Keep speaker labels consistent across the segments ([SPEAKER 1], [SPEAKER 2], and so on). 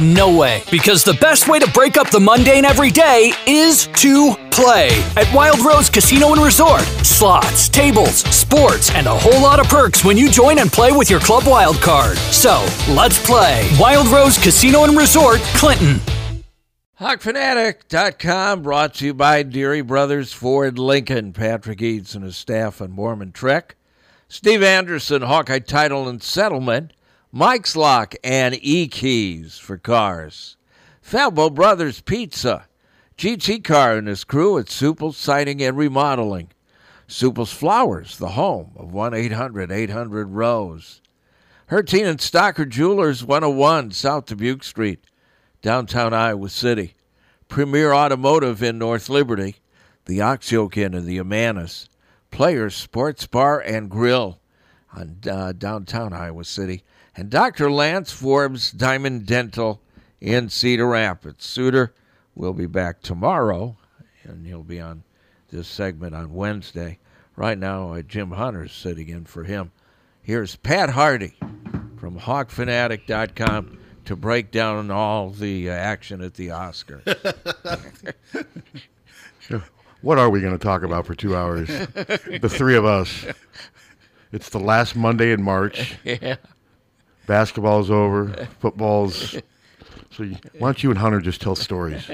[SPEAKER 1] no way. Because the best way to break up the mundane every day is to play at Wild Rose Casino and Resort. Slots, tables, sports, and a whole lot of perks when you join and play with your Club Wild card. So, let's play Wild Rose Casino and Resort, Clinton.
[SPEAKER 2] HawkFanatic.com brought to you by Deary Brothers Ford Lincoln, Patrick Eads and his staff on Mormon Trek, Steve Anderson, Hawkeye Title and Settlement, Mike's Lock and E Keys for cars, Falbo Brothers Pizza, GT Car and his crew at Suple's Siding and Remodeling, Suple's Flowers, the home of 1 800 800 Rose, Hertine and Stocker Jewelers, 101 South Dubuque Street downtown Iowa City, Premier Automotive in North Liberty, the Oxyoke Inn in the Amanas, Players Sports Bar and Grill on uh, downtown Iowa City, and Dr. Lance Forbes Diamond Dental in Cedar Rapids. Suter will be back tomorrow, and he'll be on this segment on Wednesday. Right now, uh, Jim Hunter's sitting in for him. Here's Pat Hardy from HawkFanatic.com to break down all the uh, action at the Oscar.
[SPEAKER 3] What are we going to talk about for two hours? the three of us. It's the last Monday in March.
[SPEAKER 2] yeah.
[SPEAKER 3] Basketball's over. Football's. So you, why don't you and Hunter just tell stories?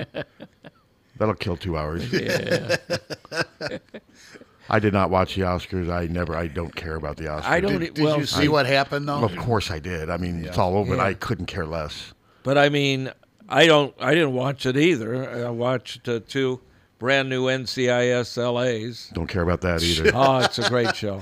[SPEAKER 3] That'll kill two hours.
[SPEAKER 2] Yeah.
[SPEAKER 3] I did not watch the Oscars. I never. I don't care about the Oscars.
[SPEAKER 2] I don't- Did- did well- you see what happened, though?
[SPEAKER 3] Of course I did. I mean, it's all over. and
[SPEAKER 2] Yeah.
[SPEAKER 3] I couldn't care less.
[SPEAKER 2] But I mean, I don't. I didn't watch it either. I watched uh, two brand new NCIS LAs.
[SPEAKER 3] Don't care about that either.
[SPEAKER 2] oh, it's a great show.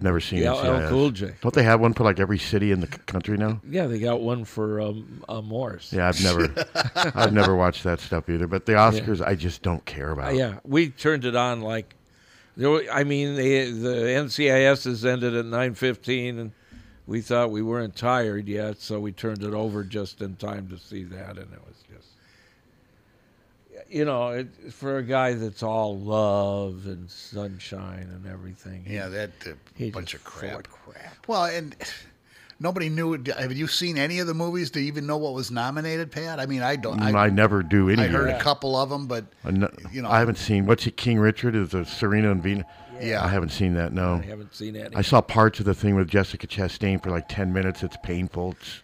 [SPEAKER 3] Never seen
[SPEAKER 2] Yeah,
[SPEAKER 3] NCIS.
[SPEAKER 2] LL Cool J.
[SPEAKER 3] Don't they have one for like every city in the c- country now?
[SPEAKER 2] Yeah, they got one for um, uh, Morse.
[SPEAKER 3] Yeah, I've never, I've never watched that stuff either. But the Oscars, I just don't care about.
[SPEAKER 2] yeah, we turned it on like there. Were, I mean, the the NCIS has ended at nine fifteen, and we thought we weren't tired yet, so we turned it over just in time to see that, and it was just, you know, it, for a guy that's all love and sunshine and everything.
[SPEAKER 4] Yeah, that uh,
[SPEAKER 2] he
[SPEAKER 4] bunch
[SPEAKER 2] just
[SPEAKER 4] of
[SPEAKER 2] full
[SPEAKER 4] crap. Well, and nobody knew. Have you seen any of the movies to even know what was nominated, Pat? I mean, I don't.
[SPEAKER 3] Mm, I, never do any.
[SPEAKER 4] I
[SPEAKER 3] of
[SPEAKER 4] heard
[SPEAKER 3] it.
[SPEAKER 4] a couple of them, but
[SPEAKER 3] I no-
[SPEAKER 4] you know,
[SPEAKER 3] I haven't seen what's it, King Richard? Is it Serena and Venus?
[SPEAKER 4] Yeah.
[SPEAKER 3] I haven't seen that. No,
[SPEAKER 2] I haven't seen any.
[SPEAKER 3] I saw parts of the thing with Jessica Chastain for like ten minutes. It's painful. It's,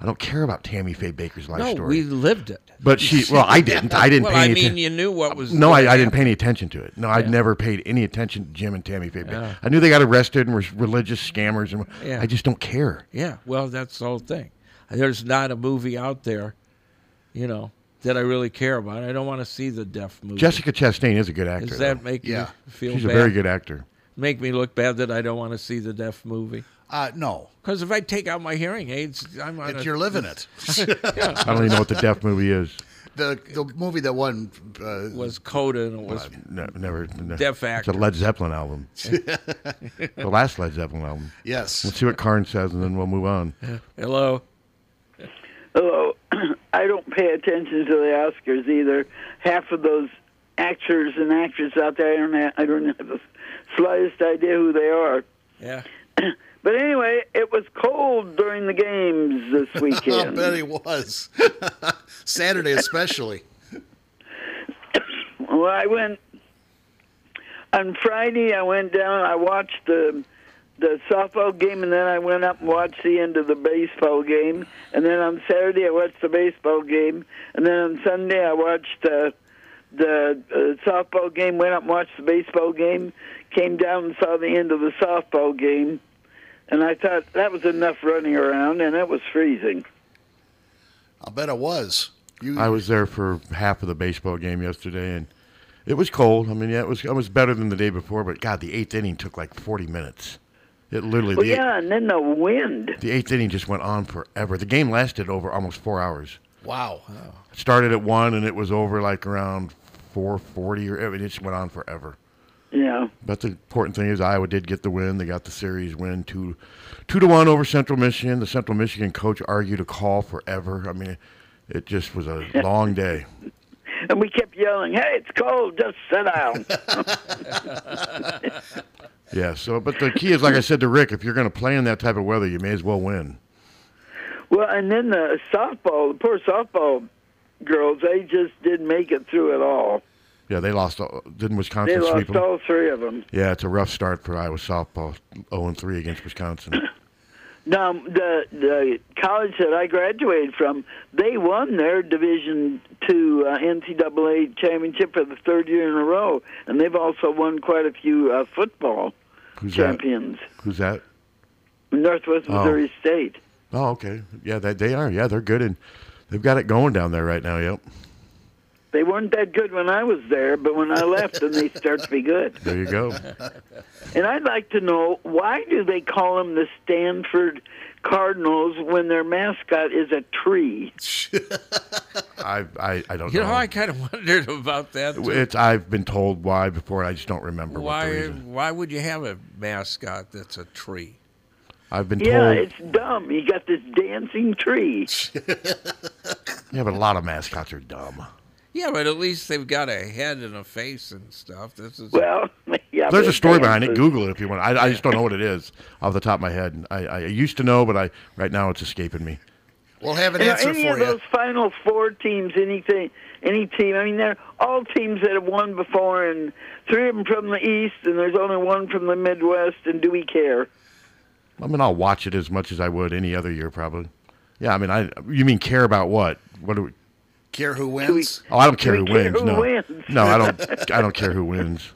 [SPEAKER 3] I don't care about Tammy Faye Baker's life
[SPEAKER 2] no,
[SPEAKER 3] story.
[SPEAKER 2] we lived it.
[SPEAKER 3] But she, well, I didn't. I didn't
[SPEAKER 2] Well,
[SPEAKER 3] pay
[SPEAKER 2] I
[SPEAKER 3] any
[SPEAKER 2] mean,
[SPEAKER 3] atten-
[SPEAKER 2] you knew what was
[SPEAKER 3] No,
[SPEAKER 2] gonna
[SPEAKER 3] I, I didn't pay any attention to it. No, I'd never paid any attention to Jim and Tammy Faye. Baker. I knew they got arrested and were religious scammers, and
[SPEAKER 2] Yeah.
[SPEAKER 3] I just don't care.
[SPEAKER 2] Yeah, well, that's the whole thing. There's not a movie out there, you know, that I really care about. I don't want to see the deaf movie.
[SPEAKER 3] Jessica Chastain is a good actor.
[SPEAKER 2] Does that
[SPEAKER 3] though.
[SPEAKER 2] make me feel
[SPEAKER 3] She's
[SPEAKER 2] bad?
[SPEAKER 3] a very good actor.
[SPEAKER 2] Make me look bad that I don't want to see the deaf movie?
[SPEAKER 4] Uh, no.
[SPEAKER 2] Because if I take out my hearing aids, I'm on.
[SPEAKER 4] It-
[SPEAKER 2] a-
[SPEAKER 4] you're living it.
[SPEAKER 2] Yeah.
[SPEAKER 3] I don't even know what the deaf movie is.
[SPEAKER 4] the the movie that won uh,
[SPEAKER 2] was Coda and it was
[SPEAKER 3] No, never. no.
[SPEAKER 2] Deaf actor.
[SPEAKER 3] It's a Led Zeppelin album. the last Led Zeppelin album.
[SPEAKER 4] Yes.
[SPEAKER 3] Let's see what Karn says, and then we'll move on.
[SPEAKER 2] hello.
[SPEAKER 5] Hello. I don't pay attention to the Oscars either. Half of those actors and actresses out there, I don't have, I don't have the slightest idea who they are.
[SPEAKER 2] Yeah.
[SPEAKER 5] But anyway, it was cold during the games this
[SPEAKER 4] I
[SPEAKER 5] weekend.
[SPEAKER 4] bet he was. Saturday especially.
[SPEAKER 5] Well, I went on Friday, I went down. I watched the the softball game, and then I went up and watched the end of the baseball game. And then on Saturday, I watched the baseball game. And then on Sunday, I watched uh, the uh, softball game. Went up and watched the baseball game. Came down and saw the end of the softball game. And I thought that was enough running around, and it was freezing.
[SPEAKER 4] I bet it was. You,
[SPEAKER 3] I was there for half of the baseball game yesterday, and it was cold. I mean, yeah, it was it was better than the day before, but God, the eighth inning took like forty minutes. It literally
[SPEAKER 5] Well,
[SPEAKER 3] the,
[SPEAKER 5] yeah, and then the wind.
[SPEAKER 3] the eighth inning just went on forever. The game lasted over almost four hours.
[SPEAKER 4] Wow.
[SPEAKER 3] It started at one, and it was over like around four forty, or I mean, it just went on forever.
[SPEAKER 5] Yeah.
[SPEAKER 3] But the important thing is Iowa did get the win. They got the series win two, two to one over Central Michigan. The Central Michigan coach argued a call forever. I mean, it, it just was a long day.
[SPEAKER 5] And we kept yelling, hey, it's cold, just sit down.
[SPEAKER 3] Yeah. So, but the key is, like I said to Rick, if you're going to play in that type of weather, you may as well win.
[SPEAKER 5] well, and then the softball, the poor softball girls, they just didn't make it through at all.
[SPEAKER 3] Yeah, they lost. all- Didn't
[SPEAKER 5] They
[SPEAKER 3] Wisconsin sweep
[SPEAKER 5] lost
[SPEAKER 3] them?
[SPEAKER 5] all three of them.
[SPEAKER 3] Yeah, it's a rough start for Iowa softball, zero and three against Wisconsin.
[SPEAKER 5] Now, the, the college that I graduated from, they won their Division two uh, NCAA championship for the third year in a row, and they've also won quite a few uh, football
[SPEAKER 3] Who's
[SPEAKER 5] champions.
[SPEAKER 3] that? Who's that?
[SPEAKER 5] Northwest
[SPEAKER 3] Oh.
[SPEAKER 5] Missouri State.
[SPEAKER 3] Oh, okay. Yeah, they, they are. Yeah, they're good, and they've got it going down there right now. Yep.
[SPEAKER 5] They weren't that good when I was there, but when I left, then they start to be good.
[SPEAKER 3] There you go.
[SPEAKER 5] And I'd like to know why do they call them the Stanford Cardinals when their mascot is a tree?
[SPEAKER 3] I I, I don't
[SPEAKER 2] You
[SPEAKER 3] know.
[SPEAKER 2] know, I kind of wondered about that. too.
[SPEAKER 3] It's I've been told why before. I just don't remember what the
[SPEAKER 2] Why?
[SPEAKER 3] reason.
[SPEAKER 2] Why would you have a mascot that's a tree?
[SPEAKER 3] I've been
[SPEAKER 5] Yeah,
[SPEAKER 3] told.
[SPEAKER 5] it's dumb. You got this dancing tree.
[SPEAKER 3] Yeah, but a lot of mascots are dumb.
[SPEAKER 2] Yeah, but at least they've got a head and a face and stuff. This is
[SPEAKER 5] Well, yeah.
[SPEAKER 3] There's
[SPEAKER 5] but
[SPEAKER 3] a
[SPEAKER 5] it
[SPEAKER 3] story behind it.
[SPEAKER 5] dances.
[SPEAKER 3] Google it if you want. I, I just don't know what it is off the top of my head. I, I used to know, but I right now it's escaping me.
[SPEAKER 4] We'll have an
[SPEAKER 5] And are
[SPEAKER 4] answer
[SPEAKER 5] any
[SPEAKER 4] for
[SPEAKER 5] of
[SPEAKER 4] you.
[SPEAKER 5] those Final Four teams, anything, any team? I mean, they're all teams that have won before, and three of them from the East, and there's only one from the Midwest. And do we care?
[SPEAKER 3] I mean, I'll watch it as much as I would any other year, probably. Yeah, I mean, I you mean care about what? What do we?
[SPEAKER 4] Care who wins?
[SPEAKER 3] Oh, I don't care
[SPEAKER 5] We
[SPEAKER 3] who
[SPEAKER 5] care
[SPEAKER 3] wins.
[SPEAKER 5] who
[SPEAKER 3] no,
[SPEAKER 5] wins.
[SPEAKER 3] no, I don't. I don't care who wins.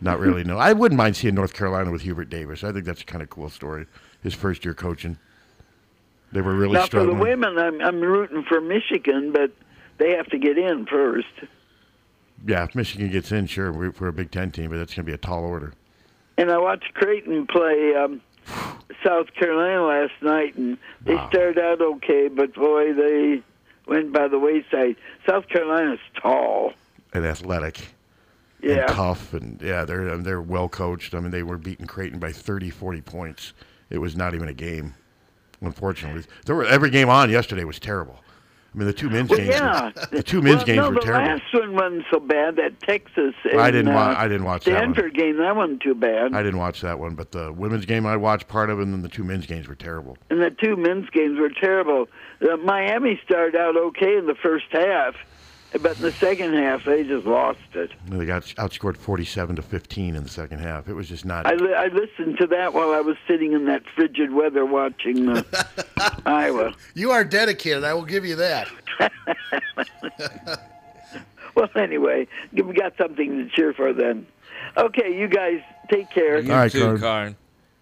[SPEAKER 3] Not really. No, I wouldn't mind seeing North Carolina with Hubert Davis. I think that's a kind of cool story. His first year coaching, they were really
[SPEAKER 5] Now, for
[SPEAKER 3] struggling.
[SPEAKER 5] the women, I'm, I'm rooting for Michigan, but they have to get in first.
[SPEAKER 3] Yeah, if Michigan gets in, sure, we're, we're a Big Ten team, but that's going to be a tall order.
[SPEAKER 5] And I watched Creighton play um, South Carolina last night, and they started out okay, but boy, they went by the wayside. South Carolina's tall.
[SPEAKER 3] And athletic,
[SPEAKER 5] Yeah.
[SPEAKER 3] and tough, and yeah, they're and they're well coached. I mean, they were beating Creighton by 30, 40 points. It was not even a game, unfortunately. There were every game on yesterday was terrible. I mean, the two men's
[SPEAKER 5] Well,
[SPEAKER 3] games,
[SPEAKER 5] yeah.
[SPEAKER 3] were, the two men's
[SPEAKER 5] well,
[SPEAKER 3] games
[SPEAKER 5] no,
[SPEAKER 3] were
[SPEAKER 5] the
[SPEAKER 3] terrible.
[SPEAKER 5] last one wasn't so bad. That Texas. And,
[SPEAKER 3] I didn't
[SPEAKER 5] Uh,
[SPEAKER 3] wa- I didn't watch that one.
[SPEAKER 5] Stanford game. That wasn't too bad.
[SPEAKER 3] I didn't watch that one, but the women's game I watched part of, and then the two men's games were terrible.
[SPEAKER 5] and the two men's games were terrible. The Miami started out okay in the first half, but in the second half they just lost it.
[SPEAKER 3] And They got outscored forty-seven to fifteen in the second half. It was just not.
[SPEAKER 5] I, li- I listened to that while I was sitting in that frigid weather watching uh, Iowa.
[SPEAKER 4] You are dedicated. I will give you that.
[SPEAKER 5] Well, anyway, we got something to cheer for then. Okay, you guys take care.
[SPEAKER 2] you
[SPEAKER 3] All right,
[SPEAKER 2] too,
[SPEAKER 3] Carn.
[SPEAKER 2] Carn.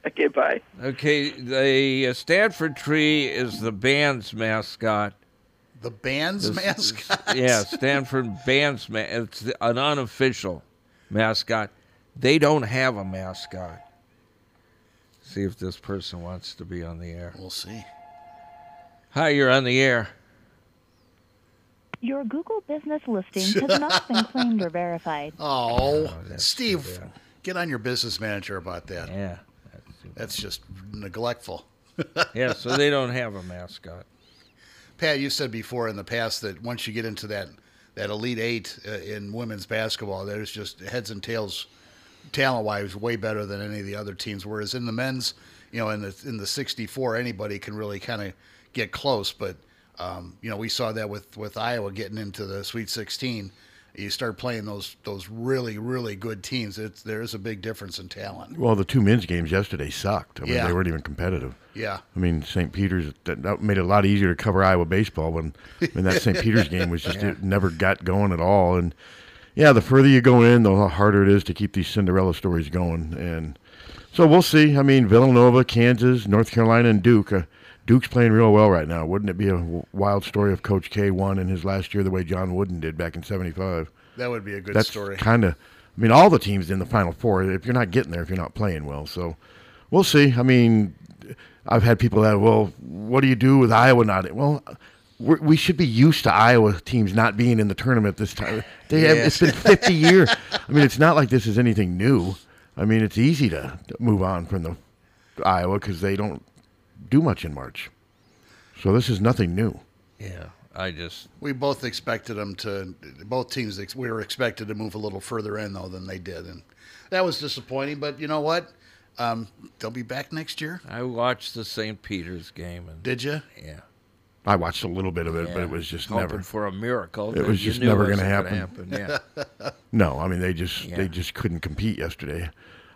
[SPEAKER 5] Okay, bye.
[SPEAKER 2] Okay, the uh, Stanford tree is the band's mascot.
[SPEAKER 4] The band's mascot.
[SPEAKER 2] Yeah, Stanford band's ma- it's the- an unofficial mascot. They don't have a mascot. See if this person wants to be on the air.
[SPEAKER 4] We'll see.
[SPEAKER 2] Hi, you're on the air.
[SPEAKER 6] Your Google business listing has not been claimed or verified.
[SPEAKER 4] Oh,
[SPEAKER 2] that's
[SPEAKER 4] Steve,
[SPEAKER 2] too bad.
[SPEAKER 4] get on your business manager about that.
[SPEAKER 2] Yeah.
[SPEAKER 4] That's just neglectful.
[SPEAKER 2] Yeah, so they don't have a mascot.
[SPEAKER 4] Pat, you said before in the past that once you get into that that elite eight uh, in women's basketball, there's just heads and tails, talent wise, way better than any of the other teams. Whereas in the men's, you know, in the in the '64, anybody can really kind of get close. But um, you know, we saw that with with Iowa getting into the Sweet 16. you start playing those those really really good teams, it's, there is a big difference in talent.
[SPEAKER 3] Well, the two men's games yesterday sucked. I mean,
[SPEAKER 4] Yeah.
[SPEAKER 3] they weren't even competitive.
[SPEAKER 4] Yeah.
[SPEAKER 3] I mean, St. Peter's that, that made it a lot easier to cover Iowa baseball when I mean, that St. Peter's game was just it never got going at all. And yeah, the further you go in, the harder it is to keep these Cinderella stories going. And so we'll see. I mean, Villanova, Kansas, North Carolina, and Duke. Uh, Duke's playing real well right now. Wouldn't it be a w- wild story if Coach K won in his last year the way John Wooden did back in '75?
[SPEAKER 4] That would be a good
[SPEAKER 3] That's
[SPEAKER 4] story.
[SPEAKER 3] Kind of. I mean, all the teams in the Final Four. If you're not getting there, if you're not playing well, so we'll see. I mean, I've had people that, well, what do you do with Iowa not? in?" Well, we're, we should be used to Iowa teams not being in the tournament this time. They have.
[SPEAKER 4] Yeah.
[SPEAKER 3] It's been 50 years. I mean, it's not like this is anything new. I mean, it's easy to move on from the Iowa because they don't do much in March. So this is nothing new.
[SPEAKER 2] Yeah, I just
[SPEAKER 4] We both expected them to. Both teams, ex- we were expected to move a little further in though than they did, and that was disappointing. But you know what? Um, they'll be back next year.
[SPEAKER 2] I watched the St. Peter's game and
[SPEAKER 4] Did you?
[SPEAKER 2] yeah,
[SPEAKER 3] I watched a little bit of it, but
[SPEAKER 2] yeah,
[SPEAKER 3] it was just
[SPEAKER 2] hoping
[SPEAKER 3] never.
[SPEAKER 2] for a miracle.
[SPEAKER 3] It
[SPEAKER 2] that
[SPEAKER 3] was
[SPEAKER 2] you
[SPEAKER 3] just
[SPEAKER 2] knew
[SPEAKER 3] never
[SPEAKER 2] wasn't
[SPEAKER 3] gonna
[SPEAKER 2] gonna happen. Yeah,
[SPEAKER 3] No, I mean they just
[SPEAKER 2] Yeah.
[SPEAKER 3] they just couldn't compete yesterday,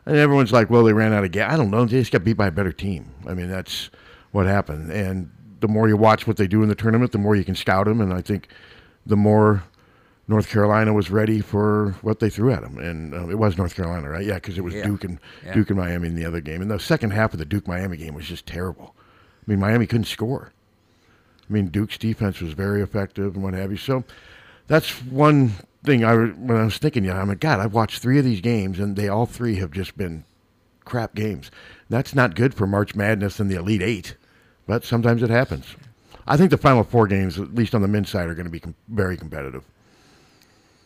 [SPEAKER 3] and everyone's like, "Well, they ran out of gas." I don't know. They just got beat by a better team. I mean that's what happened. And the more you watch what they do in the tournament, the more you can scout them. And I think the more North Carolina was ready for what they threw at them, and uh, it was North Carolina, right? Yeah, because it was
[SPEAKER 2] Yeah.
[SPEAKER 3] Duke and
[SPEAKER 2] Yeah.
[SPEAKER 3] Duke and Miami in the other game. And the second half of the Duke Miami game was just terrible. I mean, Miami couldn't score. I mean, Duke's defense was very effective and what have you. So that's one thing I when I was thinking, yeah, I'm like, God, I've watched three of these games and they all three have just been crap games. That's not good for March Madness and the Elite Eight, but sometimes it happens. I think the final four games, at least on the men's side, are going to be com- very competitive.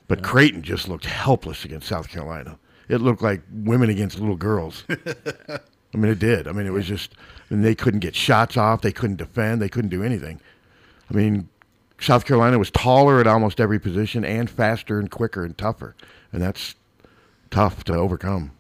[SPEAKER 3] But Creighton just looked helpless against South Carolina. It looked like women against little girls. I mean, it did. I mean, it was just, and they couldn't get shots off. They couldn't defend. They couldn't do anything. I mean, South Carolina was taller at almost every position and faster and quicker and tougher. And that's tough to overcome.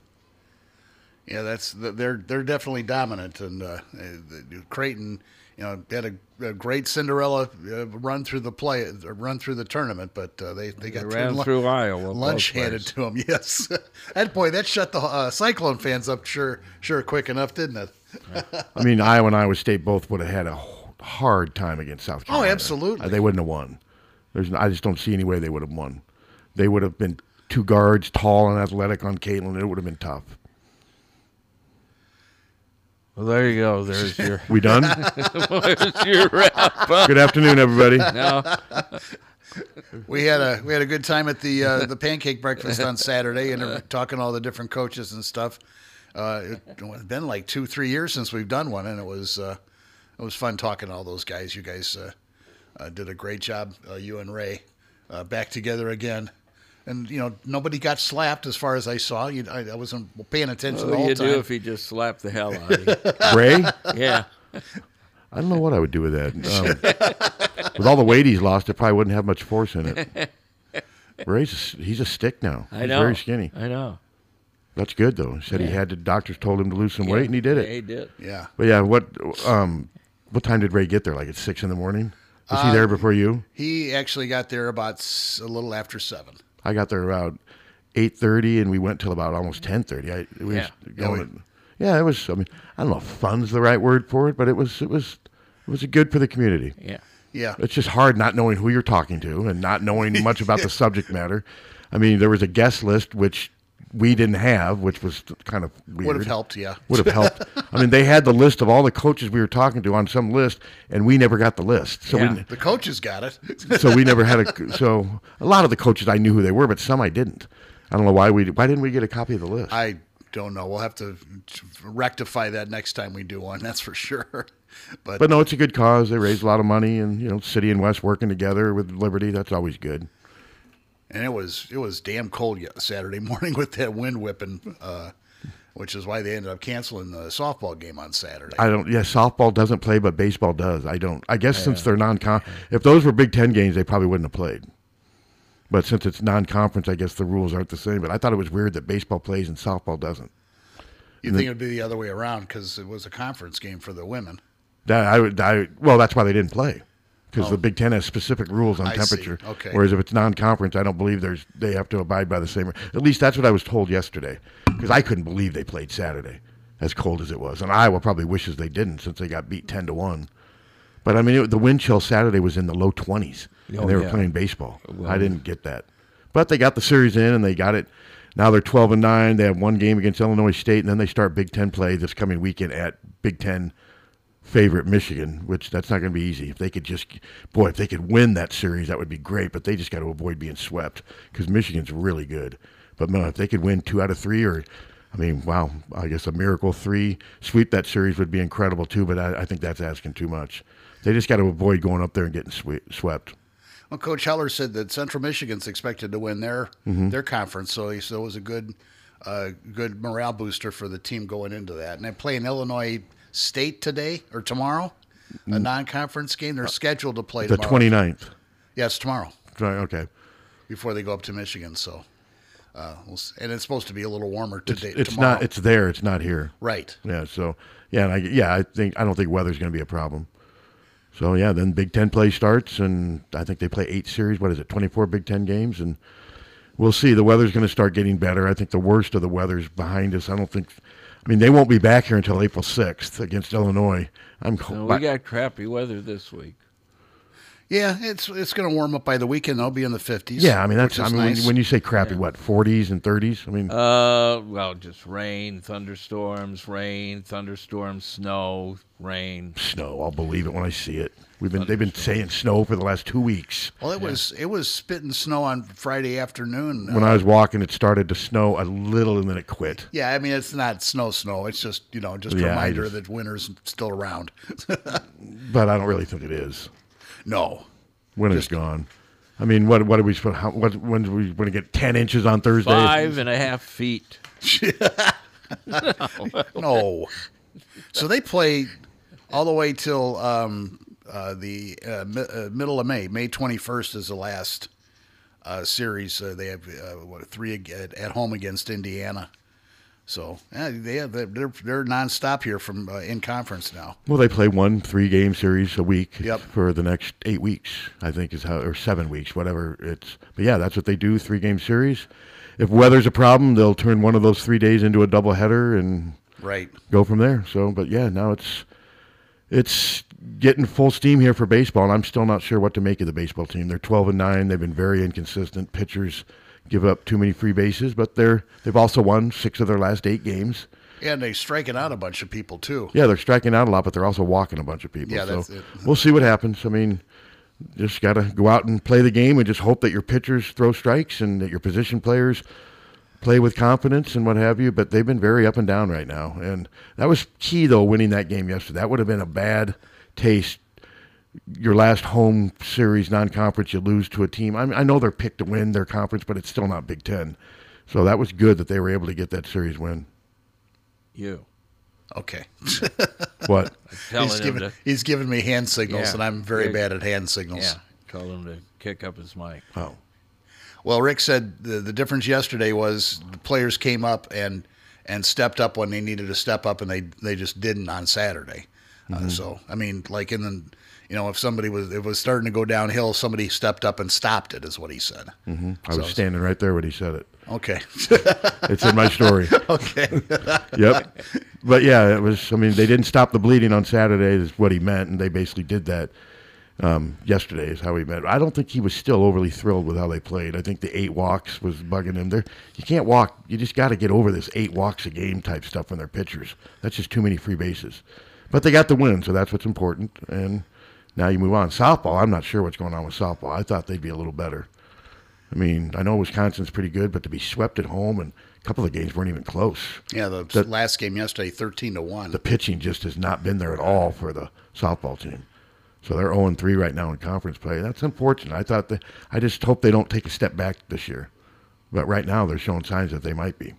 [SPEAKER 4] Yeah, that's th- they're they're definitely dominant, and uh, uh, the- Creighton, you know, had a, a great Cinderella uh, run through the play, uh, run through the tournament, but uh, they they got
[SPEAKER 2] They ran
[SPEAKER 4] lu-
[SPEAKER 2] through Iowa, both
[SPEAKER 4] lunch handed
[SPEAKER 2] ways.
[SPEAKER 4] to them. Yes, that boy that shut the uh, Cyclone fans up sure sure quick enough, didn't it?
[SPEAKER 3] I mean, Iowa and Iowa State both would have had a h- hard time against South Carolina.
[SPEAKER 4] Oh, absolutely.
[SPEAKER 3] Uh, They wouldn't have won. There's, n- I just don't see any way they would have won. They would have been two guards, tall and athletic on Caitlin. It would have been tough.
[SPEAKER 2] well, there you go. There's your
[SPEAKER 3] We done?
[SPEAKER 2] there's your wrap up.
[SPEAKER 3] Good afternoon, everybody.
[SPEAKER 4] We had a we had a good time at the uh, the pancake breakfast on Saturday, and uh, talking to all the different coaches and stuff. Uh, it, it's been like two three years since we've done one, and it was uh, it was fun talking to all those guys. You guys uh, uh, did a great job. Uh, you and Ray uh, back together again. And you know nobody got slapped as far as I saw. You, I, I wasn't paying attention the
[SPEAKER 2] What
[SPEAKER 4] whole
[SPEAKER 2] you
[SPEAKER 4] time.
[SPEAKER 2] do if you just slap the hell out of you?
[SPEAKER 3] Ray?
[SPEAKER 2] Yeah,
[SPEAKER 3] I don't know what I would do with that. Um, with all the weight he's lost, it probably wouldn't have much force in it. Ray's a, s- he's a stick now.
[SPEAKER 2] I
[SPEAKER 3] he's
[SPEAKER 2] know. Oh.
[SPEAKER 3] very skinny.
[SPEAKER 2] I know.
[SPEAKER 3] That's good though. He said he had to. Doctors told him to lose some weight, and he did it.
[SPEAKER 2] He did.
[SPEAKER 4] yeah,
[SPEAKER 3] But yeah, what um, what time did Ray get there? Like at six in the morning. Was he there before you?
[SPEAKER 4] he actually got there about s- a little after seven.
[SPEAKER 3] I got there about eight thirty, and we went till about almost ten thirty. I we
[SPEAKER 2] Yeah.
[SPEAKER 3] was going. yeah, it was. I mean, I don't know if fun's the right word for it, but it was. It was. It was good for the community.
[SPEAKER 2] Yeah.
[SPEAKER 4] Yeah,
[SPEAKER 3] It's just hard not knowing who you're talking to and not knowing much about the subject matter. I mean, there was a guest list which we didn't have, which was kind of weird.
[SPEAKER 4] would have helped. Yeah,
[SPEAKER 3] Would have helped. I mean, they had the list of all the coaches we were talking to on some list, and we never got the list. So
[SPEAKER 2] Yeah.
[SPEAKER 3] we
[SPEAKER 4] the coaches got it.
[SPEAKER 3] so we never had a so a lot of the coaches I knew who they were, but some I didn't. I don't know why we why didn't we get a copy of the list.
[SPEAKER 4] I don't know. We'll have to rectify that next time we do one. That's for sure. But,
[SPEAKER 3] but no, it's a good cause. They raised a lot of money, and you know, City and West working together with Liberty. That's always good.
[SPEAKER 4] and it was it was damn cold ye- Saturday morning with that wind whipping, uh, which is why they ended up canceling the softball game on Saturday.
[SPEAKER 3] I don't. Yeah, softball doesn't play, but baseball does. I don't. I guess since they're non-con, if those were Big Ten games, they probably wouldn't have played. But since it's non-conference, I guess the rules aren't the same. But I thought it was weird that baseball plays and softball doesn't.
[SPEAKER 4] you think it would be the other way around because it was a conference game for the women.
[SPEAKER 3] That I would. I well, that's why they didn't play because the Big Ten has specific rules on
[SPEAKER 4] Oh. I see.
[SPEAKER 3] temperature.
[SPEAKER 4] Okay.
[SPEAKER 3] Whereas if it's non-conference, I don't believe there's they have to abide by the same. At least that's what I was told yesterday, because I couldn't believe they played Saturday, as cold as it was. And Iowa probably wishes they didn't since they got beat ten to one. But I mean, it, the wind chill Saturday was in the low twenties,
[SPEAKER 2] Oh,
[SPEAKER 3] and they were
[SPEAKER 2] yeah.
[SPEAKER 3] playing baseball.
[SPEAKER 2] Well-
[SPEAKER 3] I didn't get that, but they got the series in, and they got it. Now they're twelve and nine. They have one game against Illinois State, and then they start Big Ten play this coming weekend at Big Ten favorite Michigan, which that's not going to be easy. If they could just, boy, if they could win that series, that would be great. But they just got to avoid being swept because Michigan's really good. But man, if they could win two out of three, or I mean, wow, I guess a miracle three sweep that series would be incredible too. But I, I think that's asking too much. They just got to avoid going up there and getting swe- swept.
[SPEAKER 4] Well, Coach Heller said that Central Michigan's expected to win their
[SPEAKER 3] Mm-hmm.
[SPEAKER 4] their conference, so he so it was a good uh, good morale booster for the team going into that. And they play in Illinois State today or tomorrow, a non-conference game. They're scheduled to play
[SPEAKER 3] Mm. Uh, The
[SPEAKER 4] tomorrow.
[SPEAKER 3] 29th.
[SPEAKER 4] Yes, tomorrow
[SPEAKER 3] Right, Okay.
[SPEAKER 4] before they go up to Michigan. So, uh, we'll s and it's supposed to be a little warmer
[SPEAKER 3] It's,
[SPEAKER 4] today.
[SPEAKER 3] it's
[SPEAKER 4] tomorrow.
[SPEAKER 3] not. It's there. It's not here.
[SPEAKER 4] right.
[SPEAKER 3] Yeah. So yeah, and I yeah, I think I don't think weather's going to be a problem. So yeah, then Big Ten play starts, and I think they play eight series. What is it? Twenty four Big Ten games, and we'll see. The weather's going to start getting better. I think the worst of the weather's behind us. I don't think. I mean, they won't be back here until April sixth against Illinois. I'm.
[SPEAKER 2] No,
[SPEAKER 3] hoping.
[SPEAKER 2] we got crappy weather this week.
[SPEAKER 4] Yeah, it's it's going to warm up by the weekend. They'll be in the fifties.
[SPEAKER 3] yeah, I mean that's.
[SPEAKER 4] which
[SPEAKER 3] I
[SPEAKER 4] is
[SPEAKER 3] mean when,
[SPEAKER 4] nice.
[SPEAKER 3] when you say crappy, what forties and thirties? I mean,
[SPEAKER 2] Uh, well, just rain, thunderstorms, rain, thunderstorms, snow, rain.
[SPEAKER 3] snow. I'll believe it when I see it. We've been they've been saying snow for the last two weeks.
[SPEAKER 4] well, it was it was spitting snow on Friday afternoon.
[SPEAKER 3] When I was walking, it started to snow a little, and then it quit.
[SPEAKER 4] Yeah, I mean it's not snow snow. It's just you know just a
[SPEAKER 3] Yeah, I
[SPEAKER 4] reminder
[SPEAKER 3] just-
[SPEAKER 4] that winter's still around.
[SPEAKER 3] but I don't really think it is.
[SPEAKER 4] no,
[SPEAKER 3] Winter's gone. I mean, what what are we supposed? How, what when do we going to get ten inches on Thursday?
[SPEAKER 2] Five and a half feet.
[SPEAKER 4] no. so they play all the way till um, uh, the uh, mi- uh, middle of May. May twenty first is the last uh, series. Uh, they have uh, what, three ag- at, at home against Indiana. So yeah, they have, they're they're nonstop here from uh, in conference now.
[SPEAKER 3] Well, they play one three game series a week
[SPEAKER 4] Yep.
[SPEAKER 3] for the next eight weeks. I think is how or seven weeks, whatever it's. But yeah, that's what they do: three game series. If weather's a problem, they'll turn one of those three days into a doubleheader and
[SPEAKER 4] Right.
[SPEAKER 3] go from there. So, but yeah, now it's it's getting full steam here for baseball, and I'm still not sure what to make of the baseball team. They're 12 and nine. They've been very inconsistent. Pitchers give up too many free bases, but they're they've also won six of their last eight games.
[SPEAKER 4] And they striking out a bunch of people too.
[SPEAKER 3] Yeah, they're striking out a lot, but they're also walking a bunch of people.
[SPEAKER 4] Yeah,
[SPEAKER 3] so
[SPEAKER 4] that's it.
[SPEAKER 3] we'll see what happens. I mean, just got to go out and play the game and just hope that your pitchers throw strikes and that your position players play with confidence and what have you. But they've been very up and down right now. And that was key, though, winning that game yesterday. That would have been a bad taste. Your last home series non conference, you lose to a team. I, mean, I know they're picked to win their conference, but it's still not Big Ten. So that was good that they were able to get that series win.
[SPEAKER 2] You.
[SPEAKER 4] Okay.
[SPEAKER 3] What?
[SPEAKER 2] Telling
[SPEAKER 4] he's
[SPEAKER 2] him
[SPEAKER 4] giving,
[SPEAKER 2] to.
[SPEAKER 4] he's giving me hand signals,
[SPEAKER 2] Yeah.
[SPEAKER 4] and I'm very
[SPEAKER 2] Yeah.
[SPEAKER 4] bad at hand signals.
[SPEAKER 2] Yeah. Tell him to kick up his mic.
[SPEAKER 3] Oh.
[SPEAKER 4] Well, Rick said the, the difference yesterday was the players came up and and stepped up when they needed to step up, and they they just didn't on Saturday.
[SPEAKER 3] Mm-hmm.
[SPEAKER 4] Uh, so I mean, like in the you know, if somebody was it was starting to go downhill, somebody stepped up and stopped it, is what he said. Mm-hmm.
[SPEAKER 3] I was standing right there when he said it.
[SPEAKER 4] Okay,
[SPEAKER 3] It's in my story.
[SPEAKER 4] okay,
[SPEAKER 3] yep. But yeah, it was. I mean, they didn't stop the bleeding on Saturday, is what he meant, and they basically did that um, yesterday, is how he meant. I don't think he was still overly thrilled with how they played. I think the eight walks was bugging him. There, you can't walk. You just got to get over this eight walks a game type stuff when they're pitchers. That's just too many free bases. But they got the win, so that's what's important. And now you move on. Softball. I'm not sure what's going on with softball. I thought they'd be a little better. I mean, I know Wisconsin's pretty good, but to be swept at home and a couple of the games weren't even close
[SPEAKER 4] yeah. The last game yesterday, thirteen to one.
[SPEAKER 3] the pitching just has not been there at all for the softball team. So they're 0 3 right now in conference play. That's unfortunate. I thought that I just hope they don't take a step back this year. But right now they're showing signs that they might be.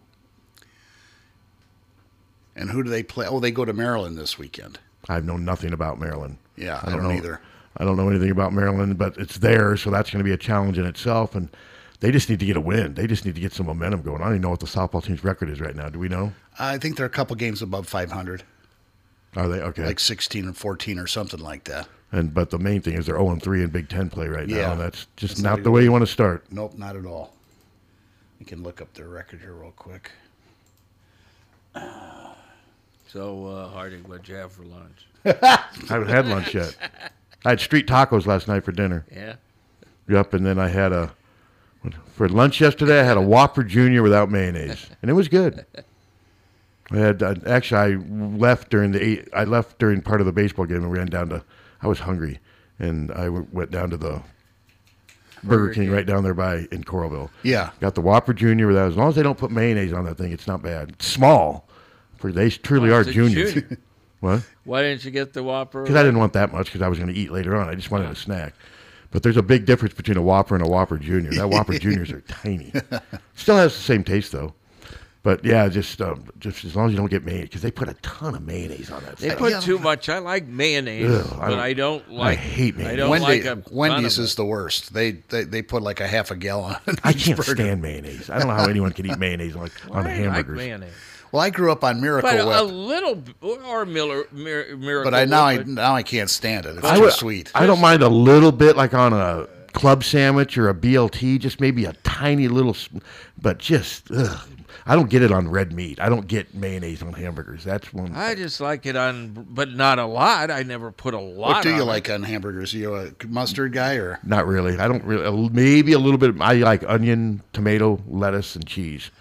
[SPEAKER 4] And who do they play? Oh, they go to Maryland this weekend.
[SPEAKER 3] I've known nothing about Maryland.
[SPEAKER 4] Yeah, I don't
[SPEAKER 3] know
[SPEAKER 4] either.
[SPEAKER 3] I don't know anything about Maryland, but it's there, so that's going to be a challenge in itself. And they just need to get a win. They just need to get some momentum going. I don't even know what the softball team's record is right now. Do we know?
[SPEAKER 4] I think they're a couple games above five hundred.
[SPEAKER 3] Are they okay?
[SPEAKER 4] like 16 and 14 or something like that.
[SPEAKER 3] and but the main thing is they're 0 3 in Big Ten play right now.
[SPEAKER 4] Yeah.
[SPEAKER 3] and That's just
[SPEAKER 4] That's not
[SPEAKER 3] not the
[SPEAKER 4] even-
[SPEAKER 3] way you want to start.
[SPEAKER 4] Nope, not at all. You can look up their record here real quick.
[SPEAKER 2] So, uh, Harding, what'd you have for lunch?
[SPEAKER 3] I haven't had lunch yet. I had street tacos last night for dinner.
[SPEAKER 2] Yeah.
[SPEAKER 3] Yep, and then I had a for lunch yesterday. I had a Whopper Junior without mayonnaise, and it was good. I had uh, actually I left during the eight, I left during part of the baseball game and ran down to. I was hungry, and I w- went down to the Burger King right down there by in Coralville.
[SPEAKER 4] Yeah.
[SPEAKER 3] got the Whopper Junior without. As long as they don't put mayonnaise on that thing, it's not bad. It's small, for they truly are
[SPEAKER 2] It's a
[SPEAKER 3] juniors.
[SPEAKER 2] junior.
[SPEAKER 3] What?
[SPEAKER 2] Why didn't you get the Whopper?
[SPEAKER 3] Because I didn't want that much because I was going to eat later on. I just wanted a snack. But there's a big difference between a Whopper and a Whopper Junior. That Whopper Juniors are tiny. Still has the same taste though. But yeah, just um, just as long as you don't get mayonnaise because they put a ton of mayonnaise on that.
[SPEAKER 2] They
[SPEAKER 3] stuff.
[SPEAKER 2] put too much. I like mayonnaise,
[SPEAKER 3] Ugh, I
[SPEAKER 2] but
[SPEAKER 3] don't-
[SPEAKER 2] I don't
[SPEAKER 3] I
[SPEAKER 2] like.
[SPEAKER 3] hate mayonnaise.
[SPEAKER 2] I don't
[SPEAKER 4] Wendy,
[SPEAKER 2] like a ton
[SPEAKER 4] Wendy's
[SPEAKER 2] of
[SPEAKER 4] is the worst. They, they they put like a half a gallon. on
[SPEAKER 3] I
[SPEAKER 4] each
[SPEAKER 3] can't
[SPEAKER 4] burger.
[SPEAKER 3] stand mayonnaise. I don't know how anyone can eat mayonnaise like on
[SPEAKER 2] it. I like
[SPEAKER 3] hamburgers.
[SPEAKER 2] mayonnaise,
[SPEAKER 4] Well, I grew up on Miracle
[SPEAKER 2] but a
[SPEAKER 4] Whip,
[SPEAKER 2] little b- or Miller, mir, miracle.
[SPEAKER 4] but I now I
[SPEAKER 2] Whip,
[SPEAKER 4] now I can't stand it. It's
[SPEAKER 3] I
[SPEAKER 4] too
[SPEAKER 3] would-
[SPEAKER 4] sweet.
[SPEAKER 3] I don't mind a little bit, like on a club sandwich or a BLT, just maybe a tiny little, s- but just ugh. I don't get it on red meat. I don't get mayonnaise on hamburgers. That's one.
[SPEAKER 2] I just like it on, but not a lot. I never put a lot.
[SPEAKER 4] what do you
[SPEAKER 2] on it.
[SPEAKER 4] like on hamburgers? you a mustard guy or?
[SPEAKER 3] Not really. I don't really. uh, Maybe a little bit. I like onion, tomato, lettuce, and cheese,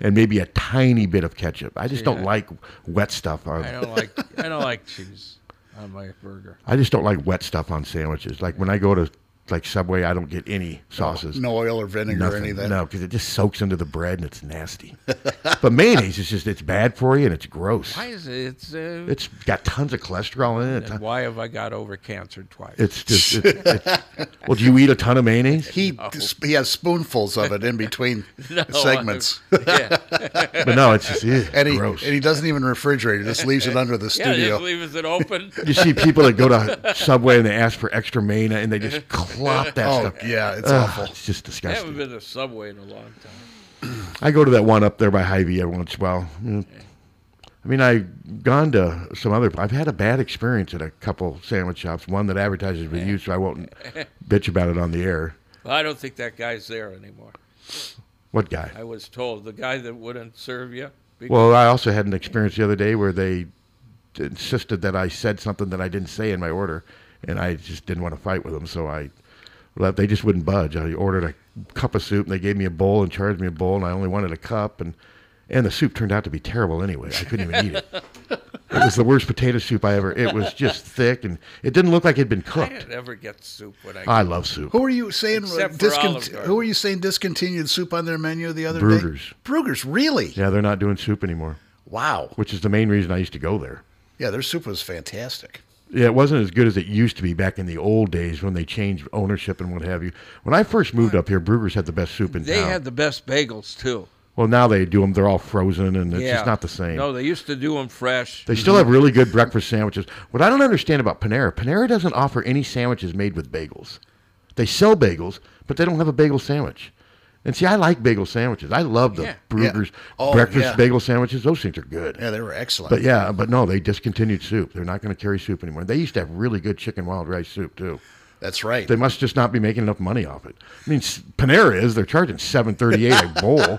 [SPEAKER 3] and maybe a tiny bit of ketchup. I just don't like wet stuff on.
[SPEAKER 2] I don't like. I don't like cheese on my burger.
[SPEAKER 3] I just don't like wet stuff on sandwiches. Like when I go to like Subway, I don't get any sauces.
[SPEAKER 4] No oil or vinegar or
[SPEAKER 3] Nothing.
[SPEAKER 4] anything.
[SPEAKER 3] No, because it just soaks into the bread and it's nasty. but mayonnaise is just it's bad for you and it's gross.
[SPEAKER 2] Why is it? It's. Uh,
[SPEAKER 3] It's got tons of cholesterol in it.
[SPEAKER 2] and why have I got over cancer twice?
[SPEAKER 3] It's just it, it's, well. Do you eat a ton of mayonnaise? Oh.
[SPEAKER 4] He he has spoonfuls of it in between segments,
[SPEAKER 2] yeah.
[SPEAKER 3] But no, it's just eh,
[SPEAKER 4] and he
[SPEAKER 3] gross.
[SPEAKER 4] and he doesn't even refrigerate it. Just leaves it under the
[SPEAKER 2] yeah,
[SPEAKER 4] studio.
[SPEAKER 2] just leaves it open.
[SPEAKER 3] you see people that go to Subway and they ask for extra mayonnaise and they just clop that
[SPEAKER 4] oh
[SPEAKER 3] stuff.
[SPEAKER 4] yeah, it's
[SPEAKER 3] Ugh,
[SPEAKER 4] awful.
[SPEAKER 3] It's just
[SPEAKER 2] I
[SPEAKER 3] disgusting.
[SPEAKER 2] haven't been to Subway in a long time.
[SPEAKER 3] I go to that one up there by Hy-Vee every once in a while. Mm. I mean, I've gone to some other. I've had a bad experience at a couple sandwich shops. One that advertises with you, so I won't bitch about it on the air.
[SPEAKER 2] Well, I don't think that guy's there anymore.
[SPEAKER 3] What guy?
[SPEAKER 2] I was told the guy that wouldn't serve you. Because,
[SPEAKER 3] Well, I also had an experience the other day where they insisted that I said something that I didn't say in my order, and I just didn't want to fight with them, so I well, they just wouldn't budge. I ordered a cup of soup, and they gave me a bowl and charged me a bowl, and I only wanted a cup, and and the soup turned out to be terrible anyway. I couldn't even eat it. It was the worst potato soup I ever. It was just thick, and it didn't look like it had been
[SPEAKER 2] I
[SPEAKER 3] cooked.
[SPEAKER 2] didn't ever get soup when I.
[SPEAKER 3] I love soup.
[SPEAKER 4] Who are you saying?
[SPEAKER 2] Except for Olive
[SPEAKER 4] Discon-
[SPEAKER 2] Garden.
[SPEAKER 4] who were you saying discontinued soup on their menu the other
[SPEAKER 3] Brugger's.
[SPEAKER 4] day? Brugger's, really?
[SPEAKER 3] Yeah, they're not doing soup anymore,
[SPEAKER 4] Wow.
[SPEAKER 3] which is the main reason I used to go there.
[SPEAKER 4] Yeah, their soup was fantastic.
[SPEAKER 3] Yeah, it wasn't as good as it used to be back in the old days when they changed ownership and what have you. When I first moved up here, Brugger's had the best soup in
[SPEAKER 2] they
[SPEAKER 3] town.
[SPEAKER 2] had the best bagels too.
[SPEAKER 3] well, now they do them; they're all frozen, and it's
[SPEAKER 2] yeah.
[SPEAKER 3] just not the same.
[SPEAKER 2] No, they used to do them fresh.
[SPEAKER 3] they still have really good breakfast sandwiches. What I don't understand about Panera, Panera doesn't offer any sandwiches made with bagels. They sell bagels, but they don't have a bagel sandwich. And see, I like bagel sandwiches. I love the
[SPEAKER 2] Yeah.
[SPEAKER 3] Brugger's
[SPEAKER 4] Yeah. Oh,
[SPEAKER 3] breakfast
[SPEAKER 4] yeah.
[SPEAKER 3] bagel sandwiches. Those things are good.
[SPEAKER 4] Yeah, they were excellent.
[SPEAKER 3] But yeah, but no, they discontinued soup. They're not going to carry soup anymore. They used to have really good chicken wild rice soup too.
[SPEAKER 4] That's right.
[SPEAKER 3] They must just not be making enough money off it. I mean, s- Panera is. They're charging seven thirty eight a bowl.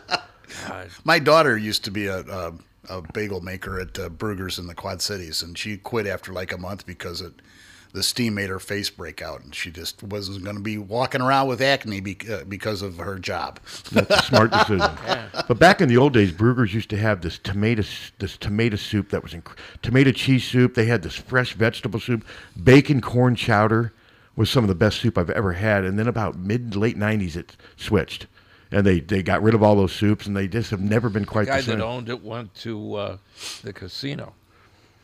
[SPEAKER 4] My daughter used to be a, a, a bagel maker at uh, Brugger's in the Quad Cities, and she quit after like a month because it, the steam made her face break out, and she just wasn't going to be walking around with acne be, uh, because of her job.
[SPEAKER 3] That's a smart decision. But back in the old days, Brugger's used to have this tomato s- this tomato soup that was inc- tomato cheese soup. They had this fresh vegetable soup, bacon corn chowder was some of the best soup I've ever had. And then about mid late nineties, it switched, and they they got rid of all those soups, and they just have never been quite
[SPEAKER 2] the guy
[SPEAKER 3] the same.
[SPEAKER 2] that owned it went to uh, the casino.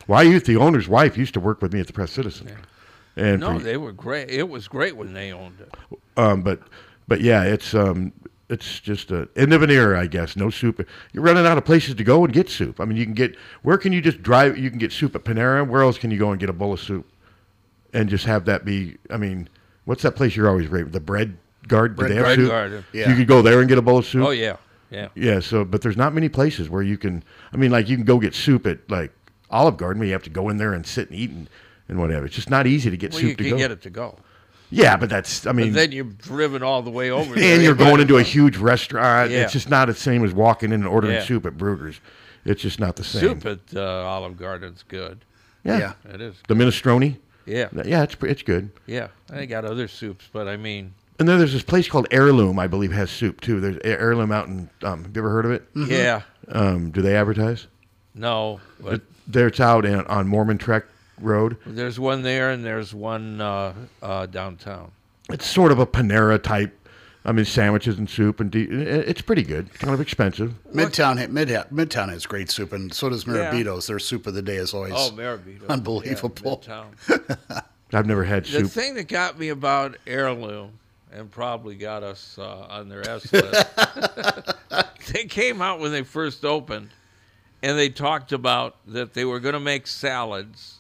[SPEAKER 3] Why youth? The owner's wife used to work with me at the Press Citizen, and
[SPEAKER 2] No,
[SPEAKER 3] for-
[SPEAKER 2] they were great. It was great when they owned it.
[SPEAKER 3] Um, but but yeah, it's um, it's just a end of an era, I guess. No soup. You're running out of places to go and get soup. I mean, you can get where can you just drive? You can get soup at Panera. Where else can you go and get a bowl of soup and just have that be? I mean, what's that place you're always raving? The bread guard. Do
[SPEAKER 4] Bread-
[SPEAKER 3] they have
[SPEAKER 2] Bread
[SPEAKER 3] soup?
[SPEAKER 2] Garden.
[SPEAKER 3] You
[SPEAKER 4] Yeah.
[SPEAKER 3] could go there and get a bowl of soup.
[SPEAKER 2] Oh yeah, yeah.
[SPEAKER 3] Yeah. So, but there's not many places where you can. I mean, like you can go get soup at like Olive Garden where you have to go in there and sit and eat and, and whatever. It's just not easy to get
[SPEAKER 2] Well,
[SPEAKER 3] soup
[SPEAKER 2] you
[SPEAKER 3] to
[SPEAKER 2] can
[SPEAKER 3] go.
[SPEAKER 2] get it to go.
[SPEAKER 3] Yeah, but that's I mean,
[SPEAKER 2] but then you've driven all the way over there.
[SPEAKER 3] and you're
[SPEAKER 2] But-
[SPEAKER 3] going into a huge restaurant.
[SPEAKER 2] Yeah.
[SPEAKER 3] It's just not the same as walking in and ordering
[SPEAKER 2] Yeah.
[SPEAKER 3] soup at Brugger's. It's just not the same.
[SPEAKER 2] Soup at uh, Olive Garden's good.
[SPEAKER 3] Yeah.
[SPEAKER 2] It is.
[SPEAKER 3] The minestrone.
[SPEAKER 2] Yeah.
[SPEAKER 3] Yeah, it's pre- it's good.
[SPEAKER 2] Yeah. They got other soups, but I mean,
[SPEAKER 3] And then there's this place called Heirloom, I believe, has soup too. There's A- Heirloom out in. Um, have you ever heard of it?
[SPEAKER 2] Mm-hmm. Yeah.
[SPEAKER 3] Um, do they advertise?
[SPEAKER 2] no. But
[SPEAKER 3] There it's out in, on Mormon Trek Road.
[SPEAKER 2] there's one there and there's one uh, uh, downtown.
[SPEAKER 3] It's sort of a Panera type. I mean, sandwiches and soup, and de- it- it's pretty good. Kind of expensive.
[SPEAKER 4] Midtown, ha- Mid- Midtown has great soup, and so does
[SPEAKER 2] Yeah.
[SPEAKER 4] Marabito's. Their soup of the day is always
[SPEAKER 2] Oh, Marabito.
[SPEAKER 4] unbelievable.
[SPEAKER 2] Yeah, Midtown.
[SPEAKER 3] I've never had
[SPEAKER 2] The
[SPEAKER 3] soup.
[SPEAKER 2] thing that got me about heirloom and probably got us uh, on their S list, they came out when they first opened and they talked about that they were going to make salads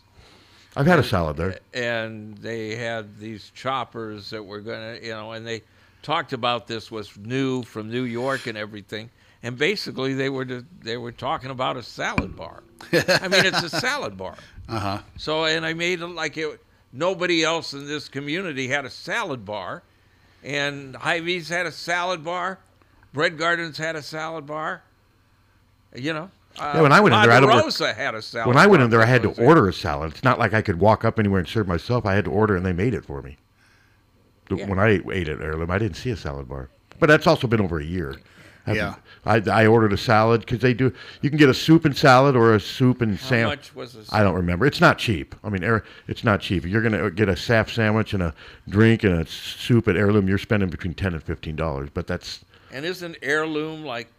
[SPEAKER 3] I've had a salad there.
[SPEAKER 2] and they had these choppers that were going to, you know, and they talked about this was new from New York and everything. And basically, they were to, they were talking about a salad bar. I mean, it's a salad bar. Uh
[SPEAKER 3] Uh-huh.
[SPEAKER 2] huh. So, and I made it like it. Nobody else in this community had a salad bar, and Hy-Vee's had a salad bar, Bread Gardens had a salad bar. You know. Uh,
[SPEAKER 3] Yeah, when I went in there, I
[SPEAKER 2] Ponderosa
[SPEAKER 3] don't-
[SPEAKER 2] had a salad.
[SPEAKER 3] When I went
[SPEAKER 2] bar
[SPEAKER 3] in there, I
[SPEAKER 2] for
[SPEAKER 3] had
[SPEAKER 2] those
[SPEAKER 3] to order a salad. It's not like I could walk up anywhere and serve myself. I had to order, and they made it for me. The-
[SPEAKER 2] Yeah.
[SPEAKER 3] When I ate, ate at Heirloom, I didn't see a salad bar, but that's also been over a year. I
[SPEAKER 4] Yeah.
[SPEAKER 3] haven't- I, I ordered a salad because they do. You can get a soup and salad or a soup and sandwich.
[SPEAKER 2] much was a
[SPEAKER 3] I don't remember. It's not cheap. I mean, Heir- it's not cheap. You're gonna uh, get a saff sandwich and a drink and a soup at Heirloom. You're spending between ten and fifteen dollars, but that's
[SPEAKER 2] And isn't heirloom like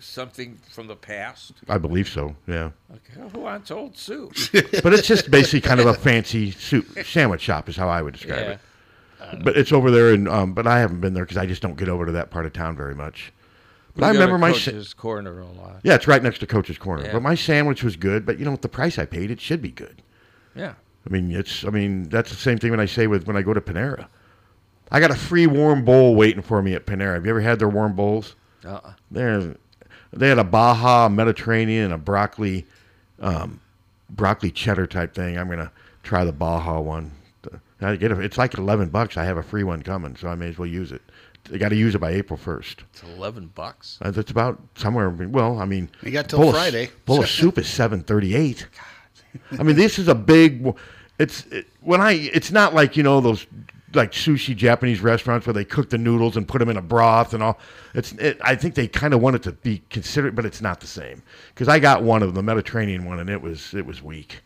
[SPEAKER 2] something from the past?
[SPEAKER 3] I believe so. Yeah.
[SPEAKER 2] Okay, who wants old soup?
[SPEAKER 3] but it's just basically kind of a fancy soup sandwich shop is how I would describe
[SPEAKER 2] Yeah.
[SPEAKER 3] it. But it's over there, and um, but I haven't been there because I just don't get over to that part of town very much. But I remember my sa-
[SPEAKER 2] coach's corner a lot.
[SPEAKER 3] yeah, it's right next to Coach's Corner.
[SPEAKER 2] Yeah.
[SPEAKER 3] But my sandwich was good. But you know, with the price I paid, it should be good.
[SPEAKER 2] Yeah,
[SPEAKER 3] I mean, it's I mean that's the same thing when I say with when I go to Panera. I got a free warm bowl waiting for me at Panera. Have you ever had their warm bowls?
[SPEAKER 2] Uh-uh.
[SPEAKER 3] They're- they had a Baja Mediterranean and a broccoli, um, broccoli cheddar type thing. I'm gonna try the Baja one. I get it. It's like eleven bucks. I have a free one coming, so I may as well use it. They got to use it by April first.
[SPEAKER 2] it's eleven bucks.
[SPEAKER 3] Uh, That's about somewhere. Well, I mean,
[SPEAKER 4] You got till
[SPEAKER 3] bowl of-
[SPEAKER 4] Friday.
[SPEAKER 3] bowl of soup is seven thirty-eight. I mean, this is a big. w- It's it, when I. It's not like you know those like sushi Japanese restaurants where they cook the noodles and put them in a broth and all. It's. It, I think they kind of want it to be considered, but it's not the same. Because I got one of the Mediterranean one and it was it was weak.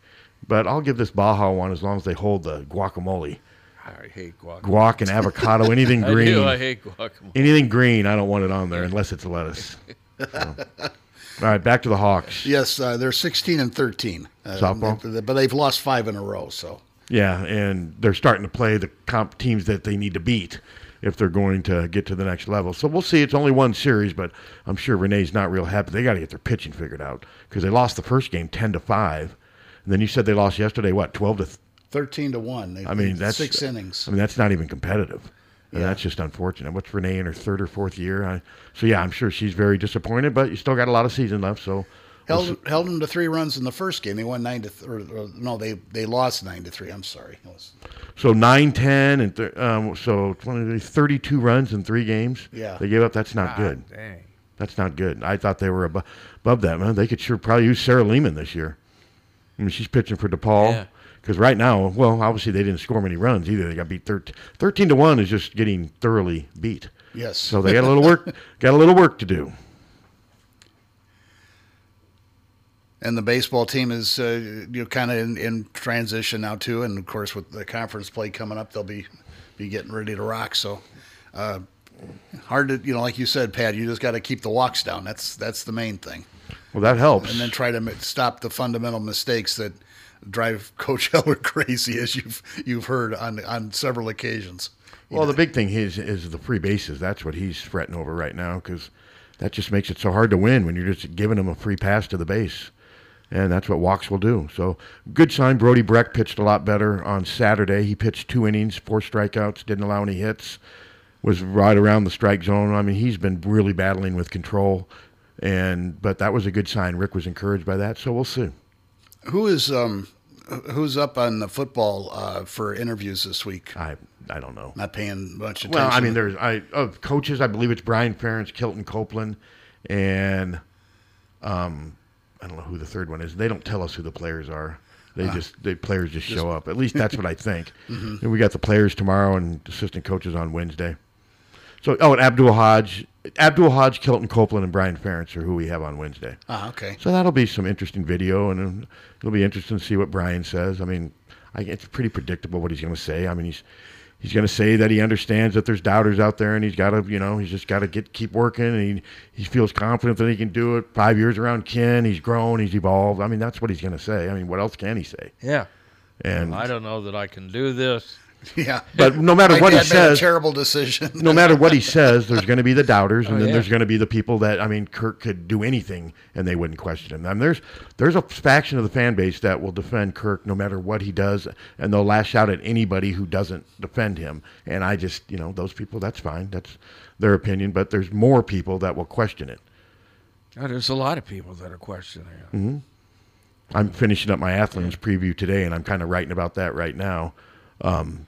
[SPEAKER 3] But I'll give this Baja one as long as they hold the guacamole,
[SPEAKER 2] I hate guacamole.
[SPEAKER 3] guac and avocado, anything
[SPEAKER 2] I
[SPEAKER 3] green.
[SPEAKER 2] do. I hate guacamole.
[SPEAKER 3] Anything green, I don't want it on there unless it's lettuce. So. All right, back to the Hawks.
[SPEAKER 4] Yes, uh, they're 16 and 13. Uh,
[SPEAKER 3] Softball?
[SPEAKER 4] they- but they've lost five in a row. So
[SPEAKER 3] Yeah, and they're starting to play the comp teams that they need to beat if they're going to get to the next level. So we'll see. It's only one series, but I'm sure Renee's not real happy. They got to get their pitching figured out because they lost the first game 10 to 5. And then you said they lost yesterday, what, 12 to th-
[SPEAKER 4] 13 to 1. They
[SPEAKER 3] I mean, that's
[SPEAKER 4] six innings.
[SPEAKER 3] I mean, that's not even competitive. And that's just unfortunate. What's Renee in her third or fourth year? I, so yeah, I'm sure she's very disappointed, but you still got a lot of season left. So we'll
[SPEAKER 4] Held, held them to three runs in the first game. They won nine to th- or, or no, they they lost nine to three. I'm sorry. It was-
[SPEAKER 3] So 9 10 and thir- um, so 20, 32 runs in three games.
[SPEAKER 4] Yeah.
[SPEAKER 3] They gave up. That's not good.
[SPEAKER 2] Ah, Dang.
[SPEAKER 3] That's not good. I thought they were above, above that, man. They could sure probably use Sarah Lehman this year. I mean, she's pitching for
[SPEAKER 2] Yeah.
[SPEAKER 3] DePaul. Because right now, well, obviously they didn't score many runs either. They got beat 13, 13 to 1 is just getting thoroughly beat.
[SPEAKER 4] Yes.
[SPEAKER 3] So they got a little work got a little work to do.
[SPEAKER 4] and the baseball team is uh, you know kind of in, in transition now too, and of course with the conference play coming up, they'll be be getting ready to rock. So uh, hard to you know, like you said, Pat, you just got to keep the walks down. That's that's the main thing,
[SPEAKER 3] Well, that helps.
[SPEAKER 4] and then try to m- stop the fundamental mistakes that drive Coach Heller crazy, as you've you've heard on on several occasions.
[SPEAKER 3] Well, the big thing is is the free bases. That's what he's fretting over right now because that just makes it so hard to win when you're just giving them a free pass to the base, and that's what walks will do. So good sign. Brody Breck pitched a lot better on Saturday. He pitched two innings, four strikeouts, didn't allow any hits, was right around the strike zone. I mean, he's been really battling with control, and but that was a good sign. Rick was encouraged by that, so we'll see.
[SPEAKER 4] Who is um, who's up on the football uh, for interviews this week?
[SPEAKER 3] I I don't know.
[SPEAKER 4] Not paying much attention.
[SPEAKER 3] Well, I mean, there's I of coaches. I believe it's Brian Ferentz, Kilton Copeland, and um, I don't know who the third one is. They don't tell us who the players are. They
[SPEAKER 4] Ah.
[SPEAKER 3] just the players just, show up. At least that's what I think.
[SPEAKER 4] Mm-hmm.
[SPEAKER 7] Mhm.
[SPEAKER 3] And we got the players tomorrow and assistant coaches on Wednesday. So oh, and Abdul Hodge, Abdul Hodge, Kilton Copeland, and Brian Ferentz are who we have on Wednesday.
[SPEAKER 4] Ah, okay.
[SPEAKER 3] So that'll be some interesting video, and um, it'll be interesting to see what Brian says. I mean, I, it's pretty predictable what he's going to say. I mean, he's he's going to say that he understands that there's doubters out there, and he's got to, you know, he's just got to get keep working, and he he feels confident that he can do it. Five years around Ken, he's grown, he's evolved. I mean, that's what he's going to say. I mean, what else can he say?
[SPEAKER 2] Yeah.
[SPEAKER 3] And
[SPEAKER 2] I don't know that I can do this.
[SPEAKER 4] Yeah.
[SPEAKER 3] But no matter what he
[SPEAKER 4] Dad made a
[SPEAKER 3] says-
[SPEAKER 4] terrible decision.
[SPEAKER 3] no matter what he says, there's going to be the doubters, and
[SPEAKER 4] Oh,
[SPEAKER 3] then
[SPEAKER 4] yeah.
[SPEAKER 3] there's going to be the people that I mean, Kirk could do anything, and they wouldn't question him. I mean, there's there's a faction of the fan base that will defend Kirk no matter what he does, and they'll lash out at anybody who doesn't defend him. And I just, you know, those people, that's fine, that's their opinion. But there's more people that will question it.
[SPEAKER 2] Oh, there's a lot of people that are questioning it.
[SPEAKER 3] hmm I'm finishing up my Athlean's preview today, and I'm kind of writing about that right now. Um,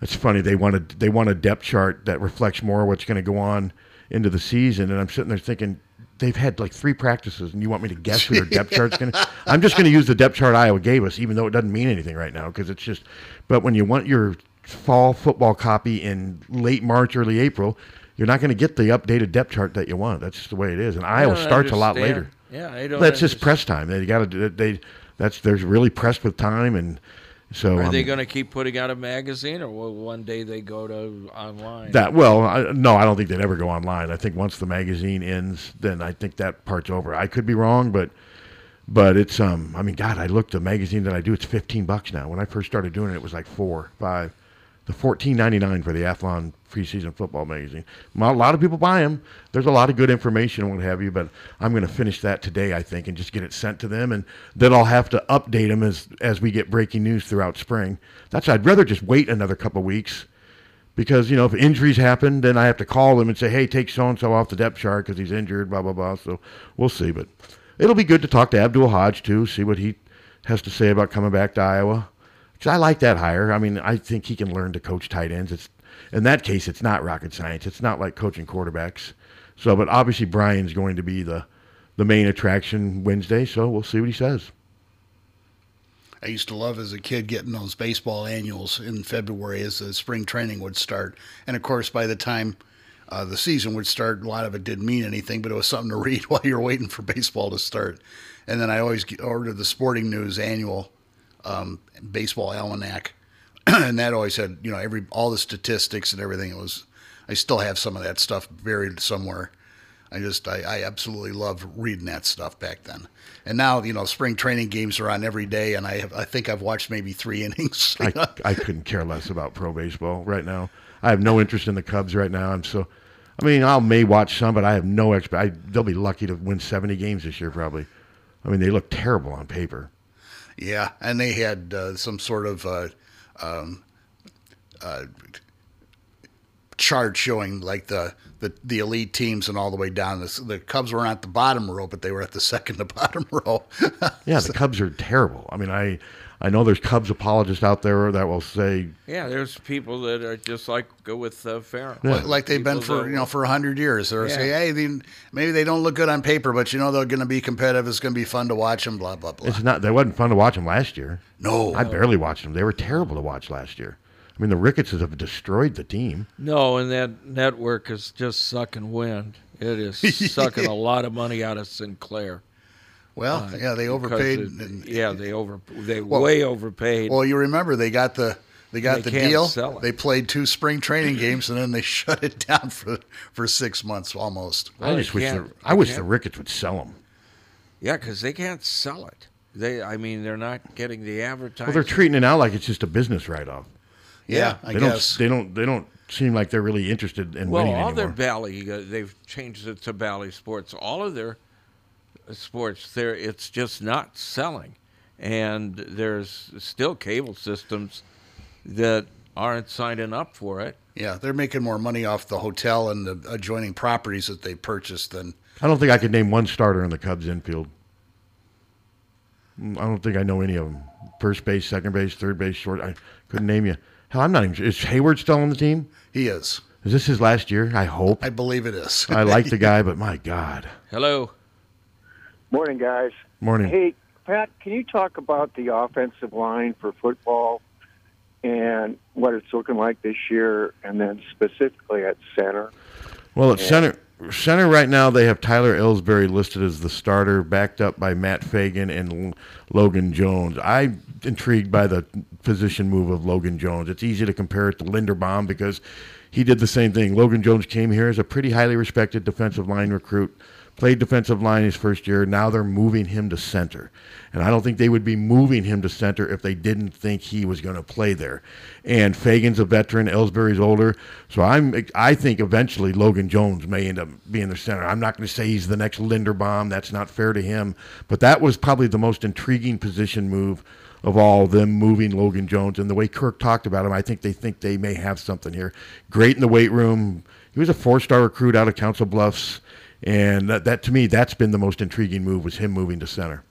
[SPEAKER 3] it's funny they wanted they want a depth chart that reflects more what's going to go on into the season, and I'm sitting there thinking they've had like three practices, and you want me to guess who their depth chart's going to? I'm just going to use the depth chart Iowa gave us, even though it doesn't mean anything right now because it's just. But when you want your fall football copy in late March, early April, you're not going to get the updated depth chart that you want. That's just the way it is, and Iowa
[SPEAKER 2] don't
[SPEAKER 3] starts a lot
[SPEAKER 2] understand.
[SPEAKER 3] later.
[SPEAKER 2] Yeah, I don't
[SPEAKER 3] That's just press time. They got to. They that's they're really pressed with time, and so
[SPEAKER 2] Are
[SPEAKER 3] um,
[SPEAKER 2] they going to keep putting out a magazine, or will one day they go to online?
[SPEAKER 3] that well, I, no, I don't think they'd ever go online. I think once the magazine ends, then I think that part's over. I could be wrong, but but it's um. I mean, God, I looked the magazine that I do. It's fifteen bucks now. When I first started doing it, it was like four, five. The fourteen ninety nine for the Athlon preseason football magazine. A lot of people buy them. There's a lot of good information and what have you. But I'm going to finish that today, I think, and just get it sent to them, and then I'll have to update them as as we get breaking news throughout spring. That's I'd rather just wait another couple of weeks because you know if injuries happen, then I have to call them and say, "Hey, take so and so off the depth chart because he's injured." Blah blah blah. So we'll see, but it'll be good to talk to Abdul Hodge too, see what he has to say about coming back to Iowa. Because I like that hire. I mean, I think he can learn to coach tight ends. It's in that case, it's not rocket science. It's not like coaching quarterbacks. So, but obviously Brian's going to be the the main attraction Wednesday. So we'll see what he says.
[SPEAKER 4] I used to love as a kid getting those baseball annuals in February as the spring training would start. And of course, by the time uh, the season would start, a lot of it didn't mean anything, but it was something to read while you're waiting for baseball to start. And then I always get, ordered the Sporting News annual um, baseball almanac, and that always had you know every all the statistics and everything. It was I still have some of that stuff buried somewhere. I just I, I absolutely loved reading that stuff back then. And now you know spring training games are on every day, and I have, I think I've watched maybe three innings.
[SPEAKER 3] I, I couldn't care less about pro baseball right now. I have no interest in the Cubs right now. I'm so, I mean, I may watch some, but I have no exp. I, they'll be lucky to win 70 games this year, probably. I mean, they look terrible on paper.
[SPEAKER 4] yeah, and they had uh, some sort of uh, um, uh, chart showing like the, the the elite teams and all the way down. The, the Cubs were not at the bottom row, but they were at the second to bottom row.
[SPEAKER 3] Yeah, the Cubs are terrible. I mean, I, I know there's Cubs apologists out there that will say,
[SPEAKER 2] Yeah, there's people that are just like go with uh, Farron.
[SPEAKER 3] Yeah.
[SPEAKER 4] Like- like they've been
[SPEAKER 2] People
[SPEAKER 4] for
[SPEAKER 2] that-
[SPEAKER 4] you know for hundred years. They're
[SPEAKER 2] Yeah.
[SPEAKER 4] say, hey, they, maybe they don't look good on paper, but you know they're going to be competitive. It's going to be fun to watch them. Blah blah blah.
[SPEAKER 3] it's not, they wasn't fun to watch them last year.
[SPEAKER 4] No.
[SPEAKER 3] I barely watched them. They were terrible to watch last year. I mean, the Ricketses have destroyed the team.
[SPEAKER 2] No, and that network is just sucking wind. It is sucking a lot of money out of Sinclair. Uh,
[SPEAKER 4] Well, yeah, they
[SPEAKER 2] because
[SPEAKER 4] overpaid
[SPEAKER 2] it-
[SPEAKER 4] and-
[SPEAKER 2] yeah, they over they
[SPEAKER 4] Well,
[SPEAKER 2] way overpaid.
[SPEAKER 4] Well, you remember they got the they got
[SPEAKER 2] They
[SPEAKER 4] the
[SPEAKER 2] can't
[SPEAKER 4] deal.
[SPEAKER 2] sell it.
[SPEAKER 4] They played two spring training games and then they shut it down for for six months almost.
[SPEAKER 3] I just wish the, I wish the Ricketts would sell them.
[SPEAKER 2] yeah, because they can't sell it. They, I mean, they're not getting the advertising.
[SPEAKER 3] Well, they're treating it now like it's just a business write-off.
[SPEAKER 2] Yeah, I
[SPEAKER 3] they don't,
[SPEAKER 2] guess.
[SPEAKER 3] they don't. They don't seem like they're really interested in
[SPEAKER 2] well,
[SPEAKER 3] winning
[SPEAKER 2] all
[SPEAKER 3] anymore.
[SPEAKER 2] their Bally, uh, they've changed it to Bally Sports. All of their uh, sports, there it's just not selling, and there's still cable systems that aren't signing up for it.
[SPEAKER 4] Yeah, they're making more money off the hotel and the adjoining properties that they purchased than
[SPEAKER 3] I don't think I could name one starter in the Cubs infield. Mm, I don't think I know any of them. First base, second base, third base, short. I couldn't name you. Hell, I'm not even. sure. Is Hayward still on the team?
[SPEAKER 4] He is.
[SPEAKER 3] Is this his last year? I hope.
[SPEAKER 4] I believe it is.
[SPEAKER 3] I like the guy, but my God.
[SPEAKER 2] Hello.
[SPEAKER 7] Morning, guys.
[SPEAKER 3] Morning.
[SPEAKER 7] Hey, Pat, can you talk about the offensive line for football and what it's looking like this year, and then specifically at center?
[SPEAKER 3] Well, at center center right now they have Tyler Ellsbury listed as the starter, backed up by Matt Fagan and L- Logan Jones. I'm intrigued by the position move of Logan Jones. It's easy to compare it to Linderbaum because he did the same thing. Logan Jones came here as a pretty highly respected defensive line recruit. Played defensive line his first year. Now they're moving him to center. And I don't think they would be moving him to center if they didn't think he was going to play there. And Fagan's a veteran, Ellsbury's older. So I'm I think eventually Logan Jones may end up being the center. I'm not going to say he's the next Linderbaum. That's not fair to him. But that was probably the most intriguing position move of all them moving Logan Jones and the way Kirk talked about him, I think they think they may have something here. Great in the weight room. He was a four-star recruit out of Council Bluffs, and that, that to me, that's been the most intriguing move was him moving to center.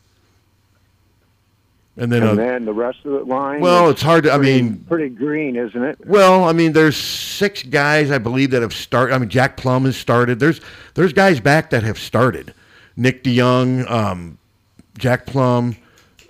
[SPEAKER 3] And then,
[SPEAKER 7] and
[SPEAKER 3] uh,
[SPEAKER 7] then the rest of the line.
[SPEAKER 3] well,
[SPEAKER 7] is
[SPEAKER 3] it's hard to. I
[SPEAKER 7] pretty-
[SPEAKER 3] mean,
[SPEAKER 7] pretty green, isn't it?
[SPEAKER 3] well, I mean, there's six guys I believe that have started. I mean, Jack Plum has started. There's there's guys back that have started. Nick DeYoung, um, Jack Plum,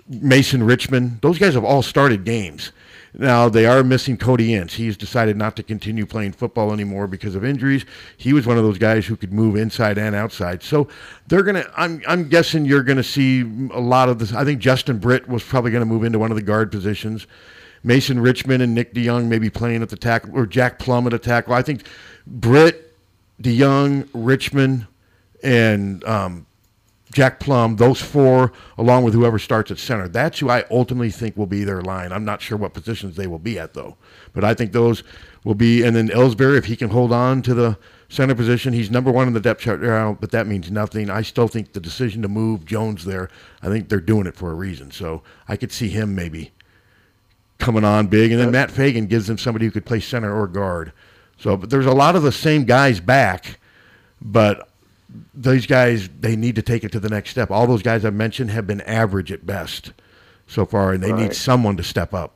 [SPEAKER 3] Mason Richmond. Those guys have all started games. Now they are missing Cody Ince. He's decided not to continue playing football anymore because of injuries. He was one of those guys who could move inside and outside. So they're gonna. I'm I'm guessing you're gonna see a lot of this. I think Justin Britt was probably gonna move into one of the guard positions. Mason Richmond and Nick DeYoung maybe playing at the tackle or Jack Plum at a tackle. I think Britt, DeYoung, Richmond, and um, Jack Plum, those four, along with whoever starts at center. That's who I ultimately think will be their line. I'm not sure what positions they will be at, though. But I think those will be, and then Ellsbury, if he can hold on to the center position, he's number one in the depth chart now, but that means nothing. I still think the decision to move Jones there, I think they're doing it for a reason. So I could see him maybe coming on big, and then Matt Fagan gives them somebody who could play center or guard. So but there's a lot of the same guys back, but these guys they need to take it to the next step. All those guys I mentioned have been average at best so far, and they
[SPEAKER 7] Right.
[SPEAKER 3] need someone to step up.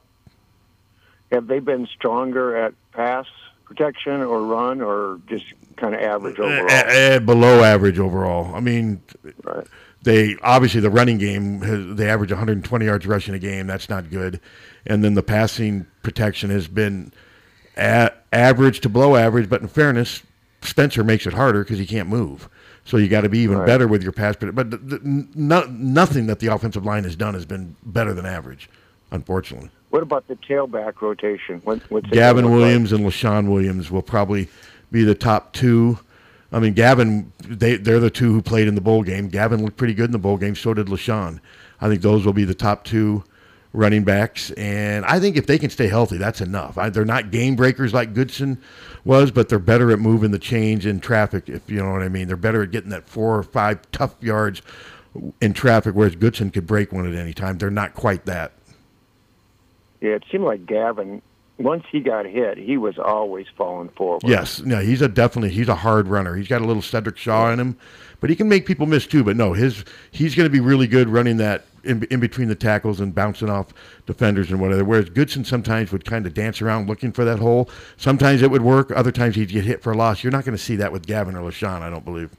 [SPEAKER 7] Have they been stronger at pass protection or run, or just kind of average overall?
[SPEAKER 3] Eh, eh, below average overall. I mean,
[SPEAKER 7] Right.
[SPEAKER 3] they obviously the running game has, they average 120 yards rushing a game. That's not good, and then the passing protection has been a- average to below average. But in fairness, Spencer makes it harder because he can't move. So you got to be even
[SPEAKER 7] Right.
[SPEAKER 3] better with your pass. prote- But th- th- n- no, nothing that the offensive line has done has been better than average, unfortunately.
[SPEAKER 7] What about the tailback rotation? What, what's it
[SPEAKER 3] Gavin
[SPEAKER 7] look like?
[SPEAKER 3] Williams and LaShawn Williams will probably be the top two. I mean, Gavin, they, they're the two who played in the bowl game. Gavin looked pretty good in the bowl game. So did LaShawn. I think those will be the top two running backs. And I think if they can stay healthy, that's enough. I, they're not game breakers like Goodson was, but they're better at moving the change in traffic, if you know what I mean. They're better at getting that four or five tough yards in traffic, whereas Goodson could break one at any time. They're not quite that.
[SPEAKER 7] Yeah, it seemed like Gavin. Once he got hit, he was always falling forward.
[SPEAKER 3] Yes, no, he's a definitely he's a hard runner. He's got a little Cedric Shaw in him, but he can make people miss too. But no, his he's going to be really good running that in, in between the tackles and bouncing off defenders and whatever. Whereas Goodson sometimes would kind of dance around looking for that hole. Sometimes it would work. Other times he'd get hit for a loss. You're not going to see that with Gavin or Lashawn, I don't believe.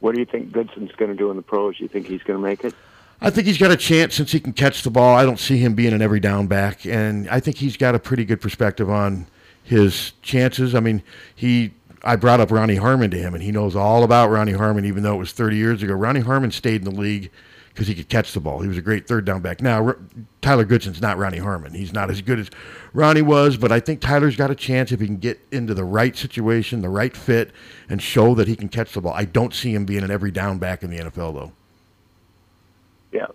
[SPEAKER 7] What do you think Goodson's going to do in the pros? You think he's going to make it?
[SPEAKER 3] I think he's got a chance since he can catch the ball. I don't see him being an every down back, and I think he's got a pretty good perspective on his chances. I mean, he I brought up Ronnie Harmon to him, and he knows all about Ronnie Harmon, even though it was 30 years ago. Ronnie Harmon stayed in the league because he could catch the ball. He was a great third down back. Now R- Tyler Goodson's not Ronnie Harmon. He's not as good as Ronnie was, but I think Tyler's got a chance if he can get into the right situation, the right fit, and show that he can catch the ball. I don't see him being an every down back in the NFL though.
[SPEAKER 7] Yeah.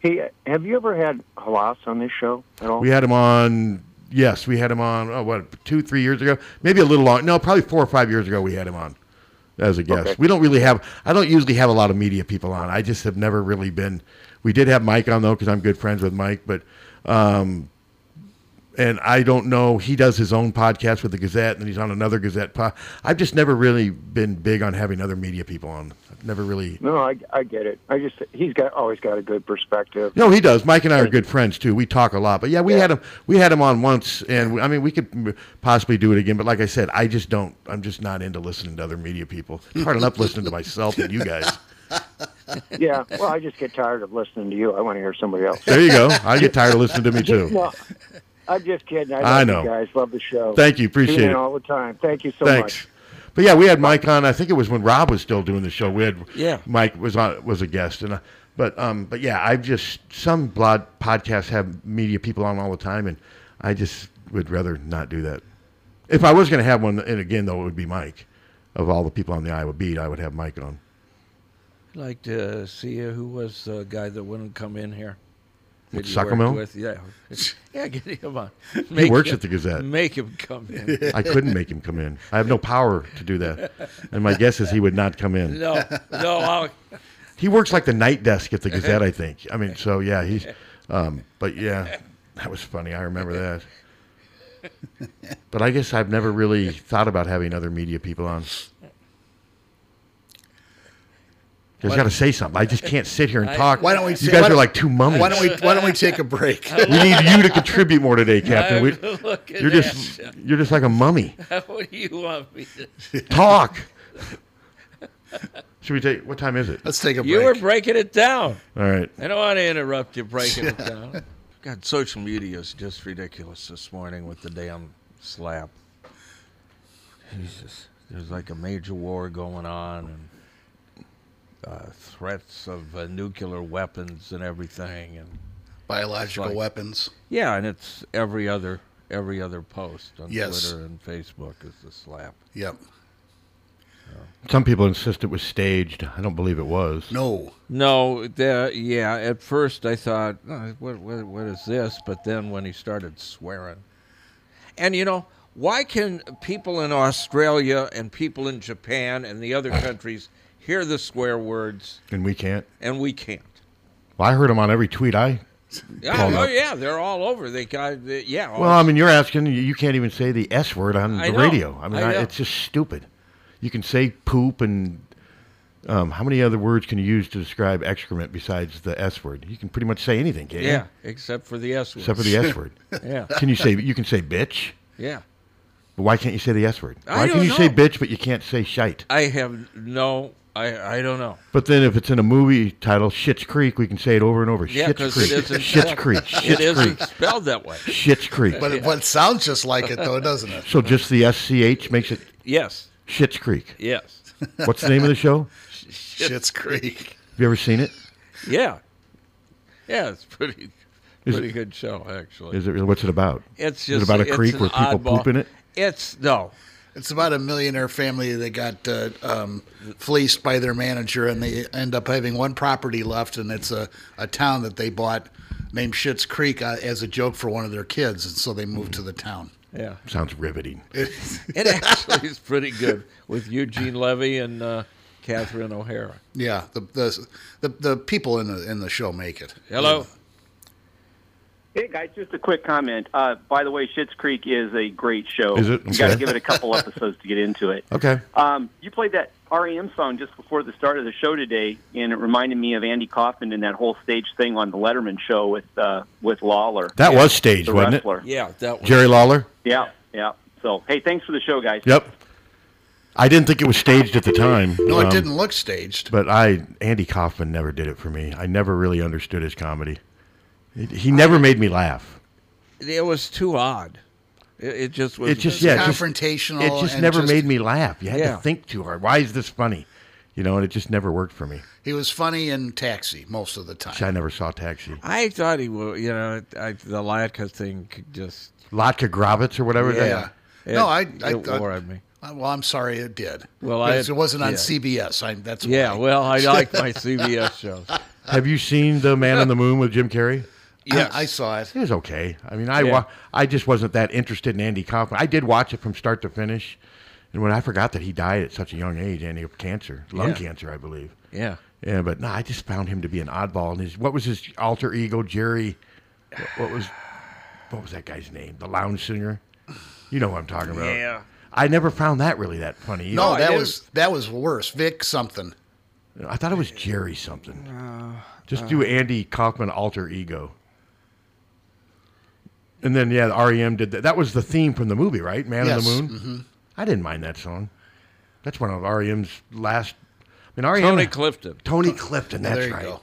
[SPEAKER 7] Hey, have you ever had Halas on this show at all?
[SPEAKER 3] We had him on. Yes, we had him on. Oh, what two, three years ago? Maybe a little long. No, probably four or five years ago. We had him on as a guest.
[SPEAKER 7] Okay.
[SPEAKER 3] We don't really have. I don't usually have a lot of media people on. I just have never really been. We did have Mike on though because I'm good friends with Mike, but. Um, And I don't know. He does his own podcast with the Gazette, and then he's on another Gazette. Po- I've just never really been big on having other media people on. I've never really.
[SPEAKER 7] No, I, I get it. I just he's got always got a good perspective.
[SPEAKER 3] No, he does. Mike and I are good friends too. We talk a lot, but yeah, we had him. We had him on once, and we, I mean, we could m- possibly do it again. But like I said, I just don't. I'm just not into listening to other media people. It's hard enough listening to myself and you guys.
[SPEAKER 7] yeah. Well, I just get tired of listening to you. I want to hear somebody else.
[SPEAKER 3] There you go. I get tired of listening to me too.
[SPEAKER 7] No, I'm just kidding. I, love
[SPEAKER 3] I
[SPEAKER 7] you
[SPEAKER 3] know.
[SPEAKER 7] guys love the show.
[SPEAKER 3] Thank you.
[SPEAKER 7] Tune in
[SPEAKER 3] Appreciate it.
[SPEAKER 7] all the time. Thank you so
[SPEAKER 3] Thanks.
[SPEAKER 7] much.
[SPEAKER 3] But yeah, we had Mike on. I think it was when Rob was still doing the show. We had
[SPEAKER 2] Yeah.
[SPEAKER 3] Mike was on was a guest, and I, but um, but yeah, I've just some blog podcasts have media people on all the time, and I just would rather not do that. If I was going to have one, and again though, it would be Mike. Of all the people on the Iowa beat, I would have Mike on.
[SPEAKER 2] I'd like to see uh, who was the guy that wouldn't come in here. That
[SPEAKER 3] With
[SPEAKER 2] you
[SPEAKER 3] Sacramento?
[SPEAKER 2] worked With? Yeah. yeah, get him on. Make
[SPEAKER 3] works
[SPEAKER 2] him-
[SPEAKER 3] at the Gazette.
[SPEAKER 2] Make him come in.
[SPEAKER 3] I couldn't make him come in. I have no power to do that, and my guess is he would not come in.
[SPEAKER 2] no, no, I'll,
[SPEAKER 3] He works like the night desk at the Gazette, I think. I mean, so yeah, he's. Um, but yeah, that was funny. I remember that. But I guess I've never really thought about having other media people on. I just got to say something. I just can't sit here and talk.
[SPEAKER 4] Why don't we?
[SPEAKER 3] You guys
[SPEAKER 4] why
[SPEAKER 3] are
[SPEAKER 4] don't-
[SPEAKER 3] like two mummies.
[SPEAKER 4] Why don't we? Why don't we take a break?
[SPEAKER 3] We need you to contribute more today, Captain. We,
[SPEAKER 2] I'm looking
[SPEAKER 3] you're just
[SPEAKER 2] at
[SPEAKER 3] you're just like a mummy.
[SPEAKER 2] you. What do you want me to
[SPEAKER 3] Talk. Should we take? What time is it?
[SPEAKER 4] Let's take a break.
[SPEAKER 2] You were breaking it down.
[SPEAKER 3] All right.
[SPEAKER 2] I don't want to interrupt you breaking it down. God, social media is just ridiculous this morning with the damn slap. Jesus, there's like a major war going on and uh, threats of uh, nuclear weapons and everything, and
[SPEAKER 4] Biological
[SPEAKER 2] Like-
[SPEAKER 4] weapons.
[SPEAKER 2] yeah, and it's every other every other post on
[SPEAKER 4] Yes.
[SPEAKER 2] Twitter and Facebook is the slap.
[SPEAKER 4] Yep.
[SPEAKER 3] Some people insist it was staged. I don't believe it was.
[SPEAKER 4] No.
[SPEAKER 2] No, the, yeah. At first, I thought, "Oh, what, what, what is this? But then, when he started swearing, and you know, why can people in Australia and people in Japan and the other countries hear the swear words
[SPEAKER 3] And we can't.
[SPEAKER 2] and we can't?
[SPEAKER 3] Well, I heard him on every tweet. I
[SPEAKER 2] Yeah,
[SPEAKER 3] Called
[SPEAKER 2] oh
[SPEAKER 3] up.
[SPEAKER 2] yeah, they're all over. They got the, yeah.
[SPEAKER 3] well, I mean, you're asking. you- You can't even say the S word on
[SPEAKER 2] I
[SPEAKER 3] the
[SPEAKER 2] know.
[SPEAKER 3] radio. I mean,
[SPEAKER 2] I
[SPEAKER 3] I
[SPEAKER 2] know.
[SPEAKER 3] it's just stupid. You can say poop and um, how many other words can you use to describe excrement besides the S word? You can pretty much say anything, can't
[SPEAKER 2] yeah,
[SPEAKER 3] you?
[SPEAKER 2] except for the S word.
[SPEAKER 3] Except for the S word.
[SPEAKER 2] yeah,
[SPEAKER 3] Can you say? You can say bitch.
[SPEAKER 2] yeah.
[SPEAKER 3] But why can't you say the S word?
[SPEAKER 2] I
[SPEAKER 3] Why can
[SPEAKER 2] don't
[SPEAKER 3] you say
[SPEAKER 2] know.
[SPEAKER 3] bitch but you can't say shite?
[SPEAKER 2] I have no. I I don't know.
[SPEAKER 3] But then if it's in a movie title, Shit's Creek, we can say it over and over. Shit's
[SPEAKER 2] Yeah, because it
[SPEAKER 3] Creek.
[SPEAKER 2] isn't.
[SPEAKER 3] Shit's Creek.
[SPEAKER 2] It
[SPEAKER 3] Shit's Creek.
[SPEAKER 2] isn't spelled that way.
[SPEAKER 3] Shit's Creek.
[SPEAKER 4] But it, but it sounds just like it though, doesn't it?
[SPEAKER 3] So just the SCH makes it
[SPEAKER 2] Yes.
[SPEAKER 3] Shit's Creek.
[SPEAKER 2] Yes.
[SPEAKER 3] What's the name of the show?
[SPEAKER 4] Shit's Creek.
[SPEAKER 3] Have you ever seen it?
[SPEAKER 2] Yeah. Yeah, it's pretty
[SPEAKER 3] Is
[SPEAKER 2] pretty
[SPEAKER 3] it-
[SPEAKER 2] good show actually.
[SPEAKER 3] Is it what's it about?
[SPEAKER 2] it's
[SPEAKER 3] is
[SPEAKER 2] just
[SPEAKER 3] it about a
[SPEAKER 2] it's
[SPEAKER 3] creek
[SPEAKER 2] an
[SPEAKER 3] where people
[SPEAKER 2] oddball-
[SPEAKER 3] poop in it?
[SPEAKER 2] It's no.
[SPEAKER 4] It's about a millionaire family that got uh, um, fleeced by their manager, and they end up having one property left, and it's a, a town that they bought named Shit's Creek uh, as a joke for one of their kids, and so they moved to the town.
[SPEAKER 2] Yeah.
[SPEAKER 3] Sounds riveting.
[SPEAKER 2] It actually is pretty good with Eugene Levy and uh, Catherine O'Hara.
[SPEAKER 4] Yeah, the the the, the people in the in the show make it.
[SPEAKER 2] Hello.
[SPEAKER 8] Hey guys, just a quick comment. Uh, by the way, Schitt's Creek is a great show.
[SPEAKER 3] Is it?
[SPEAKER 8] You got to
[SPEAKER 3] Okay.
[SPEAKER 8] give it a couple episodes to get into it.
[SPEAKER 3] Okay.
[SPEAKER 8] Um, you played that REM song just before the start of the show today, and it reminded me of Andy Kaufman and that whole stage thing on the Letterman Show with uh, with Lawler,
[SPEAKER 3] That was staged,
[SPEAKER 8] the
[SPEAKER 3] wasn't it?
[SPEAKER 8] wrestler.
[SPEAKER 2] Yeah, that was
[SPEAKER 3] Jerry Lawler?
[SPEAKER 8] Yeah, yeah. So hey, thanks for the show, guys.
[SPEAKER 3] Yep. I didn't think it was staged at the time.
[SPEAKER 4] No, it
[SPEAKER 3] um,
[SPEAKER 4] didn't look staged.
[SPEAKER 3] But I Andy Kaufman never did it for me. I never really understood his comedy. It, he never made me laugh.
[SPEAKER 2] it was too odd. It, it just was
[SPEAKER 3] It just yeah, it just-
[SPEAKER 4] confrontational
[SPEAKER 3] It just
[SPEAKER 4] and
[SPEAKER 3] never
[SPEAKER 4] just-
[SPEAKER 3] made me laugh. You had
[SPEAKER 2] Yeah.
[SPEAKER 3] to think too hard. Why is this funny? You know, and it just never worked for me.
[SPEAKER 4] He was funny in Taxi most of the
[SPEAKER 3] I
[SPEAKER 4] time.
[SPEAKER 3] never saw Taxi.
[SPEAKER 2] I thought he would, you know, I, the Latka thing could just
[SPEAKER 3] Latka Gravitz or whatever. that-
[SPEAKER 4] Yeah.
[SPEAKER 2] it,
[SPEAKER 4] no, I I
[SPEAKER 2] it
[SPEAKER 4] thought-
[SPEAKER 2] wore on me.
[SPEAKER 4] Uh, Well, I'm sorry it did.
[SPEAKER 2] Well, I-
[SPEAKER 4] Because it wasn't on
[SPEAKER 2] yeah.
[SPEAKER 4] CBS. I, that's
[SPEAKER 2] Yeah,
[SPEAKER 4] why.
[SPEAKER 2] well, I like my CBS shows.
[SPEAKER 3] Have you seen The Man on the Moon with Jim Carrey?
[SPEAKER 4] Yeah, I saw it.
[SPEAKER 3] It was okay. I mean, I
[SPEAKER 2] Yeah.
[SPEAKER 3] wa- I just wasn't that interested in Andy Kaufman. I did watch it from start to finish, and when I forgot that he died at such a young age, Andy of cancer, lung
[SPEAKER 2] Yeah.
[SPEAKER 3] cancer, I believe.
[SPEAKER 2] Yeah.
[SPEAKER 3] Yeah, but no, I just found him to be an oddball. And his what was his alter ego, Jerry? What, what was what was that guy's name? The lounge singer. You know what I'm talking about.
[SPEAKER 2] Yeah.
[SPEAKER 3] I never found that really that funny. either.
[SPEAKER 4] No, that was that was worse. Vic something.
[SPEAKER 3] I thought it was Jerry something. Just
[SPEAKER 4] Uh,
[SPEAKER 3] do Andy Kaufman alter ego. And then yeah, the REM did that. That was the theme from the movie, right? Man
[SPEAKER 4] Yes,
[SPEAKER 3] on the Moon.
[SPEAKER 4] mhm.
[SPEAKER 3] I didn't mind that song. That's one of REM's last. I mean, REM.
[SPEAKER 2] Tony Clifton.
[SPEAKER 3] Tony Clifton.
[SPEAKER 4] Well,
[SPEAKER 3] That's
[SPEAKER 4] there you
[SPEAKER 3] right.
[SPEAKER 4] go.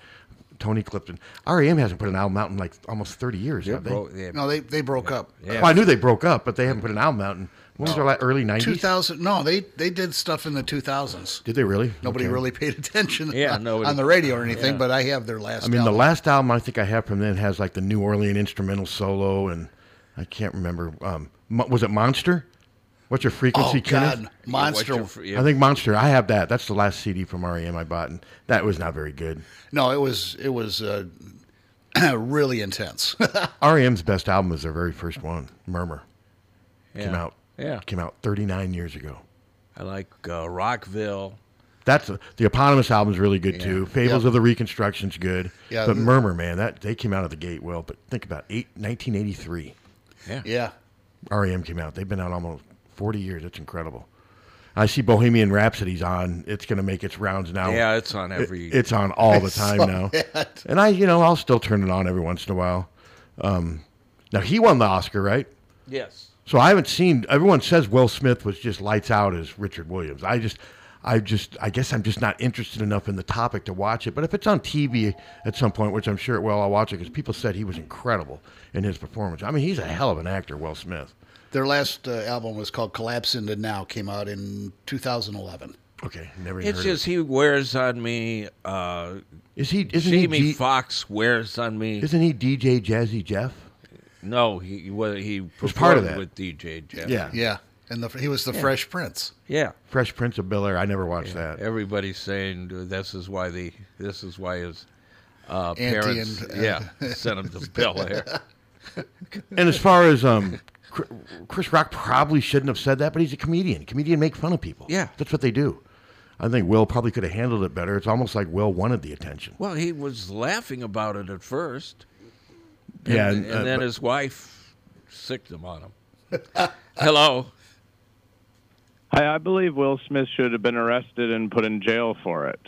[SPEAKER 3] Tony Clifton. REM hasn't put an album out in like almost thirty years, have they?
[SPEAKER 4] No, they they broke up.
[SPEAKER 3] Well, Oh, I knew they broke up, but they haven't put an album out in when was their la- early
[SPEAKER 4] Two
[SPEAKER 3] nineties?
[SPEAKER 4] thousand? No, they they did stuff in the two thousands.
[SPEAKER 3] Did they really?
[SPEAKER 4] Nobody
[SPEAKER 3] Okay.
[SPEAKER 4] really paid attention.
[SPEAKER 2] Yeah,
[SPEAKER 4] on,
[SPEAKER 2] nobody-
[SPEAKER 4] on the radio or anything.
[SPEAKER 2] yeah.
[SPEAKER 4] But I have their last.
[SPEAKER 3] I mean,
[SPEAKER 4] album.
[SPEAKER 3] the last album I think I have from then has like the New Orleans instrumental solo, and I can't remember. Um, Mo- was it Monster? What's your frequency,
[SPEAKER 4] Oh,
[SPEAKER 3] Kenneth?
[SPEAKER 4] God. Monster.
[SPEAKER 3] I think Monster. I have that. That's the last CD from REM I bought, and that was not very good.
[SPEAKER 4] No, it was it was uh, really intense.
[SPEAKER 3] REM's E best album was their very first one, Murmur. Came
[SPEAKER 2] Yeah.
[SPEAKER 3] out.
[SPEAKER 2] Yeah.
[SPEAKER 3] Came out 39 years ago.
[SPEAKER 2] I like uh, Rockville.
[SPEAKER 3] That's the eponymous album's really good too. Fables
[SPEAKER 4] Yep.
[SPEAKER 3] of the Reconstruction's good.
[SPEAKER 4] Yeah.
[SPEAKER 3] But Murmur, man, that they came out of the gate well. But think about eight, 1983.
[SPEAKER 4] yeah.
[SPEAKER 3] REM E came out. They've been out almost 40 years. It's incredible. I see Bohemian Rhapsody's on. It's going to make its rounds now.
[SPEAKER 2] Yeah, it's on
[SPEAKER 3] It-
[SPEAKER 2] every-
[SPEAKER 3] it's on all the
[SPEAKER 4] saw
[SPEAKER 3] time now. And I, you know, I'll still turn it on every once in a while. Um, now he won the Oscar, right?
[SPEAKER 2] Yes.
[SPEAKER 3] So I haven't seen. Everyone says Will Smith was just lights out as Richard Williams. I just, I just, I guess I'm just not interested enough in the topic to watch it. But if it's on TV at some point, which I'm sure it will, I'll watch it because people said he was incredible in his performance. I mean, he's a hell of an actor, Will Smith.
[SPEAKER 4] Their last uh, album was called Collapse into Now. Came out in 2011.
[SPEAKER 3] Okay, never. even
[SPEAKER 2] It's
[SPEAKER 3] heard of
[SPEAKER 2] just he wears on me. Uh,
[SPEAKER 3] Is he? Isn't he?
[SPEAKER 2] Jamie
[SPEAKER 3] D-
[SPEAKER 2] Fox wears on me.
[SPEAKER 3] isn't he DJ Jazzy Jeff?
[SPEAKER 2] no, he was he
[SPEAKER 3] was part of
[SPEAKER 2] performed
[SPEAKER 3] that.
[SPEAKER 2] with DJ Jeff.
[SPEAKER 4] Yeah, and the, he was the Fresh Prince.
[SPEAKER 2] yeah.
[SPEAKER 3] Fresh Prince of Bel Air. I never watched that.
[SPEAKER 2] Everybody's saying this is why the this is why his uh,
[SPEAKER 4] Auntie
[SPEAKER 2] parents
[SPEAKER 4] and-
[SPEAKER 2] yeah
[SPEAKER 3] uh,
[SPEAKER 2] sent him to Bel Air.
[SPEAKER 3] And as far as um, Cr- Chris Rock probably shouldn't have said that, but he's a comedian. Comedian make fun of people.
[SPEAKER 2] Yeah.
[SPEAKER 3] that's what they do. I think Will probably could have handled it better. It's almost like Will wanted the attention.
[SPEAKER 2] Well, he was laughing about it at first.
[SPEAKER 3] yeah,
[SPEAKER 2] and,
[SPEAKER 3] uh,
[SPEAKER 2] and then
[SPEAKER 3] but-
[SPEAKER 2] his wife sicked him on him. Hello.
[SPEAKER 9] I, I believe Will Smith should have been arrested and put in jail for it.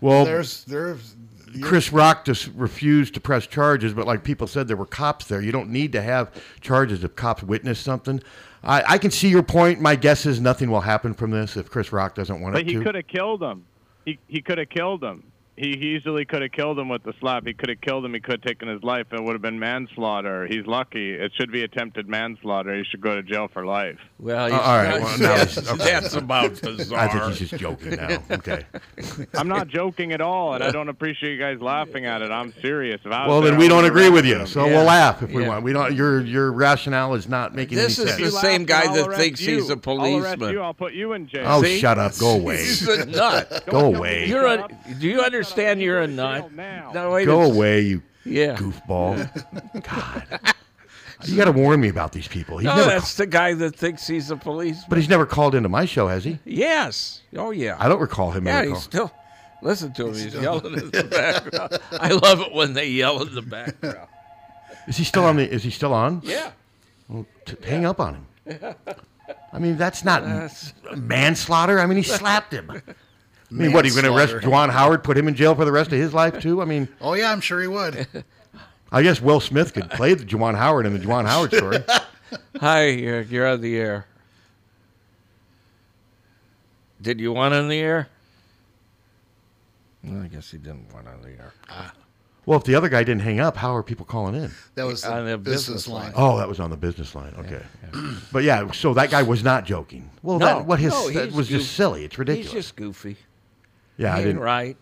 [SPEAKER 3] well,
[SPEAKER 4] There's there's you-
[SPEAKER 3] Chris Rock just refused to press charges, but like people said, there were cops there. You don't need to have charges if cops witness something. I, I can see your point. My guess is nothing will happen from this if Chris Rock doesn't want
[SPEAKER 9] But
[SPEAKER 3] it
[SPEAKER 9] he
[SPEAKER 3] to.
[SPEAKER 9] could have killed him. He he could have killed him. He he easily could have killed him with the slap. He could have killed him. He could have taken his life. It would have been manslaughter. He's lucky. It should be attempted manslaughter. He should go to jail for life.
[SPEAKER 2] Well,
[SPEAKER 3] Uh, all right, well, now
[SPEAKER 2] that's,
[SPEAKER 3] it's- okay.
[SPEAKER 2] that's about bizarre.
[SPEAKER 3] I think he's just joking now. Okay.
[SPEAKER 9] I'm not joking at all, and I don't appreciate you guys laughing at it. I'm serious. If I was
[SPEAKER 3] Well,
[SPEAKER 9] there,
[SPEAKER 3] then
[SPEAKER 9] I
[SPEAKER 3] we
[SPEAKER 9] would
[SPEAKER 3] don't
[SPEAKER 9] have
[SPEAKER 3] agree with
[SPEAKER 9] arrested
[SPEAKER 3] you,
[SPEAKER 9] him.
[SPEAKER 3] so
[SPEAKER 2] Yeah.
[SPEAKER 3] we'll laugh if we
[SPEAKER 2] Yeah.
[SPEAKER 3] want. We don't. Your your rationale is not making
[SPEAKER 2] This
[SPEAKER 3] any
[SPEAKER 2] is
[SPEAKER 9] You
[SPEAKER 3] sense.
[SPEAKER 2] the
[SPEAKER 9] laugh,
[SPEAKER 2] same guy
[SPEAKER 9] I'll
[SPEAKER 2] that
[SPEAKER 9] arrest
[SPEAKER 2] thinks
[SPEAKER 9] you.
[SPEAKER 2] he's a
[SPEAKER 9] I'll arrest
[SPEAKER 2] policeman.
[SPEAKER 9] you. I'll put you in jail.
[SPEAKER 3] oh,
[SPEAKER 2] See?
[SPEAKER 3] shut up! Go away.
[SPEAKER 2] He's a nut.
[SPEAKER 9] Don't
[SPEAKER 3] Go
[SPEAKER 9] tell
[SPEAKER 3] away.
[SPEAKER 9] me to
[SPEAKER 2] You're
[SPEAKER 9] shut
[SPEAKER 2] a,
[SPEAKER 9] up.
[SPEAKER 2] do you understand you're a nut?
[SPEAKER 9] Now.
[SPEAKER 2] No, wait.
[SPEAKER 3] Go
[SPEAKER 2] a-
[SPEAKER 3] away, you
[SPEAKER 2] Yeah.
[SPEAKER 3] goofball. God, you got to warn me about these people. He's
[SPEAKER 2] No,
[SPEAKER 3] never,
[SPEAKER 2] Oh, that's the guy that thinks he's a policeman.
[SPEAKER 3] but he's never called into my show, has he?
[SPEAKER 2] Yes. Oh, yeah.
[SPEAKER 3] I don't recall him
[SPEAKER 2] yeah,
[SPEAKER 3] ever
[SPEAKER 2] he's
[SPEAKER 3] call.
[SPEAKER 2] still. Listen to him. He's yelling in the background. I love it when they yell in the background.
[SPEAKER 3] Is he still on the? Is he still on?
[SPEAKER 2] Uh, Yeah.
[SPEAKER 3] T- Hang up on him. I mean, that's not manslaughter. I mean, he slapped him. I mean, what? Are you going to arrest
[SPEAKER 4] Manslaughter.
[SPEAKER 3] Juan Howard? Put him in jail for the rest of his life too? I mean,
[SPEAKER 4] oh yeah, I'm sure he would.
[SPEAKER 3] I guess Will Smith could play the Juwan Howard in the Juwan Howard story.
[SPEAKER 2] Hi, you're, you're on the air. Did you want on the air? Well, I guess he didn't want on the air.
[SPEAKER 3] Well, if the other guy didn't hang up, how are people calling in?
[SPEAKER 4] Ah, That was the
[SPEAKER 2] On the
[SPEAKER 4] business,
[SPEAKER 2] business
[SPEAKER 4] line.
[SPEAKER 3] Oh, that was on the business line. Okay, but yeah, so that guy was not joking. Well,
[SPEAKER 2] No,
[SPEAKER 3] that what his
[SPEAKER 2] no,
[SPEAKER 3] that
[SPEAKER 2] he's
[SPEAKER 3] was just
[SPEAKER 2] goof-
[SPEAKER 3] silly. It's ridiculous.
[SPEAKER 2] He's just goofy.
[SPEAKER 3] yeah,
[SPEAKER 2] he
[SPEAKER 3] I
[SPEAKER 2] ain't
[SPEAKER 3] didn't.
[SPEAKER 2] right.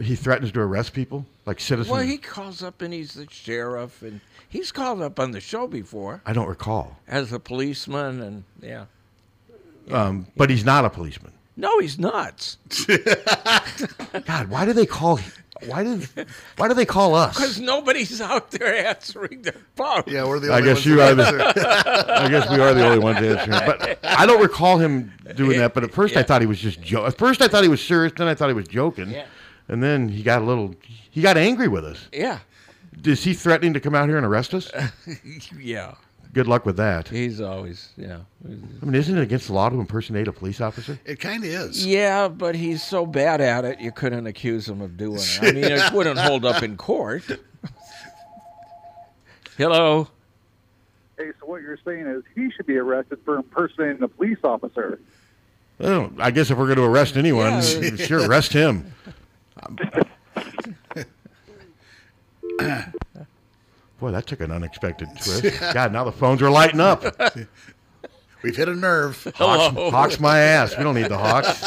[SPEAKER 3] He threatens to arrest people like citizens.
[SPEAKER 2] Well, he calls up and he's the sheriff, and he's called up on the show before
[SPEAKER 3] I don't recall.
[SPEAKER 2] as a policeman, and yeah.
[SPEAKER 3] Um, but he's not a policeman.
[SPEAKER 2] No, he's nuts.
[SPEAKER 3] God, why do they call? Why did? Why do they call
[SPEAKER 2] Because
[SPEAKER 3] us?
[SPEAKER 2] nobody's out there answering their phone.
[SPEAKER 4] Yeah, we're the.
[SPEAKER 3] I
[SPEAKER 4] Only
[SPEAKER 3] guess
[SPEAKER 4] ones
[SPEAKER 3] you
[SPEAKER 4] that
[SPEAKER 3] are the-
[SPEAKER 4] answer.
[SPEAKER 3] I guess we are the only ones answering. But I don't recall him doing that. But at first, I
[SPEAKER 2] Yeah.
[SPEAKER 3] thought he was just joking. At first, I thought he was serious. Then I thought he was joking.
[SPEAKER 2] Yeah.
[SPEAKER 3] And then he got a little. He got angry with us.
[SPEAKER 2] Yeah.
[SPEAKER 3] Is he threatening to come out here and arrest us?
[SPEAKER 2] yeah.
[SPEAKER 3] Good luck with that.
[SPEAKER 2] He's always, yeah.
[SPEAKER 3] I mean, isn't it against the law to impersonate a police officer?
[SPEAKER 4] It kind of is.
[SPEAKER 2] Yeah, but he's so bad at it, you couldn't accuse him of doing it. I mean, it wouldn't hold up in court. Hello.
[SPEAKER 10] Hey, so what you're saying is he should be arrested for impersonating a police officer.
[SPEAKER 3] Oh, I guess if we're going to arrest anyone,
[SPEAKER 10] Yeah.
[SPEAKER 3] sure, arrest him. Boy, that took an unexpected twist. God, now the phones are lighting up.
[SPEAKER 4] We've hit a nerve.
[SPEAKER 3] Hawks, Hawks my ass. We don't need the Hawks.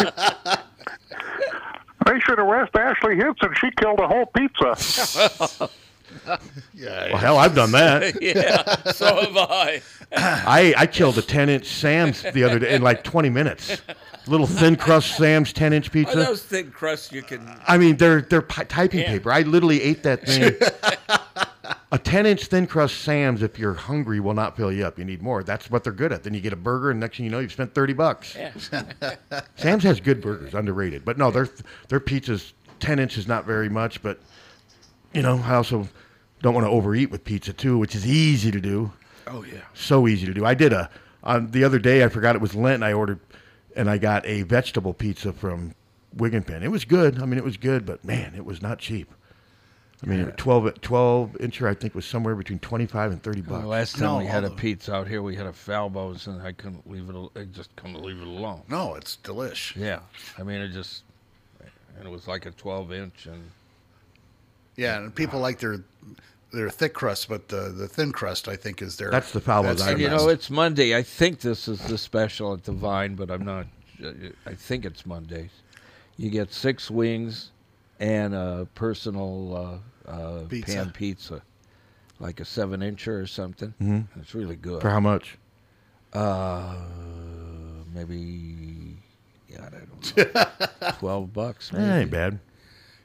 [SPEAKER 10] They should arrest Ashley Hinson. She killed a whole pizza.
[SPEAKER 4] yeah.
[SPEAKER 3] Well, hell, I've done that.
[SPEAKER 10] Yeah, so have I.
[SPEAKER 3] I, I killed a 10 inch Sam's the other day in like 20 minutes. Little thin crust Sam's 10 inch
[SPEAKER 2] Are
[SPEAKER 3] pizza.
[SPEAKER 2] those thin crusts you can.
[SPEAKER 3] I mean, they're they're pi- typing
[SPEAKER 2] Yeah.
[SPEAKER 3] paper. I literally ate that thing. a ten inch thin crust Sam's, if you're hungry, will not fill you up. You need more. That's what they're good at. Then you get a burger, and next thing you know, you've spent thirty bucks. Sam's has good burgers, underrated. But no, their their pizza's ten inch is not very much. But you know, I also don't want to overeat with pizza too, which is easy to do.
[SPEAKER 4] Oh, yeah.
[SPEAKER 3] so easy to do. I did a on the other day. I forgot it was Lent, and I ordered and I got a vegetable pizza from Wigan Pen. It was good. I mean, it was good, but man, it was not cheap. I mean,
[SPEAKER 2] Yeah.
[SPEAKER 3] 12, 12 incher, I think, was somewhere between 25 and 30 bucks.
[SPEAKER 2] The last time we had
[SPEAKER 4] uh,
[SPEAKER 2] a pizza out here, we had a Falbo's, and I couldn't leave it. al- I just couldn't leave it alone.
[SPEAKER 4] No, it's delish.
[SPEAKER 2] Yeah, I mean it just, and it was like a twelve inch, and
[SPEAKER 4] Yeah, and people like their their thick crust, but the the thin crust I think is their
[SPEAKER 2] And you know, it's Monday. I think this is the special at the Vine, but I'm not. uh, I think it's Mondays. You get six wings and a personal uh, uh,
[SPEAKER 3] Pizza.
[SPEAKER 2] pan pizza, like a seven incher or something.
[SPEAKER 3] Mhm.
[SPEAKER 2] It's really good.
[SPEAKER 3] For how much?
[SPEAKER 2] Uh, maybe. God, I don't know. Twelve bucks.
[SPEAKER 3] Eh,
[SPEAKER 2] Maybe.
[SPEAKER 3] ain't bad.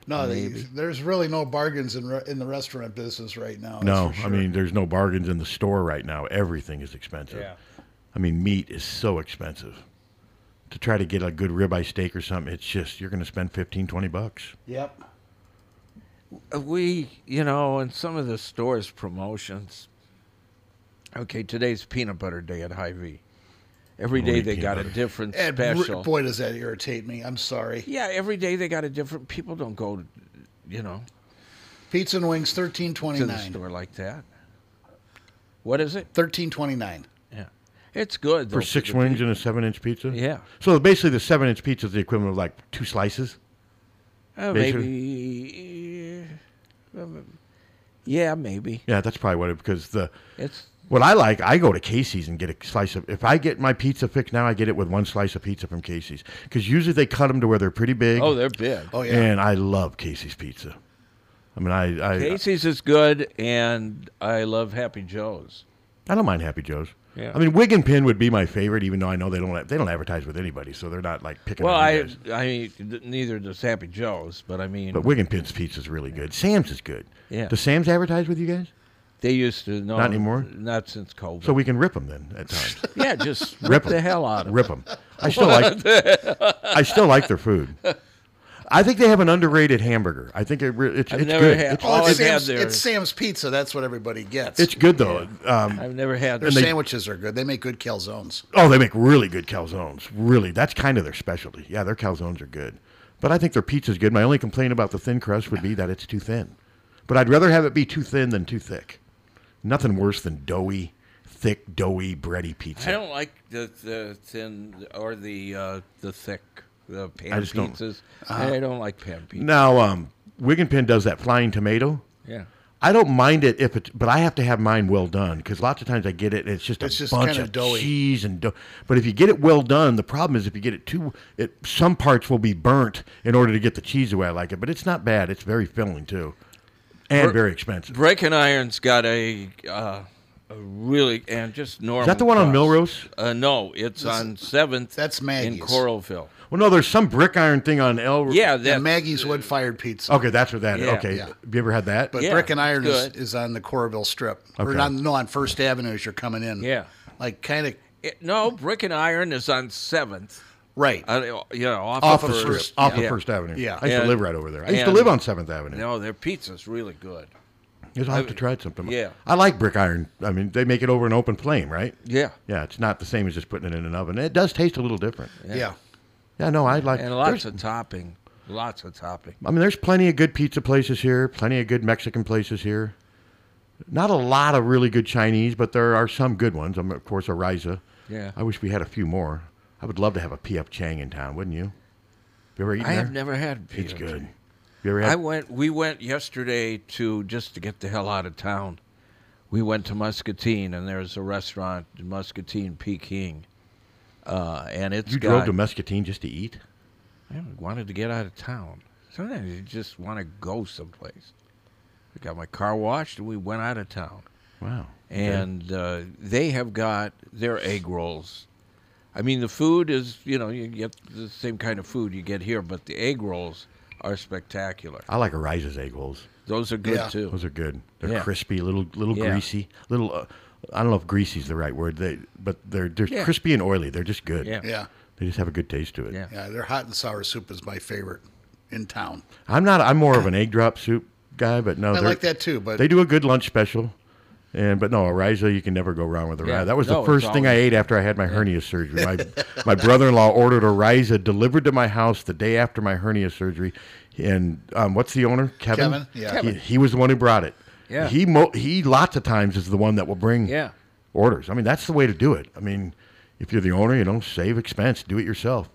[SPEAKER 4] no, they-
[SPEAKER 2] maybe.
[SPEAKER 4] there's really no bargains in re- in the restaurant business right now. Oh, that's
[SPEAKER 3] no,
[SPEAKER 4] for sure.
[SPEAKER 3] I mean, there's no bargains in the store right now. Everything is expensive.
[SPEAKER 4] Yeah.
[SPEAKER 3] I mean, meat is so expensive. To try to get a good ribeye steak or something, it's just, you're going to spend 15, 20 bucks.
[SPEAKER 4] Yep.
[SPEAKER 2] We, you know, in some of the stores' promotions. Okay, today's peanut butter day at Hy-Vee. Every
[SPEAKER 4] We
[SPEAKER 2] day
[SPEAKER 4] eat
[SPEAKER 2] they
[SPEAKER 4] peanut
[SPEAKER 2] got a
[SPEAKER 4] butter.
[SPEAKER 2] different
[SPEAKER 4] And re-
[SPEAKER 2] special.
[SPEAKER 4] boy, does that irritate me. I'm sorry.
[SPEAKER 2] Yeah, every day they got a different. People don't go, you know,
[SPEAKER 4] Pizza and wings, thirteen
[SPEAKER 2] to
[SPEAKER 4] twenty
[SPEAKER 2] the
[SPEAKER 4] nine.
[SPEAKER 2] store like that. What is it?
[SPEAKER 4] Thirteen twenty nine.
[SPEAKER 2] Yeah, it's good
[SPEAKER 3] For
[SPEAKER 2] though,
[SPEAKER 3] six
[SPEAKER 2] the
[SPEAKER 3] wings and a seven inch pizza?
[SPEAKER 2] Yeah.
[SPEAKER 3] So basically, the seven inch pizza is the equivalent of like two slices.
[SPEAKER 2] Oh,
[SPEAKER 3] Basically.
[SPEAKER 2] maybe. uh, Yeah, maybe.
[SPEAKER 3] Yeah, that's probably what it because the
[SPEAKER 2] It's-
[SPEAKER 3] what I like. I go to Casey's and get a slice of. If I get my pizza fixed now, I get it with one slice of pizza from Casey's because usually they cut them to where they're pretty big.
[SPEAKER 2] Oh, they're big. Oh, yeah.
[SPEAKER 3] And I love Casey's pizza. I mean, I uh, I,
[SPEAKER 2] Casey's is good, and I love Happy Joe's.
[SPEAKER 3] I don't mind Happy Joe's.
[SPEAKER 2] Yeah.
[SPEAKER 3] I mean, Wig and Pin would be my favorite, even though I know they don't they don't advertise with anybody, so they're not like picking.
[SPEAKER 2] Well,
[SPEAKER 3] on you
[SPEAKER 2] I,
[SPEAKER 3] guys.
[SPEAKER 2] I mean, th- neither does Happy Joe's, but I mean,
[SPEAKER 3] but Wig and Pin's pizza is really good. Sam's is good.
[SPEAKER 2] Yeah.
[SPEAKER 3] Does Sam's advertise with you guys?
[SPEAKER 2] they used to no,
[SPEAKER 3] Not anymore?
[SPEAKER 2] Not since COVID.
[SPEAKER 3] So we can rip them then at times.
[SPEAKER 2] yeah, just rip,
[SPEAKER 3] Rip 'em.
[SPEAKER 2] the hell out of
[SPEAKER 3] Rip 'em. I still like. I still like their food. I think they have an underrated hamburger. I think it re- it's,
[SPEAKER 2] I've
[SPEAKER 3] it's
[SPEAKER 2] never
[SPEAKER 3] good.
[SPEAKER 2] had-
[SPEAKER 3] it's,
[SPEAKER 2] all
[SPEAKER 4] Well,
[SPEAKER 2] I've
[SPEAKER 4] it's,
[SPEAKER 2] had
[SPEAKER 4] Sam's,
[SPEAKER 2] there
[SPEAKER 4] it's
[SPEAKER 2] is-
[SPEAKER 4] Sam's Pizza. That's what everybody gets.
[SPEAKER 3] it's good though. Um,
[SPEAKER 2] I've never had.
[SPEAKER 4] Their
[SPEAKER 3] and they-
[SPEAKER 4] sandwiches are good. They make good calzones.
[SPEAKER 3] oh, they make really good calzones. Really, that's kind of their specialty. Yeah, their calzones are good. But I think their pizza's good. My only complaint about the thin crust would be that it's too thin. But I'd rather have it be too thin than too thick. Nothing worse than doughy, thick, doughy, bready pizza.
[SPEAKER 2] I don't like the, the thin or the uh, the thick the pan
[SPEAKER 3] I just don't-
[SPEAKER 2] pizzas.
[SPEAKER 3] Uh,
[SPEAKER 2] I don't like pan pizzas.
[SPEAKER 3] Now, um, Wig and Pin does that flying tomato.
[SPEAKER 2] Yeah.
[SPEAKER 3] I don't mind it if it, but I have to have mine well done because lots of times I get it and it's just
[SPEAKER 4] It's
[SPEAKER 3] a
[SPEAKER 4] just
[SPEAKER 3] bunch
[SPEAKER 4] kinda
[SPEAKER 3] of
[SPEAKER 4] doughy.
[SPEAKER 3] cheese and dough. But if you get it well done, the problem is if you get it too, it some parts will be burnt in order to get the cheese the way I like it. But it's not bad. It's very filling too, and
[SPEAKER 2] Br-
[SPEAKER 3] very expensive.
[SPEAKER 2] Break and Iron's got a uh, a really and just normal.
[SPEAKER 3] the one on
[SPEAKER 2] crust. Uh, no, it's on Seventh.
[SPEAKER 4] That's
[SPEAKER 2] Maggie's in Coralville.
[SPEAKER 3] Well, no, there's some brick iron thing on El.
[SPEAKER 2] Yeah, that
[SPEAKER 4] Maggie's wood fired pizza.
[SPEAKER 3] Okay, that's what that is.
[SPEAKER 4] Yeah.
[SPEAKER 3] Okay,
[SPEAKER 4] Yeah.
[SPEAKER 3] have you ever had that?
[SPEAKER 4] But Brick and Iron is, is on the Coralville Strip. Or
[SPEAKER 3] Okay.
[SPEAKER 4] not, no, on First Avenue as you're coming in.
[SPEAKER 2] Yeah.
[SPEAKER 4] Like kind of
[SPEAKER 2] It, no, Brick and Iron is on Seventh.
[SPEAKER 4] Right.
[SPEAKER 2] Uh, you know, off,
[SPEAKER 3] Off
[SPEAKER 2] of
[SPEAKER 3] of First- off of First Avenue.
[SPEAKER 2] Yeah.
[SPEAKER 3] I used to live right over there. I used to live on 7th Avenue.
[SPEAKER 2] No, their pizza's really good.
[SPEAKER 3] Yes, I'll have to try something.
[SPEAKER 2] yeah.
[SPEAKER 3] I like brick iron. I mean, they make it over an open flame, right?
[SPEAKER 2] Yeah.
[SPEAKER 3] Yeah, it's not the same as just putting it in an oven. It does taste a little different.
[SPEAKER 4] Yeah.
[SPEAKER 3] Yeah, no, I like
[SPEAKER 2] and lots of topping, lots of topping.
[SPEAKER 3] I mean, there's plenty of good pizza places here, plenty of good Mexican places here. Not a lot of really good Chinese, but there are some good ones. I'm of course Ariza.
[SPEAKER 2] Yeah.
[SPEAKER 3] I wish we had a few more. I would love to have a P.F. Chang in town, wouldn't you? Have you ever eaten
[SPEAKER 2] I have
[SPEAKER 3] there?
[SPEAKER 2] never had
[SPEAKER 3] It's
[SPEAKER 2] PF.
[SPEAKER 3] good. You ever had?
[SPEAKER 2] I went. We went yesterday to just to get the hell out of town. We went to Muscatine, and there's a restaurant in Muscatine, Peking, uh, and it's
[SPEAKER 3] you
[SPEAKER 2] got,
[SPEAKER 3] drove to Muscatine just to eat?
[SPEAKER 2] I wanted to get out of town. Sometimes you just want to go someplace. I got my car washed and we went out of town.
[SPEAKER 3] Wow. Okay.
[SPEAKER 2] And uh, they have got their egg rolls. I mean, the food is, you know, you get the same kind of food you get here, but the egg rolls are spectacular.
[SPEAKER 3] I like Ariza's egg rolls.
[SPEAKER 2] Those are good Yeah. too.
[SPEAKER 3] Those are good. They're
[SPEAKER 2] Yeah.
[SPEAKER 3] crispy, little little
[SPEAKER 2] Yeah.
[SPEAKER 3] greasy, little. Uh, I don't know if greasy is the right word. They but they're they're
[SPEAKER 4] Yeah.
[SPEAKER 3] crispy and oily. They're just good.
[SPEAKER 4] Yeah. Yeah.
[SPEAKER 3] They just have a good taste to it.
[SPEAKER 4] Yeah, their hot and sour soup is my favorite in town.
[SPEAKER 3] I'm not. I'm more of an egg drop soup guy, but no,
[SPEAKER 4] I
[SPEAKER 3] they're-
[SPEAKER 4] like that too, but-
[SPEAKER 3] they do a good lunch special. And but no, Ariza, you can never go wrong with Ariza.
[SPEAKER 4] Yeah.
[SPEAKER 3] That was
[SPEAKER 4] No,
[SPEAKER 3] the
[SPEAKER 4] it's
[SPEAKER 3] first thing I
[SPEAKER 4] always-
[SPEAKER 3] ate after I had my hernia surgery. My my brother-in-law ordered Ariza delivered to my house the day after my hernia surgery, and um, what's the owner? Kevin.
[SPEAKER 4] Kevin, yeah. Kevin.
[SPEAKER 3] He, he was the one who brought it.
[SPEAKER 4] Yeah.
[SPEAKER 3] He mo- he lots of times is the one that will bring
[SPEAKER 4] Yeah.
[SPEAKER 3] orders. I mean, that's the way to do it. I mean, if you're the owner, you know, save expense, do it yourself,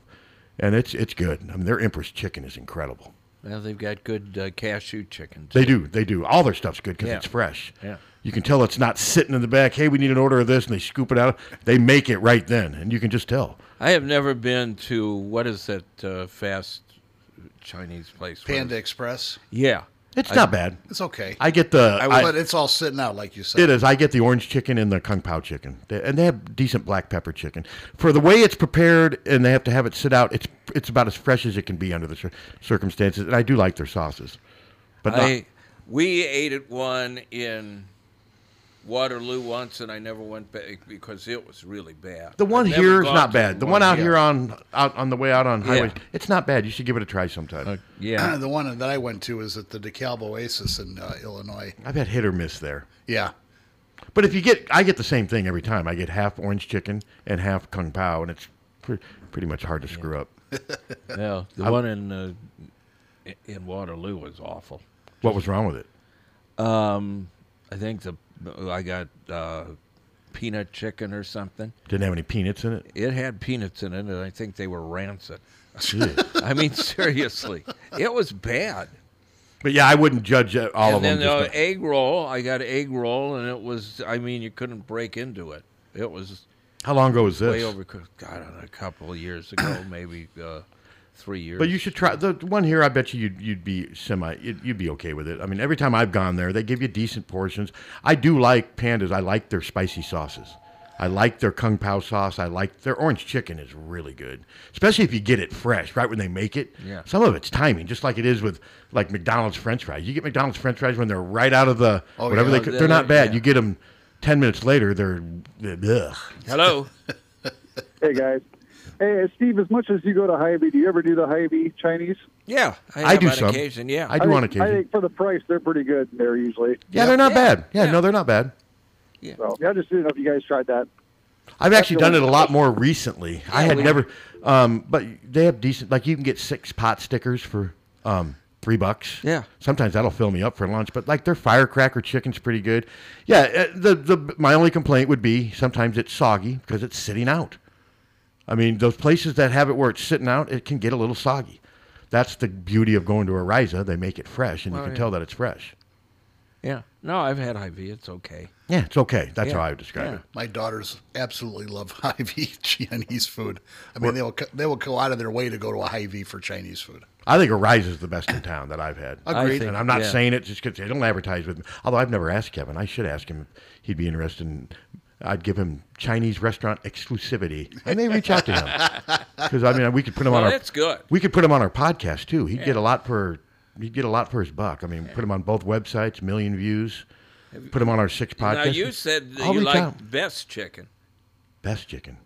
[SPEAKER 3] and it's it's good. I mean, their Empress chicken is incredible.
[SPEAKER 2] Well, they've got good uh, cashew chicken.
[SPEAKER 3] They do. They do. All their stuff's good because
[SPEAKER 2] Yeah.
[SPEAKER 3] it's fresh.
[SPEAKER 2] Yeah.
[SPEAKER 3] You can tell it's not sitting in the back. Hey, we need an order of this, and they scoop it out. They make it right then, and you can just tell.
[SPEAKER 2] I have never been to, what is that uh, fast Chinese place? What
[SPEAKER 4] Panda
[SPEAKER 2] is-
[SPEAKER 4] Express.
[SPEAKER 2] Yeah.
[SPEAKER 3] It's
[SPEAKER 2] I-
[SPEAKER 3] not bad.
[SPEAKER 4] It's okay.
[SPEAKER 3] I get the. I,
[SPEAKER 4] but it's all sitting out, like you said.
[SPEAKER 3] it is. I get the orange chicken and the kung pao chicken, They- and they have decent black pepper chicken. For the way it's prepared, and they have to have it sit out. It's it's about as fresh as it can be under the cir- circumstances, and I do like their sauces. But not-
[SPEAKER 2] I, we ate at one in Waterloo once, and I never went back because it was really bad.
[SPEAKER 3] the one
[SPEAKER 2] I've never
[SPEAKER 3] here is
[SPEAKER 2] gone
[SPEAKER 3] not
[SPEAKER 2] to
[SPEAKER 3] bad. The one out
[SPEAKER 2] yeah.
[SPEAKER 3] here on out on the way out on
[SPEAKER 2] Yeah. Uh,
[SPEAKER 3] highway, it's not bad. You should give it a try sometime.
[SPEAKER 2] Yeah.
[SPEAKER 4] the one that I went to is at the DeKalb Oasis in uh, Illinois.
[SPEAKER 3] I've had hit or miss there.
[SPEAKER 4] Yeah.
[SPEAKER 3] But if you get, I get the same thing every time. I get half orange chicken and half kung pao, and it's pre- pretty much hard to screw up.
[SPEAKER 2] No, the
[SPEAKER 3] I-
[SPEAKER 2] one in uh, i- in Waterloo was awful.
[SPEAKER 3] What was wrong with it?
[SPEAKER 2] Um, I think the I got uh, peanut chicken or something.
[SPEAKER 3] Didn't have any peanuts in it.
[SPEAKER 2] It had peanuts in it, and I think they were rancid.
[SPEAKER 3] Gee.
[SPEAKER 2] I mean, seriously, it was bad.
[SPEAKER 3] But yeah, I wouldn't judge uh, all
[SPEAKER 2] and
[SPEAKER 3] of
[SPEAKER 2] then
[SPEAKER 3] them. just
[SPEAKER 2] the egg roll, I got egg roll, and it was, I mean, you couldn't break into it. It was.
[SPEAKER 3] How long ago was
[SPEAKER 2] Way
[SPEAKER 3] this?
[SPEAKER 2] over, God, I don't know, a couple of years ago, maybe uh, three years.
[SPEAKER 3] But you should try the one here. I bet you you'd, you'd be semi. You'd, you'd be okay with it. I mean, every time I've gone there, they give you decent portions. I do like pandas. I like their spicy sauces. I like their kung pao sauce. I like their orange chicken is really good, especially if you get it fresh right when they make it.
[SPEAKER 2] Yeah.
[SPEAKER 3] Some of it's timing, just like it is with like McDonald's French fries. You get McDonald's French fries when they're right out of the
[SPEAKER 2] Oh,
[SPEAKER 3] whatever they.
[SPEAKER 2] yeah. They're
[SPEAKER 3] They're, they're not
[SPEAKER 2] like-
[SPEAKER 3] bad.
[SPEAKER 2] yeah.
[SPEAKER 3] You get them ten minutes later. They're ugh.
[SPEAKER 2] Hello.
[SPEAKER 10] Hey guys. Hey Steve, as much as you go to Hy-Vee, do you ever do the Hy-Vee Chinese?
[SPEAKER 2] Yeah,
[SPEAKER 3] I
[SPEAKER 2] have
[SPEAKER 3] do
[SPEAKER 2] on
[SPEAKER 3] some.
[SPEAKER 2] occasion, yeah.
[SPEAKER 3] I do
[SPEAKER 10] think,
[SPEAKER 3] on occasion.
[SPEAKER 10] I think for the price, they're pretty good there usually.
[SPEAKER 3] Yeah, they're not bad. Yeah, no, they're not bad.
[SPEAKER 2] Yeah.
[SPEAKER 10] So, yeah, I just didn't know if you guys tried that.
[SPEAKER 3] I've
[SPEAKER 10] That's
[SPEAKER 3] actually
[SPEAKER 10] the
[SPEAKER 3] done
[SPEAKER 10] one-
[SPEAKER 3] it a lot more recently. I
[SPEAKER 10] Yeah,
[SPEAKER 3] had
[SPEAKER 10] we-
[SPEAKER 3] never, um, but they have decent. Like you can get six pot stickers for um, three bucks.
[SPEAKER 2] Yeah.
[SPEAKER 3] Sometimes that'll fill me up for lunch. But like their firecracker chicken's pretty good. Yeah. uh, The the my only complaint would be sometimes it's soggy because it's sitting out. I mean, those places that have it where it's sitting out, it can get a little soggy. That's the beauty of going to Ariza. They make it fresh, and
[SPEAKER 2] Well,
[SPEAKER 3] you can
[SPEAKER 2] yeah.
[SPEAKER 3] tell that it's fresh.
[SPEAKER 2] Yeah. No, I've had IV. It's okay.
[SPEAKER 3] Yeah, it's okay. That's how I would describe it.
[SPEAKER 4] My daughters absolutely love Hy-Vee Chinese food. I mean, they will co- they will go out of their way to go to a Hy-Vee for Chinese food.
[SPEAKER 3] I think Arise is the best in town that I've had.
[SPEAKER 4] Agreed. I think-
[SPEAKER 3] and I'm not
[SPEAKER 4] yeah.
[SPEAKER 3] saying it just because they don't advertise with me. Although I've never asked Kevin. I should ask him if he'd be interested in. I'd give him Chinese restaurant exclusivity. I may reach out to him because I mean we could put him on
[SPEAKER 2] Well,
[SPEAKER 3] our.
[SPEAKER 2] that's good.
[SPEAKER 3] We could put him on our podcast too. He'd get
[SPEAKER 2] Yeah.
[SPEAKER 3] a lot for. He'd get a lot for his buck. I mean, put him on both websites, million views. Put him on our six podcasts.
[SPEAKER 2] Now, you said that
[SPEAKER 3] I'll
[SPEAKER 2] you
[SPEAKER 3] reach
[SPEAKER 2] like
[SPEAKER 3] out.
[SPEAKER 2] best chicken
[SPEAKER 3] best chicken.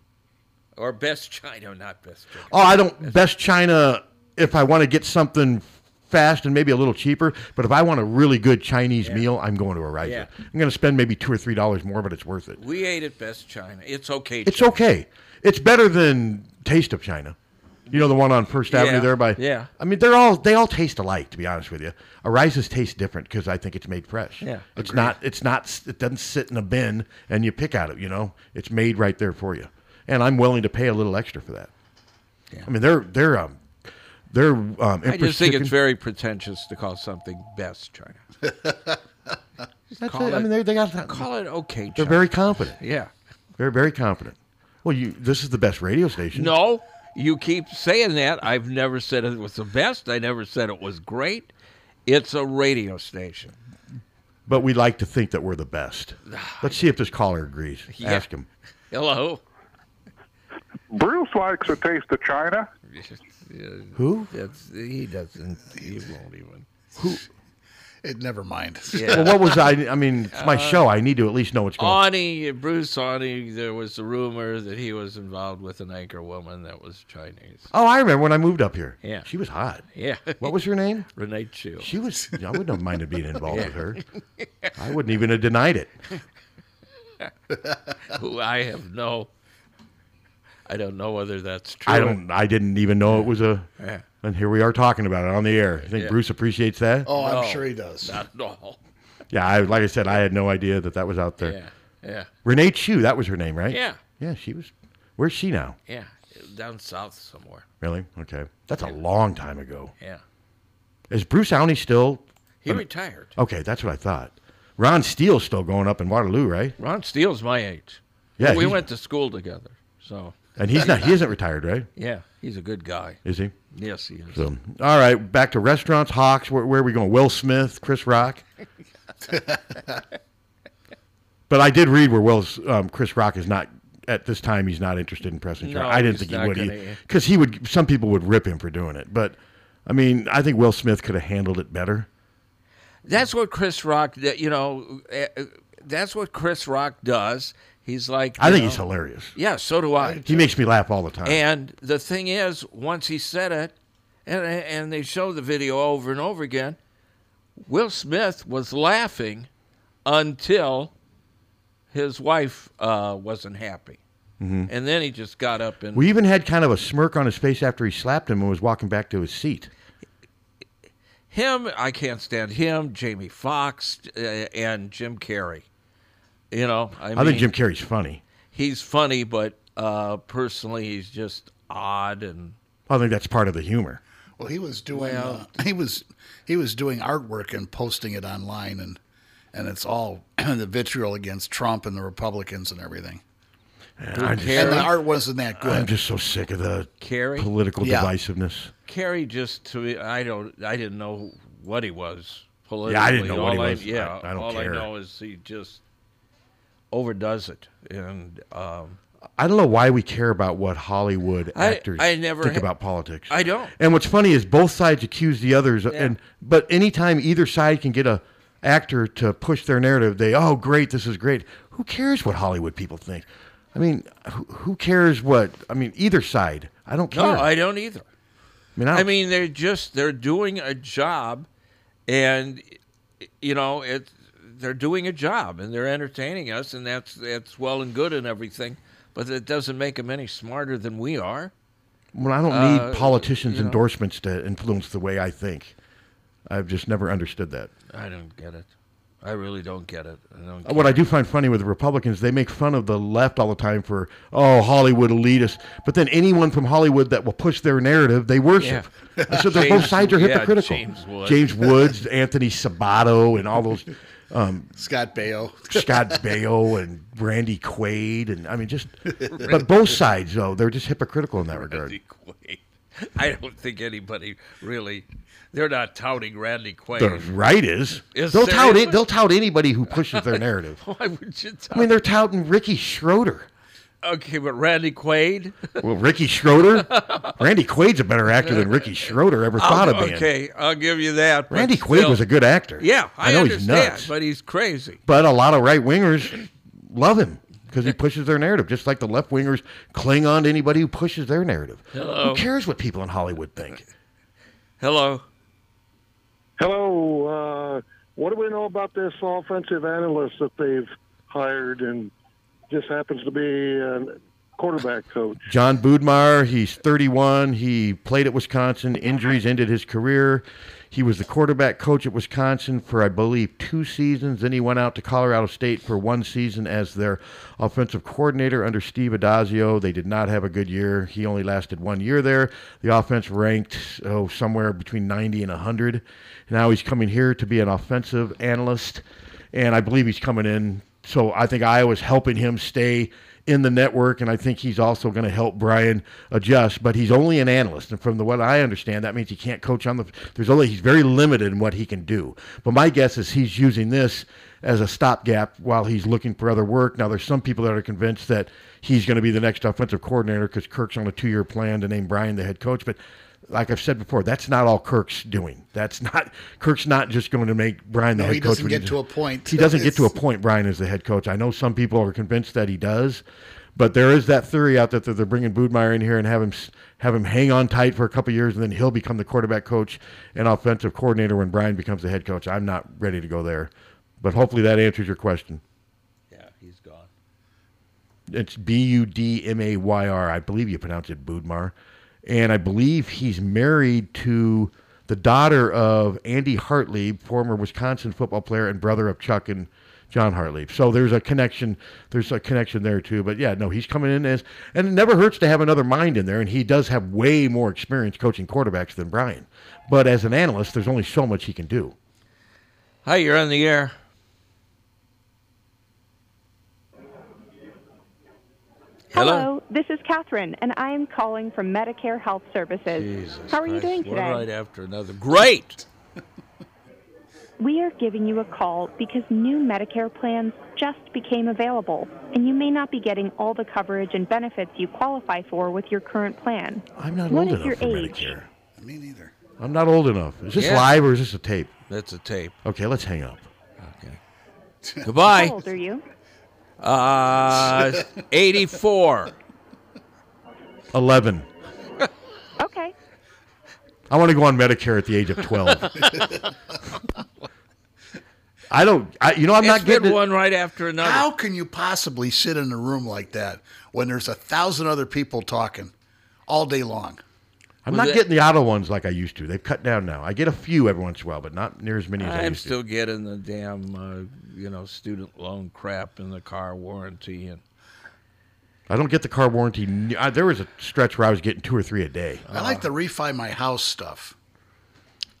[SPEAKER 2] or best China, not best chicken.
[SPEAKER 3] Oh, I don't best China if I want to get something fast and maybe a little cheaper. But if I want a really good Chinese meal, I'm going to a Riza.
[SPEAKER 2] Yeah.
[SPEAKER 3] I'm going to spend maybe two or three dollars more, but it's worth it.
[SPEAKER 2] We ate at Best China. It's okay.
[SPEAKER 3] It's okay. It's better than Taste of China. You know the one on First
[SPEAKER 2] Yeah.
[SPEAKER 3] Avenue there by.
[SPEAKER 2] Yeah.
[SPEAKER 3] I mean, they're all they all taste alike. To be honest with you, a rice's taste different because I think it's made fresh.
[SPEAKER 2] Yeah.
[SPEAKER 3] It's
[SPEAKER 2] Agreed.
[SPEAKER 3] not. It's not. It doesn't sit in a bin and you pick out it. You know, it's made right there for you, and I'm willing to pay a little extra for that. I mean, they're they're um, they're um.
[SPEAKER 2] I
[SPEAKER 3] Empress
[SPEAKER 2] just think
[SPEAKER 3] chicken-
[SPEAKER 2] it's very pretentious to call something Best China. Just
[SPEAKER 3] That's
[SPEAKER 2] call
[SPEAKER 3] it. I mean, they, they got
[SPEAKER 2] call it okay.
[SPEAKER 3] They're
[SPEAKER 2] China.
[SPEAKER 3] very confident.
[SPEAKER 2] Yeah.
[SPEAKER 3] They're very confident. Well, you. This is the best radio station.
[SPEAKER 2] No, you keep saying that. I've never said it was the best. I never said it was great. It's a radio station.
[SPEAKER 3] But we like to think that we're the best. Let's see if this caller agrees.
[SPEAKER 2] Yeah.
[SPEAKER 3] Ask him.
[SPEAKER 2] Hello.
[SPEAKER 11] Bruce likes a taste of China.
[SPEAKER 3] Who?
[SPEAKER 2] That's, he doesn't. He won't even.
[SPEAKER 3] Who?
[SPEAKER 4] It, never mind.
[SPEAKER 3] Well, what was I? I mean, it's my
[SPEAKER 2] Uh,
[SPEAKER 3] show. I need to at least know what's going. on.
[SPEAKER 2] Ani, Bruce Ani, there was a rumor that he was involved with an anchor woman that was Chinese.
[SPEAKER 3] Oh, I remember when I moved up here.
[SPEAKER 2] Yeah.
[SPEAKER 3] she was hot.
[SPEAKER 2] Yeah.
[SPEAKER 3] What was her name?
[SPEAKER 2] Renee Chu.
[SPEAKER 3] She was. I wouldn't have minded being involved
[SPEAKER 2] Yeah.
[SPEAKER 3] with her. I wouldn't even have denied it.
[SPEAKER 2] Who I have no. I don't know whether that's true.
[SPEAKER 3] I don't. I didn't even know it was a.
[SPEAKER 2] Yeah.
[SPEAKER 3] And here we are talking about it on the air. You think
[SPEAKER 2] Yeah.
[SPEAKER 3] Bruce appreciates that?
[SPEAKER 4] Oh, I'm
[SPEAKER 2] No,
[SPEAKER 4] sure he does.
[SPEAKER 2] Not at all.
[SPEAKER 3] Yeah. I like I said, I had no idea that that was out there.
[SPEAKER 2] Yeah. Yeah.
[SPEAKER 3] Renee Chu, that was her name, right?
[SPEAKER 2] Yeah.
[SPEAKER 3] Yeah. She was. Where's she now?
[SPEAKER 2] Yeah. Down south somewhere.
[SPEAKER 3] Really? Okay. That's a long time ago.
[SPEAKER 2] Yeah.
[SPEAKER 3] Is Bruce Downey still?
[SPEAKER 2] He retired.
[SPEAKER 3] Okay, that's what I thought. Ron Steele's still going up in Waterloo, right?
[SPEAKER 2] Ron Steele's my age.
[SPEAKER 3] Yeah,
[SPEAKER 2] We
[SPEAKER 3] he's-
[SPEAKER 2] went to school together. So.
[SPEAKER 3] And he's not. He isn't retired, right?
[SPEAKER 2] Yeah. He's a good guy.
[SPEAKER 3] Is he?
[SPEAKER 2] Yes, he is.
[SPEAKER 3] So, all right, back to restaurants, Hawks. Where, where are we going? Will Smith, Chris Rock. But I did read where Will's um, Chris Rock is not at this time. He's not interested in pressing.
[SPEAKER 2] No,
[SPEAKER 3] charges. I didn't
[SPEAKER 2] he's
[SPEAKER 3] think he
[SPEAKER 2] not
[SPEAKER 3] would
[SPEAKER 2] gonna- e-
[SPEAKER 3] because he would. Some people would rip him for doing it, but I mean, I think Will Smith could have handled it better.
[SPEAKER 2] That's what Chris Rock. That you know, eh, eh, that's what Chris Rock does. He's like,
[SPEAKER 3] I
[SPEAKER 2] you
[SPEAKER 3] think
[SPEAKER 2] know-
[SPEAKER 3] he's hilarious.
[SPEAKER 2] Yeah, so do I.
[SPEAKER 3] He makes me laugh all the time.
[SPEAKER 2] And the thing is, once he said it, and and they show the video over and over again, Will Smith was laughing until his wife uh, wasn't happy,
[SPEAKER 3] Mhm.
[SPEAKER 2] and then he just got up and
[SPEAKER 3] We even had kind of a smirk on his face after he slapped him and was walking back to his seat.
[SPEAKER 2] him i can't stand him jamie fox uh, and jim carrey you know i,
[SPEAKER 3] I,
[SPEAKER 2] mean,
[SPEAKER 3] think Jim Carrey's funny.
[SPEAKER 2] he's funny but uh personally he's just odd and
[SPEAKER 3] I think that's part of the humor.
[SPEAKER 4] Well, he was doing uh, he was he was doing artwork and posting it online, and and it's all the vitriol against Trump and the Republicans and everything.
[SPEAKER 3] Who I just-
[SPEAKER 4] and the
[SPEAKER 3] cares?
[SPEAKER 4] art wasn't that good.
[SPEAKER 3] I'm just so sick of the
[SPEAKER 2] Carrey?
[SPEAKER 3] political
[SPEAKER 2] Yeah.
[SPEAKER 3] divisiveness.
[SPEAKER 2] carrey just to me i don't i didn't know what he was politically
[SPEAKER 3] I didn't know
[SPEAKER 2] all
[SPEAKER 3] what he was.
[SPEAKER 2] yeah
[SPEAKER 3] I- I don't
[SPEAKER 2] all
[SPEAKER 3] care.
[SPEAKER 2] i know is he just overdoes it and um
[SPEAKER 3] I don't know why we care about what Hollywood
[SPEAKER 2] I-
[SPEAKER 3] actors
[SPEAKER 2] I never
[SPEAKER 3] think
[SPEAKER 2] ha-
[SPEAKER 3] about politics.
[SPEAKER 2] I don't.
[SPEAKER 3] And what's funny is both sides accuse the others, and but anytime either side can get a actor to push their narrative, they oh great, this is great. Who cares what Hollywood people think? I mean, who, who cares what? I mean, either side. I don't care.
[SPEAKER 2] no i don't either
[SPEAKER 3] mean, I don't
[SPEAKER 2] I mean, they're just they're doing a job, and you know it. They're doing a job and they're entertaining us, and that's that's well and good and everything, but it doesn't make them any smarter than we are.
[SPEAKER 3] Well, I don't need
[SPEAKER 2] Uh,
[SPEAKER 3] politicians'
[SPEAKER 2] you know.
[SPEAKER 3] endorsements to influence the way I think. I've just never understood that.
[SPEAKER 2] I don't get it. I really don't get it. I don't.
[SPEAKER 3] What I
[SPEAKER 2] get
[SPEAKER 3] do find funny with the Republicans, they make fun of the left all the time for, oh, Hollywood elitist. But then anyone from Hollywood that will push their narrative, they worship.
[SPEAKER 2] Yeah.
[SPEAKER 3] I said that both
[SPEAKER 2] James-
[SPEAKER 3] sides are
[SPEAKER 2] yeah,
[SPEAKER 3] hypocritical.
[SPEAKER 2] James Woods.
[SPEAKER 3] James Woods, Anthony Sabato, and all those. Um,
[SPEAKER 4] Scott Baio.
[SPEAKER 3] Scott Baio and Randy Quaid. And I mean, just. But both sides, though, they're just hypocritical in that regard.
[SPEAKER 2] Randy Quaid. I don't think anybody really. They're not touting Randy Quaid.
[SPEAKER 3] The right is.
[SPEAKER 2] Is
[SPEAKER 3] they'll tout
[SPEAKER 2] seriously?
[SPEAKER 3] it. They'll tout anybody who pushes their narrative.
[SPEAKER 2] Why would you? Tout?
[SPEAKER 3] I mean, they're touting Ricky Schroeder.
[SPEAKER 2] okay, but Randy Quaid.
[SPEAKER 3] Well, Ricky Schroeder, Randy Quaid's a better actor than Ricky Schroeder ever thought of
[SPEAKER 2] I'll-
[SPEAKER 3] being.
[SPEAKER 2] Um, Okay, I'll give you that. but
[SPEAKER 3] Randy Quaid
[SPEAKER 2] still-
[SPEAKER 3] was a good actor.
[SPEAKER 2] Yeah, I,
[SPEAKER 3] I know he's
[SPEAKER 2] understand,
[SPEAKER 3] nuts.
[SPEAKER 2] but he's crazy.
[SPEAKER 3] But a lot of right wingers love him because he pushes their narrative, just like the left wingers cling on to anybody who pushes their narrative.
[SPEAKER 2] Hello.
[SPEAKER 3] Who cares what people in Hollywood think?
[SPEAKER 2] Hello.
[SPEAKER 11] Hello. Uh, what do we know about this offensive analyst that they've hired and just happens to be a quarterback coach?
[SPEAKER 3] John Budmeyer, he's 31. He played at Wisconsin. Injuries ended his career. He was the quarterback coach at Wisconsin for, I believe, two seasons. Then he went out to Colorado State for one season as their offensive coordinator under Steve Adazio. They did not have a good year. He only lasted one year there. The offense ranked oh, somewhere between 90 and 100. Now he's coming here to be an offensive analyst, and I believe he's coming in. So I think Iowa's helping him stay in the network, and I think he's also going to help Brian adjust. But he's only an analyst, and from the what I understand, that means he can't coach on the. There's only he's very limited in what he can do. But my guess is he's using this as a stopgap while he's looking for other work. Now there's some people that are convinced that he's going to be the next offensive coordinator because Kirk's on a two-year plan to name Brian the head coach, but. Like I've said before, that's not all Kirk's doing. That's not Kirk's not just going to make Brian the
[SPEAKER 4] No,
[SPEAKER 3] head
[SPEAKER 4] he
[SPEAKER 3] coach.
[SPEAKER 4] doesn't
[SPEAKER 3] when
[SPEAKER 4] get to a point.
[SPEAKER 3] He doesn't get to a
[SPEAKER 4] It's-
[SPEAKER 3] point. Brian is the head coach. I know some people are convinced that he does, but there is that theory out there that they're bringing Budmeyer in here and have him s- have him hang on tight for a couple of years, and then he'll become the quarterback coach and offensive coordinator when Brian becomes the head coach. I'm not ready to go there, but hopefully that answers your question. Yeah, he's gone. It's B U D M A Y R. I believe you pronounce it Budmar, and I believe he's married to. The daughter of Andy Hartley, former Wisconsin football player and brother of Chuck and John Hartleaf. So there's a connection. There's a connection there too. But yeah, no, he's coming in as, and it never hurts to have another mind in there. And he does have way more experience coaching quarterbacks than Brian. But as an analyst, there's only so much he can do.
[SPEAKER 2] Hi, you're on the air.
[SPEAKER 12] Hello. this is Catherine, and I am calling from Medicare Health Services.
[SPEAKER 2] Jesus
[SPEAKER 12] How are you
[SPEAKER 2] Christ,
[SPEAKER 12] doing
[SPEAKER 2] one
[SPEAKER 12] today?
[SPEAKER 2] right after another. Great.
[SPEAKER 12] We are giving you a call because new Medicare plans just became available, and you may not be getting all the coverage and benefits you qualify for with your current plan.
[SPEAKER 3] I'm not
[SPEAKER 12] What
[SPEAKER 3] old
[SPEAKER 12] is
[SPEAKER 3] enough
[SPEAKER 12] your
[SPEAKER 3] for
[SPEAKER 12] age?
[SPEAKER 3] Medicare.
[SPEAKER 4] Me neither.
[SPEAKER 3] I'm not old enough. Is this
[SPEAKER 2] Yeah.
[SPEAKER 3] live or is this a tape?
[SPEAKER 2] That's a tape.
[SPEAKER 3] Okay, let's hang up.
[SPEAKER 2] Goodbye.
[SPEAKER 12] How old are you?
[SPEAKER 4] Oh.
[SPEAKER 2] Uh, 84.
[SPEAKER 3] Eleven.
[SPEAKER 12] Okay.
[SPEAKER 3] I want to go on Medicare at the age of twelve. I don't. I, you know, I'm not getting it.
[SPEAKER 2] one right after another.
[SPEAKER 4] How can you possibly sit in a room like that when there's a thousand other people talking all day long?
[SPEAKER 3] I'm
[SPEAKER 4] Well,
[SPEAKER 3] not
[SPEAKER 4] that-
[SPEAKER 3] getting the auto ones like I used to. They've cut down now. I get a few every once in a while, but not near as many as I
[SPEAKER 2] I'm
[SPEAKER 3] used
[SPEAKER 2] still getting the damn, uh, you know, student loan crap and the car warranty and
[SPEAKER 3] to. I don't get the car warranty. n- I, there was a stretch where I was getting two or three a day.
[SPEAKER 4] I like to refi my house stuff.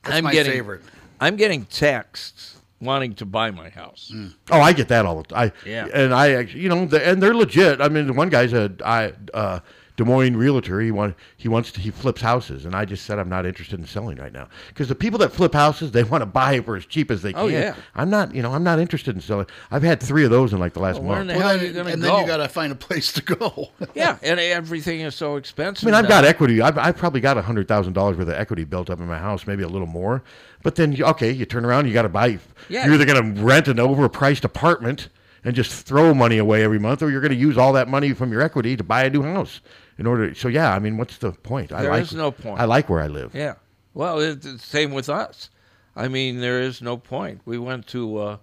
[SPEAKER 4] That's
[SPEAKER 2] uh, I'm
[SPEAKER 4] my
[SPEAKER 2] getting,
[SPEAKER 4] favorite.
[SPEAKER 2] I'm getting texts wanting to buy my house.
[SPEAKER 4] Mm.
[SPEAKER 3] Oh, I get that all the time.
[SPEAKER 2] Yeah.
[SPEAKER 3] And I, act- you know, the, and they're legit. I mean, the one guy's a I, uh, Des Moines realtor. He want, he wants to, he flips houses, and I just said I'm not interested in selling right now because the people that flip houses they want to buy it for as cheap as they can.
[SPEAKER 2] Oh, yeah.
[SPEAKER 3] I'm not, you know, I'm not interested in selling. I've had three of those in like the last
[SPEAKER 2] Where Oh, in
[SPEAKER 3] month.
[SPEAKER 2] the hell are you going to
[SPEAKER 4] and
[SPEAKER 2] go?
[SPEAKER 4] then you got to find a place to go.
[SPEAKER 2] yeah, and everything is so
[SPEAKER 3] I
[SPEAKER 2] expensive.
[SPEAKER 3] mean, I've
[SPEAKER 2] now.
[SPEAKER 3] got equity. I've, I've probably got hundred thousand dollars worth of equity built up in my house, maybe a little more. But then, you- okay, you turn around, you got to buy.
[SPEAKER 2] Yeah.
[SPEAKER 3] You're either going to rent an overpriced apartment and just throw money away every month, or you're going to use all that money from your equity to buy a new house. In order, so yeah, I mean, what's the point? I
[SPEAKER 2] There
[SPEAKER 3] like,
[SPEAKER 2] is no point.
[SPEAKER 3] I like where I live.
[SPEAKER 2] Yeah. Well, it's the same with us. I mean, there is no point. We went to a,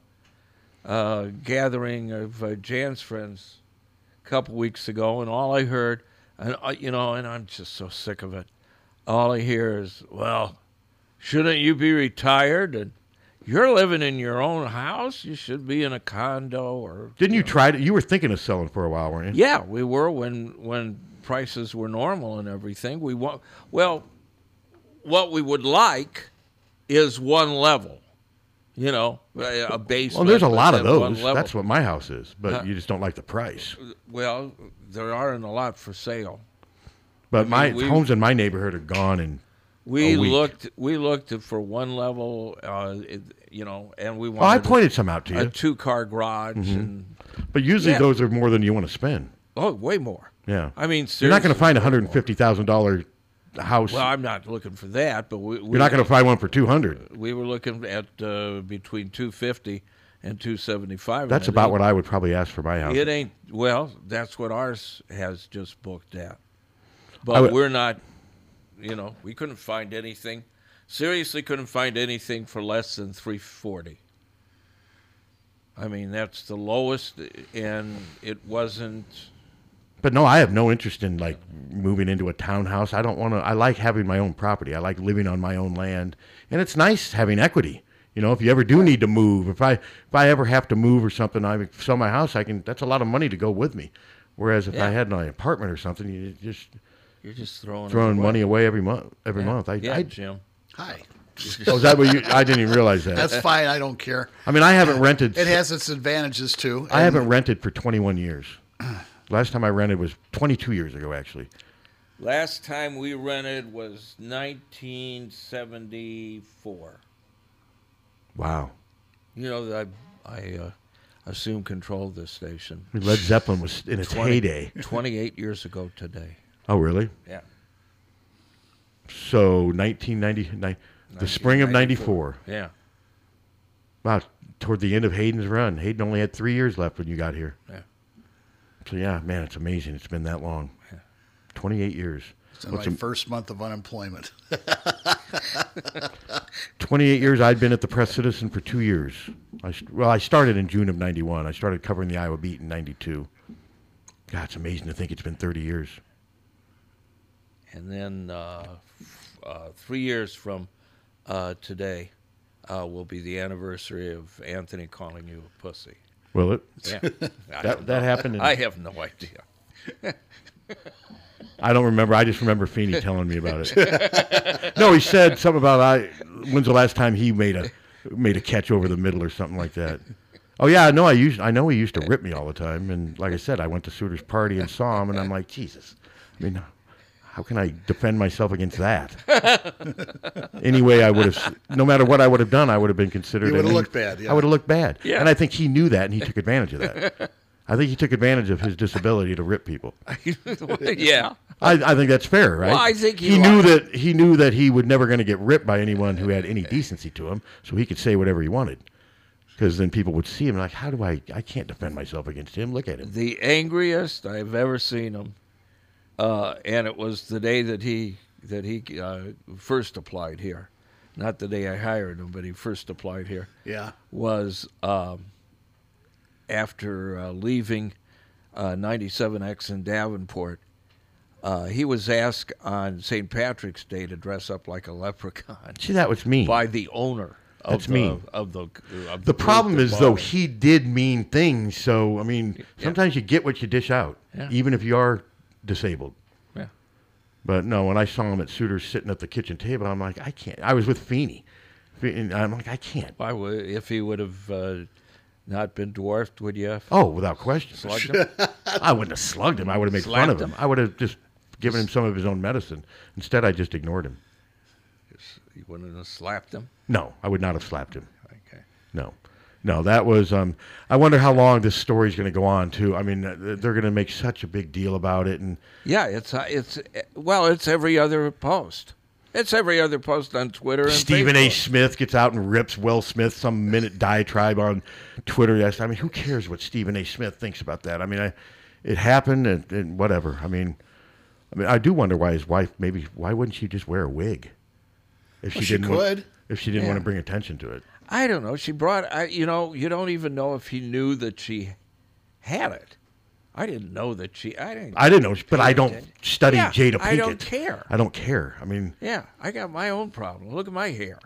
[SPEAKER 2] a gathering of uh, Jan's friends a couple weeks ago, and all I heard, and uh, you know, and I'm just so sick of it. All I hear is, "Well, shouldn't you be retired?" And you're living in your own house. You should be in a condo or
[SPEAKER 3] Didn't you try to? You were thinking of selling for a while, weren't you?
[SPEAKER 2] yeah, we were when when prices were normal and everything. We want well, what we would like is one level, you know, a a
[SPEAKER 3] Well,
[SPEAKER 2] basement.
[SPEAKER 3] there's a
[SPEAKER 2] but
[SPEAKER 3] lot of
[SPEAKER 2] then one
[SPEAKER 3] those.
[SPEAKER 2] level. Uh-huh. Uh,
[SPEAKER 3] That's what my house is, but
[SPEAKER 2] Huh.
[SPEAKER 3] you just don't like the price.
[SPEAKER 2] Well, there aren't a lot for sale.
[SPEAKER 3] But
[SPEAKER 2] mean,
[SPEAKER 3] my
[SPEAKER 2] we-
[SPEAKER 3] homes in my neighborhood are gone in
[SPEAKER 2] We
[SPEAKER 3] a week.
[SPEAKER 2] looked. We looked for one level, uh, it, you know, and we wanted.
[SPEAKER 3] Well, I
[SPEAKER 2] a-
[SPEAKER 3] pointed some out to you.
[SPEAKER 2] A two-car garage,
[SPEAKER 3] Mhm.
[SPEAKER 2] and
[SPEAKER 3] But usually
[SPEAKER 2] Yeah.
[SPEAKER 3] those are more than you want to spend.
[SPEAKER 2] oh, way more.
[SPEAKER 3] Yeah.
[SPEAKER 2] I mean,
[SPEAKER 3] you're not going
[SPEAKER 2] seriously,
[SPEAKER 3] to find a
[SPEAKER 2] way more.
[SPEAKER 3] hundred and fifty thousand dollar house.
[SPEAKER 2] Well, I'm not looking for that, but we, we
[SPEAKER 3] you're not going to find one for two hundred.
[SPEAKER 2] We were looking at uh, between 250 and 275.
[SPEAKER 3] That's
[SPEAKER 2] and
[SPEAKER 3] about
[SPEAKER 2] it
[SPEAKER 3] what I would probably ask for my house.
[SPEAKER 2] It ain't well. That's what ours has just booked at,
[SPEAKER 3] I
[SPEAKER 2] but
[SPEAKER 3] would-
[SPEAKER 2] we're not. You know, we couldn't find anything Seriously, couldn't find anything for less than 340. I mean, that's the lowest, and it wasn't.
[SPEAKER 3] But no, I have no interest in like moving into a townhouse. I don't want to. I like having my own property. I like living on my own land, and it's nice having equity. You know, if you ever do need to move, if I if I ever have to move or something, I sell my house. I can. That's a lot of money to go with me. Whereas if I
[SPEAKER 2] Yeah.
[SPEAKER 3] had my apartment or something, you just
[SPEAKER 2] You're just throwing it
[SPEAKER 3] throwing
[SPEAKER 2] away.
[SPEAKER 3] money away every month. Every
[SPEAKER 2] Yeah.
[SPEAKER 3] month, I,
[SPEAKER 2] yeah,
[SPEAKER 3] I
[SPEAKER 2] Jim.
[SPEAKER 4] Hi.
[SPEAKER 3] Oh, is that what you? I didn't even realize that.
[SPEAKER 4] That's fine. I don't care.
[SPEAKER 3] I mean, I haven't rented.
[SPEAKER 4] It has its advantages too.
[SPEAKER 3] I
[SPEAKER 4] and-
[SPEAKER 3] haven't rented for 21 years. Last time I rented was 22 years ago, actually.
[SPEAKER 2] Last time we rented was 1974.
[SPEAKER 3] Wow.
[SPEAKER 2] You know that I, I uh, assume control of this station.
[SPEAKER 3] Led Zeppelin was in its heyday.
[SPEAKER 2] 28 years ago today.
[SPEAKER 3] Oh, really?
[SPEAKER 2] Yeah.
[SPEAKER 3] So 1990, ni- the spring of 94.
[SPEAKER 2] Yeah.
[SPEAKER 3] Wow, toward the end of Hayden's run. Hayden only had three years left when you got here.
[SPEAKER 2] Yeah.
[SPEAKER 3] So yeah, man, it's amazing. It's been that long. 28 years.
[SPEAKER 4] It's in
[SPEAKER 3] What's
[SPEAKER 4] my
[SPEAKER 3] a-
[SPEAKER 4] first month of unemployment.
[SPEAKER 3] 28 years. I'd been at the Press Citizen for two years. I st- well, I started in June of '91. I started covering the Iowa beat in '92. God, it's amazing to think it's been 30 years.
[SPEAKER 2] And then uh, f- uh, three years from uh, today uh, will be the anniversary of Anthony calling you a pussy.
[SPEAKER 3] Will it?
[SPEAKER 2] Yeah. I
[SPEAKER 3] That-
[SPEAKER 2] don't
[SPEAKER 3] that
[SPEAKER 2] know.
[SPEAKER 3] happened in-
[SPEAKER 2] I have no idea.
[SPEAKER 3] I don't remember. I just remember Feeney telling me about it. no, he said something about I. When's the last time he made a made a catch over the middle or something like that? Oh yeah, I know. I used I know he used to rip me all the time, and like I said, I went to Suter's party and saw him, and I'm like, Jesus. I mean, how can I defend myself against that? anyway, I would have, no matter what I would have done, I would have been considered.
[SPEAKER 4] You would have
[SPEAKER 3] an-
[SPEAKER 4] looked bad, yeah.
[SPEAKER 3] I would have looked bad,
[SPEAKER 4] Yeah.
[SPEAKER 3] and I think he knew that, and he took advantage of that. I think he took advantage of his disability to rip people.
[SPEAKER 2] yeah.
[SPEAKER 3] I, I think that's fair, right?
[SPEAKER 2] Well, I think he
[SPEAKER 3] knew
[SPEAKER 2] lied.
[SPEAKER 3] that he knew that he was never going to get ripped by anyone who had any decency to him, so he could say whatever he wanted. Because then people would see him like, "How do I? I can't defend myself against him. Look at him."
[SPEAKER 2] the angriest I've ever seen him, uh, and it was the day that he that he uh, first applied here, not the day I hired him, but he first applied here.
[SPEAKER 4] Yeah.
[SPEAKER 2] was um, after uh, leaving uh, 97X in Davenport. Uh, he was asked on St. Patrick's Day to dress up like a leprechaun.
[SPEAKER 3] See, that was mean.
[SPEAKER 2] by the owner. Of
[SPEAKER 3] That's
[SPEAKER 2] the,
[SPEAKER 3] mean.
[SPEAKER 2] Of the, of
[SPEAKER 3] The
[SPEAKER 2] group
[SPEAKER 3] problem
[SPEAKER 2] that
[SPEAKER 3] is though
[SPEAKER 2] bought it.
[SPEAKER 3] he did mean things, so I mean, sometimes you get what you dish out,
[SPEAKER 2] Yeah.
[SPEAKER 3] even if you are disabled.
[SPEAKER 2] Yeah.
[SPEAKER 3] But no, when I saw him at Suter's sitting at the kitchen table, I'm like, I can't. I was with Feeney, Fe- and I'm like, I can't.
[SPEAKER 2] Why would if he would have uh, not been dwarfed? Would you? Have
[SPEAKER 3] Oh, without question.
[SPEAKER 2] Slugged him?
[SPEAKER 3] I wouldn't have slugged him. I would have made fun
[SPEAKER 2] Slapped
[SPEAKER 3] of him. I would have just given him some of his own medicine. Instead, I just ignored him.
[SPEAKER 2] You wouldn't have slapped him.
[SPEAKER 3] No, I would not have slapped him.
[SPEAKER 2] Okay.
[SPEAKER 3] No. No, that was. Um, I wonder how long this story's going to go on, too. I mean, uh, they're going to make such a big deal about it, and
[SPEAKER 2] Yeah, it's uh, it's uh, well, it's every other post. It's every other post on Twitter. And
[SPEAKER 3] Stephen
[SPEAKER 2] Facebook.
[SPEAKER 3] A. Smith gets out and rips Will Smith some minute diatribe on Twitter. That's- I mean, who cares what Stephen A. Smith thinks about that? I mean, I, it happened and, and whatever. I mean, I mean, I do wonder why his wife maybe why wouldn't she just wear a wig if
[SPEAKER 2] Well, she
[SPEAKER 3] didn't wa-
[SPEAKER 2] could.
[SPEAKER 3] if she didn't
[SPEAKER 2] Yeah.
[SPEAKER 3] want to bring attention to it.
[SPEAKER 2] I don't know. She brought. I you know you don't even know if he knew that she had it. I didn't know that she. I didn't.
[SPEAKER 3] I didn't know, but I don't
[SPEAKER 2] Yeah,
[SPEAKER 3] study Jada Pinkett.
[SPEAKER 2] I don't care.
[SPEAKER 3] I don't care. I mean,
[SPEAKER 2] Yeah, I got my own problem. Look at my hair.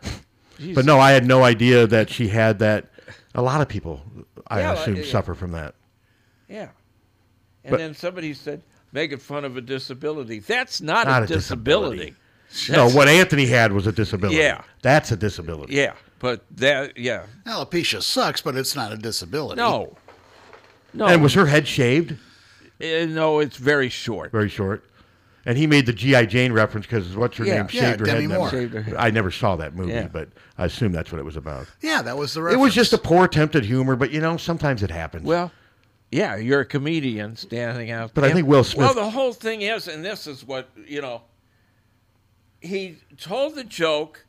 [SPEAKER 3] but no, I had no idea that she had that. A lot of people, I
[SPEAKER 2] Yeah,
[SPEAKER 3] assume,
[SPEAKER 2] yeah.
[SPEAKER 3] suffer from that.
[SPEAKER 2] Yeah. And
[SPEAKER 3] But-
[SPEAKER 2] then somebody said, making fun of a disability. That's not,
[SPEAKER 3] Not
[SPEAKER 2] a,
[SPEAKER 3] a
[SPEAKER 2] disability.
[SPEAKER 3] no, what Anthony had was a disability.
[SPEAKER 2] Yeah.
[SPEAKER 3] that's a disability.
[SPEAKER 2] Yeah, but that, yeah.
[SPEAKER 4] Alopecia sucks, but it's not a disability.
[SPEAKER 2] No. No.
[SPEAKER 3] And was her head shaved?
[SPEAKER 2] Eh, no, it's very short.
[SPEAKER 3] Very short. And he made the G.I. Jane reference because what's her
[SPEAKER 2] Yeah.
[SPEAKER 3] name?
[SPEAKER 2] Yeah,
[SPEAKER 3] Shaved her,
[SPEAKER 2] Demi
[SPEAKER 3] head in
[SPEAKER 2] Moore.
[SPEAKER 3] that
[SPEAKER 2] Shaved her
[SPEAKER 3] movie.
[SPEAKER 2] head.
[SPEAKER 3] I never saw that movie,
[SPEAKER 4] Yeah.
[SPEAKER 3] but I assume that's what it was about.
[SPEAKER 4] Yeah, that was the
[SPEAKER 3] It
[SPEAKER 4] reference.
[SPEAKER 3] was just a poor attempt at humor, but you know, sometimes it happens.
[SPEAKER 2] Well, yeah, you're a comedian standing out.
[SPEAKER 3] But I
[SPEAKER 2] there.
[SPEAKER 3] think Will Smith-
[SPEAKER 2] Well, the whole thing is, and this is what you know. He told the joke,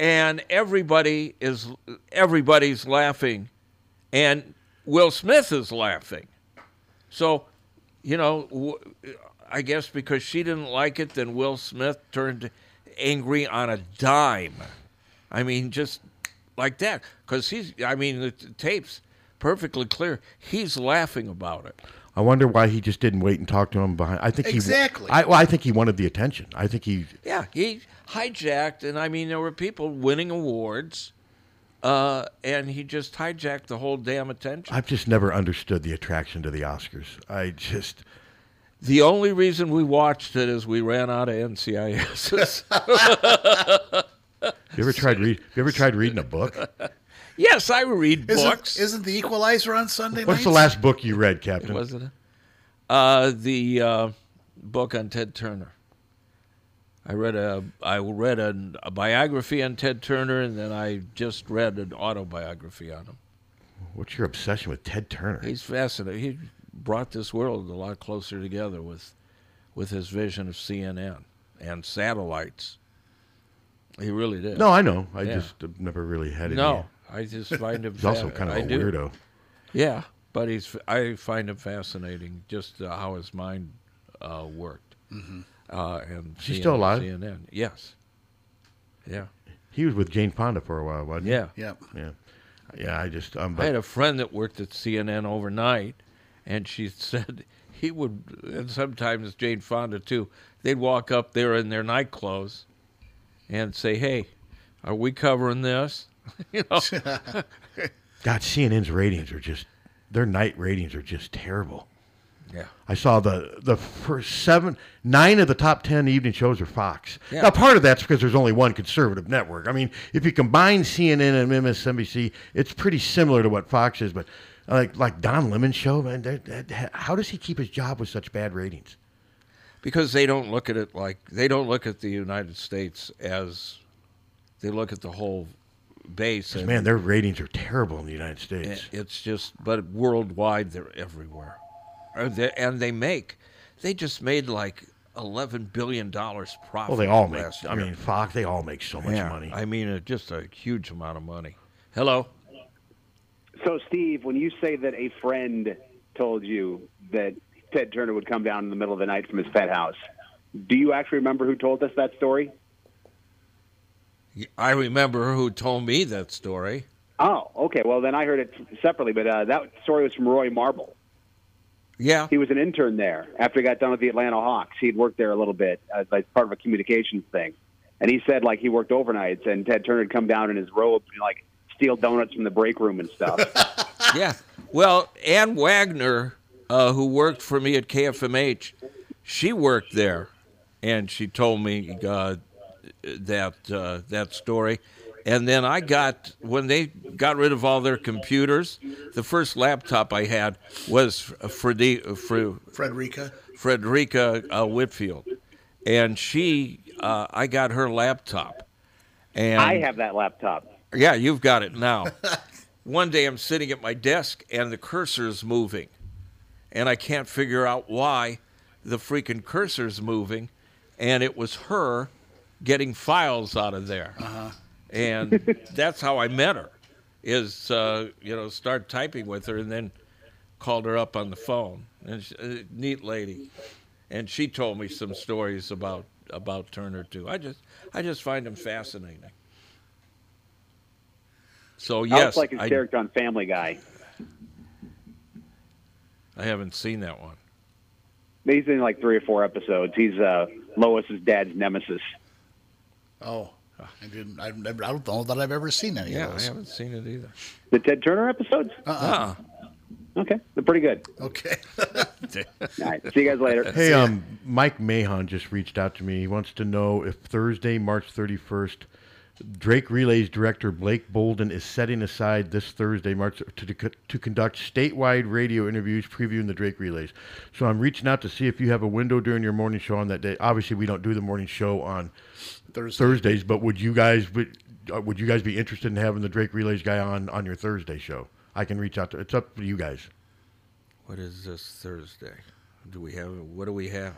[SPEAKER 2] and everybody is everybody's laughing, and Will Smith is laughing. So, you know, w- I guess because she didn't like it, then Will Smith turned. angry on a dime. I mean, just like that. Because he's, I mean, the t- tape's perfectly clear. He's laughing about it.
[SPEAKER 3] I wonder why he just didn't wait and talk to him behind. I think
[SPEAKER 2] Exactly.
[SPEAKER 3] He, I, well, I think he wanted the attention. I think he.
[SPEAKER 2] Yeah, he hijacked, and I mean, there were people winning awards, uh, and he just hijacked the whole damn attention.
[SPEAKER 3] I've just never understood the attraction to the Oscars. I just.
[SPEAKER 2] The only reason we watched it is we ran out of NCIS.
[SPEAKER 3] You ever tried read? You ever tried reading a book?
[SPEAKER 2] yes, I read
[SPEAKER 4] Isn't-
[SPEAKER 2] books.
[SPEAKER 4] Isn't the Equalizer on Sunday
[SPEAKER 3] What's the
[SPEAKER 4] nights?
[SPEAKER 3] last book you read, Captain?
[SPEAKER 2] Wasn't it? Uh, the uh, book on Ted Turner. I read a I read an, a biography on Ted Turner, and then I just read an autobiography on him.
[SPEAKER 3] What's your obsession with Ted Turner?
[SPEAKER 2] He's fascinating. He brought this world a lot closer together with with his vision of CNN and satellites. He really did.
[SPEAKER 3] No, I know. I
[SPEAKER 2] Yeah.
[SPEAKER 3] just have never really had any.
[SPEAKER 2] No, I just find him.
[SPEAKER 3] He's also
[SPEAKER 2] fa-
[SPEAKER 3] kind of
[SPEAKER 2] I
[SPEAKER 3] a
[SPEAKER 2] do.
[SPEAKER 3] weirdo.
[SPEAKER 2] Yeah, but he's. I find him fascinating, just uh, how his mind uh, worked. Mm-hmm. Uh, and
[SPEAKER 3] Is he still alive?
[SPEAKER 2] CNN. Yes. Yeah.
[SPEAKER 3] He was with Jane Fonda for a while, wasn't he?
[SPEAKER 2] Yeah.
[SPEAKER 4] Yep.
[SPEAKER 3] Yeah. Yeah. I just. Um,
[SPEAKER 2] I
[SPEAKER 3] but
[SPEAKER 2] had a friend that worked at CNN overnight, and she said he would, and sometimes Jane Fonda too, they'd walk up there in their night clothes and say, Hey, are we covering this? you know?
[SPEAKER 9] Oh.
[SPEAKER 3] God, CNN's ratings are just. Their night ratings are just terrible.
[SPEAKER 2] Yeah.
[SPEAKER 3] I saw the the first seven, nine of the top ten evening shows are Fox.
[SPEAKER 2] Yeah.
[SPEAKER 3] Now, part of that's because there's only one conservative network. I mean, if you combine CNN and MSNBC, it's pretty similar to what Fox is. But uh, like like Don Lemon's show, man, that, that, how does he keep his job with such bad ratings?
[SPEAKER 2] because they don't look at it like they don't look at the United States as they look at the whole base.
[SPEAKER 3] 'Cause,
[SPEAKER 2] and-
[SPEAKER 3] man, their ratings are terrible in the United States.
[SPEAKER 2] I- It's just, but worldwide, they're everywhere. Are they- And they make, they just made like $11 billion profit.
[SPEAKER 3] Well, they all make.
[SPEAKER 2] last
[SPEAKER 3] I
[SPEAKER 2] year.
[SPEAKER 3] mean, Fox. They all make so much
[SPEAKER 2] Yeah,
[SPEAKER 3] money.
[SPEAKER 2] I mean, uh, just a huge amount of money. Hello.
[SPEAKER 13] So, Steve, when you say that a friend told you that Ted Turner would come down in the middle of the night from his pet house, do you actually remember who told us that story?
[SPEAKER 2] I remember who told me that story.
[SPEAKER 13] Oh, okay. Well, then I heard it separately, but uh, that story was from Roy Marble.
[SPEAKER 2] Yeah.
[SPEAKER 13] He was an intern there after he got done with the Atlanta Hawks. He'd worked there a little bit as like part of a communications thing. And he said, like, he worked overnights, and Ted Turner would come down in his robe and, like, steal donuts from the break room and stuff.
[SPEAKER 2] yeah. Well, Ann Wagner, uh, who worked for me at KFMH, she worked there, and she told me uh, that uh, that story. And then I got when they got rid of all their computers, the first laptop I had was Fredi, uh, Fre-
[SPEAKER 4] Frederica.
[SPEAKER 2] Frederica uh, Whitfield, and she uh, I got her laptop. And
[SPEAKER 13] I have that laptop.
[SPEAKER 2] yeah, you've got it now. One day I'm sitting at my desk and the cursor is moving, and I can't figure out why the freaking cursor's moving, and it was her getting files out of there, and that's how I met her. Is uh, you know start typing with her and then called her up on the phone, and she, a neat lady, and she told me some stories about about Turner too. I just I just find him fascinating. So
[SPEAKER 13] I
[SPEAKER 2] yes,
[SPEAKER 13] was like his
[SPEAKER 2] I-
[SPEAKER 13] character on Family Guy.
[SPEAKER 2] I haven't seen that one.
[SPEAKER 13] He's in like three or four episodes. He's uh, Lois's dad's nemesis.
[SPEAKER 4] Oh, I didn't. I, never- I don't know that I've ever seen any
[SPEAKER 2] Yeah,
[SPEAKER 4] of
[SPEAKER 2] I
[SPEAKER 4] those.
[SPEAKER 2] haven't seen it either.
[SPEAKER 13] The Ted Turner episodes?
[SPEAKER 4] Uh-uh.
[SPEAKER 13] Okay, they're pretty good.
[SPEAKER 4] Okay.
[SPEAKER 13] All right, see you guys later.
[SPEAKER 3] Hey, um, Mike Mahon just reached out to me. He wants to know if Thursday, March 31st, Drake Relays director Blake Bolden is setting aside this Thursday, March, to, to, to conduct statewide radio interviews previewing the Drake Relays. So I'm reaching out to see if you have a window during your morning show on that day. Obviously, we don't do the morning show on
[SPEAKER 4] Thursday.
[SPEAKER 3] Thursdays, but would you guys would, uh, would you guys be interested in having the Drake Relays guy on on your Thursday show? I can reach out to. It's up to you guys.
[SPEAKER 2] What is this Thursday? Do we have? What do we have?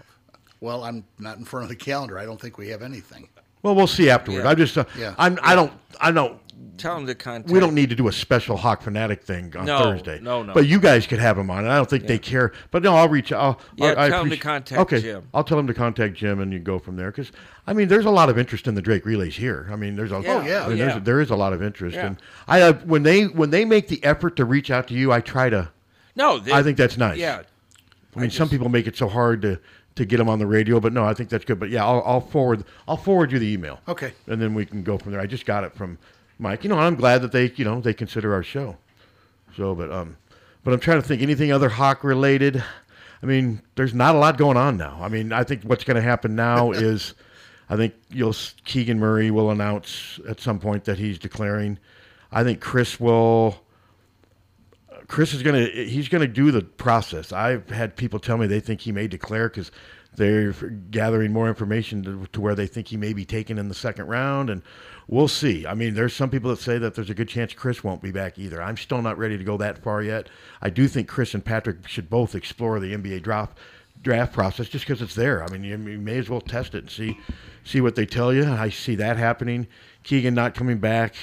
[SPEAKER 4] Well, I'm not in front of the calendar. I don't think we have anything.
[SPEAKER 3] Well, we'll see afterward.
[SPEAKER 2] Yeah.
[SPEAKER 3] I just, uh,
[SPEAKER 2] Yeah.
[SPEAKER 3] I'm, I don't, I don't.
[SPEAKER 2] Tell him to contact.
[SPEAKER 3] We don't need to do a special Hawk fanatic thing on
[SPEAKER 2] No,
[SPEAKER 3] Thursday.
[SPEAKER 2] no, no.
[SPEAKER 3] But you guys could have him on. and I don't think they care. But no, I'll reach out.
[SPEAKER 2] Yeah,
[SPEAKER 3] I, I
[SPEAKER 2] tell 'em to
[SPEAKER 3] appreci-
[SPEAKER 2] contact
[SPEAKER 3] okay,
[SPEAKER 2] Jim.
[SPEAKER 3] I'll tell him to contact Jim, and you go from there. Because I mean, there's a lot of interest in the Drake relays here. I mean, there's a
[SPEAKER 2] Yeah. Oh, yeah.
[SPEAKER 3] I mean, there's-
[SPEAKER 2] Yeah.
[SPEAKER 3] there is a lot of interest,
[SPEAKER 2] Yeah.
[SPEAKER 3] and I uh, when they when they make the effort to reach out to you, I try to.
[SPEAKER 2] No, they-
[SPEAKER 3] I think that's nice.
[SPEAKER 2] yeah.
[SPEAKER 3] I mean, some people make it so hard to to get them on the radio, but no, I think that's good. But yeah, I'll, I'll forward I'll forward you the email.
[SPEAKER 4] Okay.
[SPEAKER 3] and then we can go from there. I just got it from Mike. You know, and I'm glad that they you know they consider our show. So, but um, but I'm trying to think anything other hawk related. I mean, there's not a lot going on now. I mean, I think what's going to happen now is, I think you'll Keegan Murray will announce at some point that he's declaring. I think Chris will. Chris is gonna he's gonna do the process. I've had people tell me they think he may declare because they're gathering more information to, to where they think he may be taken in the second round, and we'll see. I mean, there's some people that say that there's a good chance Chris won't be back either. I'm still not ready to go that far yet. I do think Chris and Patrick should both explore the NBA draft draft process just because it's there. I mean, you, you may as well test it and see see what they tell you. I see that happening. Keegan not coming back.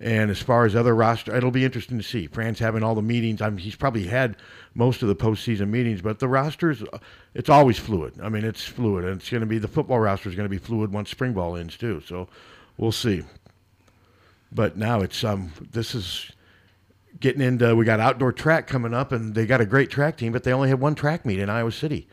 [SPEAKER 3] And as far as other roster, it'll be interesting to see. Fran's having all the meetings. I mean, he's probably had most of the postseason meetings, but the rosters, uh, it's always fluid. I mean, it's fluid, and it's going to be the football roster is going to be fluid once spring ball ends too. So, we'll see. But now it's um, this is getting into. We got outdoor track coming up, and they got a great track team, but they only had one track meet in Iowa City.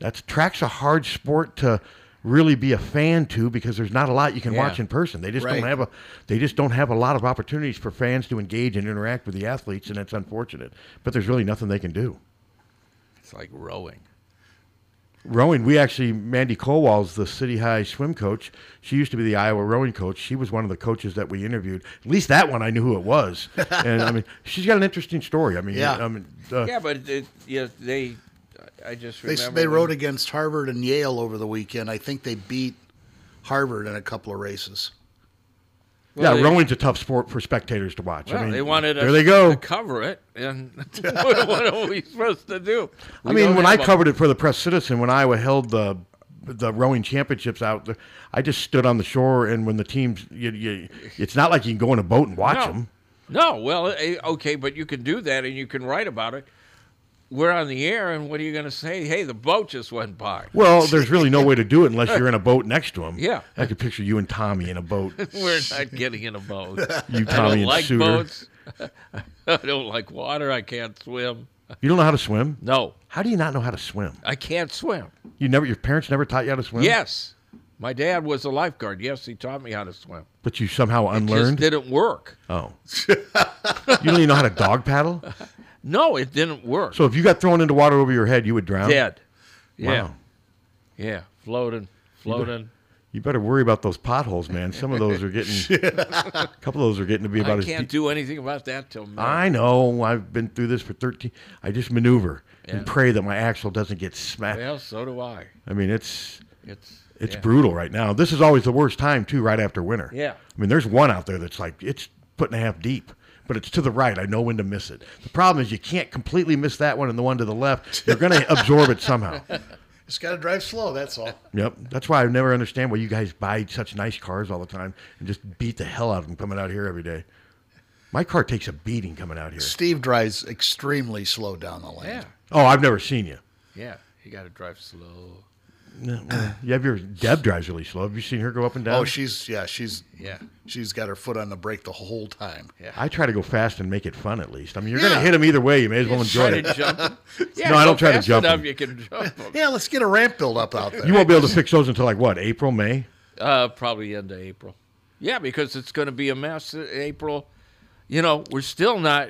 [SPEAKER 3] That's track's a hard sport to really be a fan to because there's not a lot you can
[SPEAKER 2] Yeah.
[SPEAKER 3] watch in person. They just
[SPEAKER 2] Right.
[SPEAKER 3] don't have a they just don't have a lot of opportunities for fans to engage and interact with the athletes, and it's unfortunate. But there's really nothing they can do.
[SPEAKER 2] It's like rowing.
[SPEAKER 3] Rowing, we actually, Mandy Colwall's the City High swim coach. She used to be the Iowa rowing coach. She was one of the coaches that we interviewed. At least that one, I knew who it was. and I mean, she's got an interesting story. I mean, I mean, uh,
[SPEAKER 2] yeah, but it, yeah, they. I just
[SPEAKER 4] They,
[SPEAKER 2] remember
[SPEAKER 4] they
[SPEAKER 2] when-
[SPEAKER 4] rode against Harvard and Yale over the weekend. I think they beat Harvard in a couple of races.
[SPEAKER 3] yeah,
[SPEAKER 2] Well, they-
[SPEAKER 3] rowing's a tough sport for spectators to watch.
[SPEAKER 2] Well,
[SPEAKER 3] I mean,
[SPEAKER 2] they wanted
[SPEAKER 3] there
[SPEAKER 2] us
[SPEAKER 3] they go.
[SPEAKER 2] to cover it, and what, what are we supposed to do?
[SPEAKER 3] I mean, when I covered it for the Press Citizen, when Iowa held the the rowing championships out there, I just stood on the shore, and when the teams, you, you, it's not like you can go in a boat and watch
[SPEAKER 2] No.
[SPEAKER 3] them.
[SPEAKER 2] No, well, eh, okay, but you can do that, and you can write about it. We're on the air, and what are you going to say? Hey, the boat just went by.
[SPEAKER 3] Well, there's really no way to do it unless you're in a boat next to them.
[SPEAKER 2] Yeah.
[SPEAKER 3] I could picture you and Tommy in a boat.
[SPEAKER 2] We're not getting in a boat.
[SPEAKER 3] You, Tommy,
[SPEAKER 2] I don't
[SPEAKER 3] and
[SPEAKER 2] like
[SPEAKER 3] Suter.
[SPEAKER 2] boats. I don't like water. I can't swim.
[SPEAKER 3] You don't know how to swim?
[SPEAKER 2] No.
[SPEAKER 3] How do you not know how to swim?
[SPEAKER 2] I can't swim.
[SPEAKER 3] You never your parents never taught you how to swim?
[SPEAKER 2] Yes, my dad was a lifeguard. Yes, he taught me how to swim.
[SPEAKER 3] But you somehow
[SPEAKER 2] Just
[SPEAKER 3] unlearned?
[SPEAKER 2] didn't work.
[SPEAKER 3] Oh. you don't even know how to dog paddle?
[SPEAKER 2] No, it didn't work.
[SPEAKER 3] So if you got thrown into water over your head, you would drown?
[SPEAKER 2] Dead. Yeah.
[SPEAKER 3] Wow.
[SPEAKER 2] Yeah, floating, floating.
[SPEAKER 3] You better worry about those potholes, man. Some of those are getting a couple of those are getting to be about
[SPEAKER 2] I
[SPEAKER 3] as
[SPEAKER 2] can't
[SPEAKER 3] deep-
[SPEAKER 2] do anything about that till May.
[SPEAKER 3] I know. I've been through this for 13. I just maneuver
[SPEAKER 2] Yeah.
[SPEAKER 3] and pray that my axle doesn't get smacked.
[SPEAKER 2] Well, so do I.
[SPEAKER 3] I mean, it's
[SPEAKER 2] It's-
[SPEAKER 3] it's it's
[SPEAKER 2] yeah.
[SPEAKER 3] brutal right now. This is always the worst time too, right after winter.
[SPEAKER 2] Yeah.
[SPEAKER 3] I mean, there's one out there that's like it's foot and a half deep, but it's to the right. I know when to miss it. The problem is you can't completely miss that one and the one to the left. You're going to absorb it somehow.
[SPEAKER 4] Just got to drive slow. That's all.
[SPEAKER 3] Yep. That's why I never understand why you guys buy such nice cars all the time and just beat the hell out of them coming out here every day. My car takes a beating coming out here.
[SPEAKER 4] Steve drives extremely slow down the lane. Yeah.
[SPEAKER 3] Oh, I've never seen you.
[SPEAKER 2] Yeah, you got to drive slow.
[SPEAKER 3] No, well, You have your Deb drives really slow. Have you seen her go up and down?
[SPEAKER 4] Oh, she's yeah, she's
[SPEAKER 2] yeah,
[SPEAKER 4] she's got her foot on the brake the whole time.
[SPEAKER 2] Yeah.
[SPEAKER 3] I try to go fast and make it fun at least. I mean, you're
[SPEAKER 4] Yeah.
[SPEAKER 3] going to hit them either way. You may as well
[SPEAKER 4] Just
[SPEAKER 3] enjoy
[SPEAKER 4] try
[SPEAKER 3] it.
[SPEAKER 4] to jump 'em. Yeah,
[SPEAKER 3] no, I
[SPEAKER 4] go
[SPEAKER 3] don't try to
[SPEAKER 4] fast
[SPEAKER 3] jump.
[SPEAKER 4] enough,
[SPEAKER 3] 'em.
[SPEAKER 2] you can jump.
[SPEAKER 4] yeah, let's get a ramp built up out there.
[SPEAKER 3] You won't be able to fix those until like what? April, May?
[SPEAKER 2] Uh, probably end of April. Yeah, because it's going to be a mess in April. You know, we're still not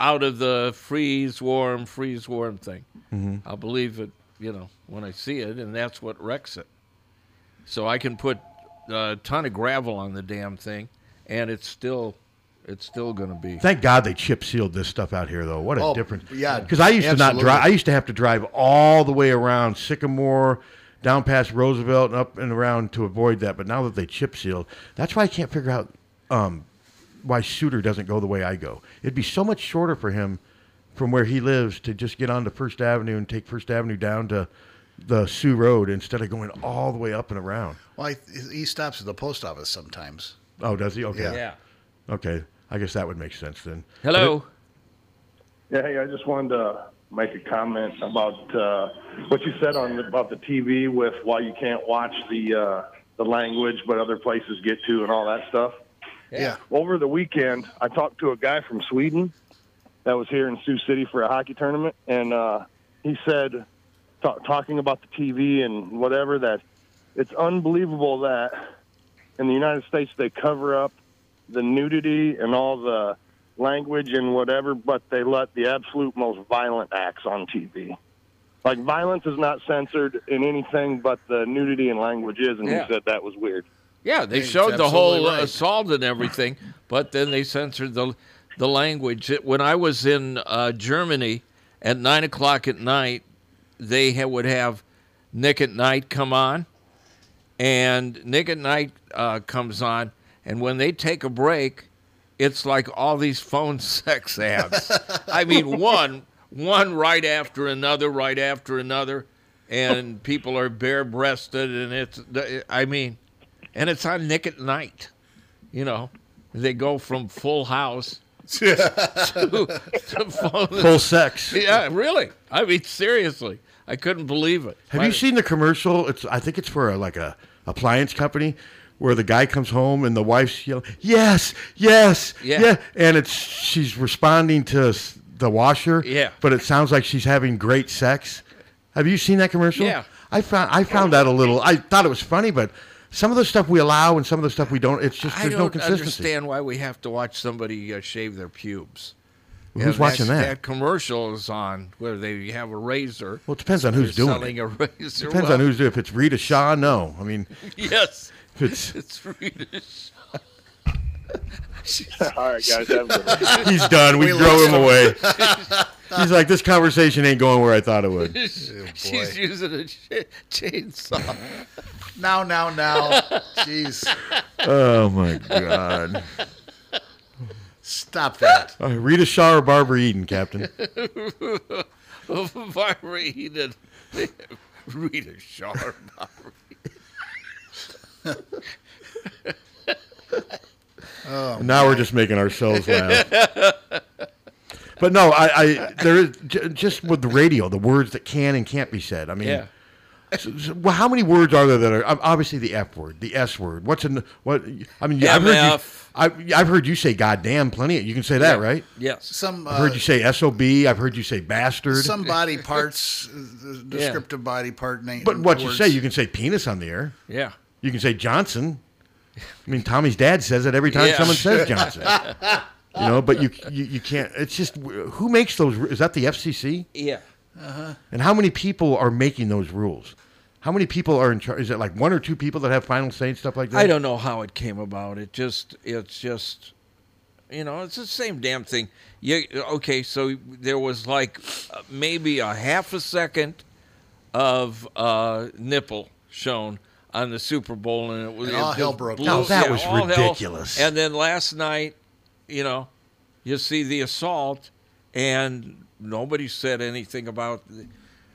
[SPEAKER 2] out of the freeze warm, freeze warm thing.
[SPEAKER 14] Mhm.
[SPEAKER 2] I'll believe it, you know, when I see it, and that's what wrecks it. So I can put a ton of gravel on the damn thing, and it's still, it's still going to be.
[SPEAKER 3] Thank God they chip sealed this stuff out here, though. What a
[SPEAKER 2] Oh,
[SPEAKER 3] difference!
[SPEAKER 2] yeah,
[SPEAKER 3] because I used to not
[SPEAKER 2] absolutely.
[SPEAKER 3] drive. I used to have to drive all the way around Sycamore, down past Roosevelt, and up and around to avoid that. But now that they chip sealed, that's why I can't figure out um, why Suter doesn't go the way I go. It'd be so much shorter for him from where he lives to just get onto First Avenue and take First Avenue down to the Sioux Road instead of going all the way up and around.
[SPEAKER 4] Well, I, he stops at the post office sometimes.
[SPEAKER 3] Oh, does he? Okay.
[SPEAKER 4] Yeah. Yeah.
[SPEAKER 3] Okay. I guess that would make sense then.
[SPEAKER 2] Hello.
[SPEAKER 11] Yeah, hey, I just wanted to make a comment about uh, what you said on the, about the TV with why you can't watch the uh, the language, but other places get to and all that stuff.
[SPEAKER 4] Yeah.
[SPEAKER 11] Over the weekend, I talked to a guy from Sweden that was here in Sioux City for a hockey tournament, and uh, he said, ta talking about the TV and whatever, that it's unbelievable that in the United States they cover up the nudity and all the language and whatever, but they let the absolute most violent acts on TV. Like violence is not censored in anything, but the nudity and language is, and
[SPEAKER 2] Yeah.
[SPEAKER 11] he said that was weird.
[SPEAKER 2] Yeah, they
[SPEAKER 11] It's
[SPEAKER 2] showed the whole uh,
[SPEAKER 11] absolutely right.
[SPEAKER 2] assault and everything, but then they censored the the language. It- When I was in uh, Germany at nine o'clock at night, they ha- would have Nick at Night come on, and Nick at Night uh, comes on, and when they take a break, it's like all these phone sex ads. I mean, one one right after another, right after another, and people are bare breasted, and it's I mean, and it's on Nick at Night. You know, they go from Full House. to, to phone
[SPEAKER 3] Full sex.
[SPEAKER 2] Yeah, really. I mean, seriously, I couldn't believe it.
[SPEAKER 3] Have you seen the commercial? It's I think it's for a, like a appliance company where the guy comes home and the wife's yelling, "Yes, yes,
[SPEAKER 2] Yeah.
[SPEAKER 3] and it's she's responding to s- the washer.
[SPEAKER 2] Yeah.
[SPEAKER 3] but it sounds like she's having great sex. Have you seen that commercial?
[SPEAKER 2] Yeah.
[SPEAKER 3] I found I found that a little. I thought it was funny, but some of the stuff we allow and some of the stuff we don't. It's just
[SPEAKER 2] I
[SPEAKER 3] there's
[SPEAKER 2] don't
[SPEAKER 3] no consistency.
[SPEAKER 2] understand why we have to watch somebody uh, shave their pubes.
[SPEAKER 3] Who's
[SPEAKER 2] that's-
[SPEAKER 3] watching that?
[SPEAKER 2] That commercial is on where they have a razor.
[SPEAKER 3] Well, it depends on who's
[SPEAKER 2] They're
[SPEAKER 3] doing it.
[SPEAKER 2] selling a razor.
[SPEAKER 3] Depends on
[SPEAKER 2] Well,
[SPEAKER 3] who's if it's Rita Shaw. No, I mean
[SPEAKER 2] Yes.
[SPEAKER 3] if it's
[SPEAKER 2] it's Rita's.
[SPEAKER 11] All right, guys. Have a good one.
[SPEAKER 3] He's done. We,
[SPEAKER 11] We
[SPEAKER 3] throw
[SPEAKER 11] lost
[SPEAKER 3] him
[SPEAKER 11] him.
[SPEAKER 3] away. He's like, this conversation ain't going where I thought it
[SPEAKER 4] Oh,
[SPEAKER 3] would.
[SPEAKER 2] She's using a cha- chainsaw.
[SPEAKER 4] Now, now, now. Jeez.
[SPEAKER 3] Oh my god.
[SPEAKER 4] Stop that.
[SPEAKER 3] Uh, Rita Shaw or Barbara Eden, Captain.
[SPEAKER 2] Barbara Eden. Rita Sharp.
[SPEAKER 4] Oh,
[SPEAKER 3] now we're just making ourselves laugh. But no, I, I there is j- just with the radio, the words that can and can't be said. I mean,
[SPEAKER 2] Yeah.
[SPEAKER 3] so- so, well, how many words are there that are ob- obviously the F word, the S word? What's in what? I mean, yeah, I've heard you.
[SPEAKER 2] MF.
[SPEAKER 3] I, I've heard you say "goddamn" plenty. You can say that, right?
[SPEAKER 2] Yes.
[SPEAKER 4] Some
[SPEAKER 3] I've heard
[SPEAKER 4] uh,
[SPEAKER 3] you say "sob." I've heard you say "bastard."
[SPEAKER 4] some body parts, uh, descriptive body part name.
[SPEAKER 3] But what you
[SPEAKER 4] words.
[SPEAKER 3] say, you can say penis on the air.
[SPEAKER 2] Yeah.
[SPEAKER 3] You can say Johnson. I mean, Tommy's dad says it every time
[SPEAKER 4] Yeah.
[SPEAKER 3] someone says Johnson. you know, but you, you you can't. It's just who makes those? Is that the FCC?
[SPEAKER 2] Yeah.
[SPEAKER 4] Uh-huh.
[SPEAKER 3] And how many people are making those rules? How many people are in charge? Is it like one or two people that have final say and stuff like that?
[SPEAKER 2] I don't know how it came about. It just, it's just, you know, it's the same damn thing. Yeah. Okay. So there was like uh, maybe a half a second of uh, nipple shown on the Super Bowl, and it was
[SPEAKER 4] And all
[SPEAKER 2] it
[SPEAKER 4] hell
[SPEAKER 2] just
[SPEAKER 4] broke
[SPEAKER 2] blew-
[SPEAKER 3] loose. Now, that was
[SPEAKER 2] all hell.
[SPEAKER 3] ridiculous.
[SPEAKER 2] And then last night, you know, you see the assault, and nobody said anything about. The,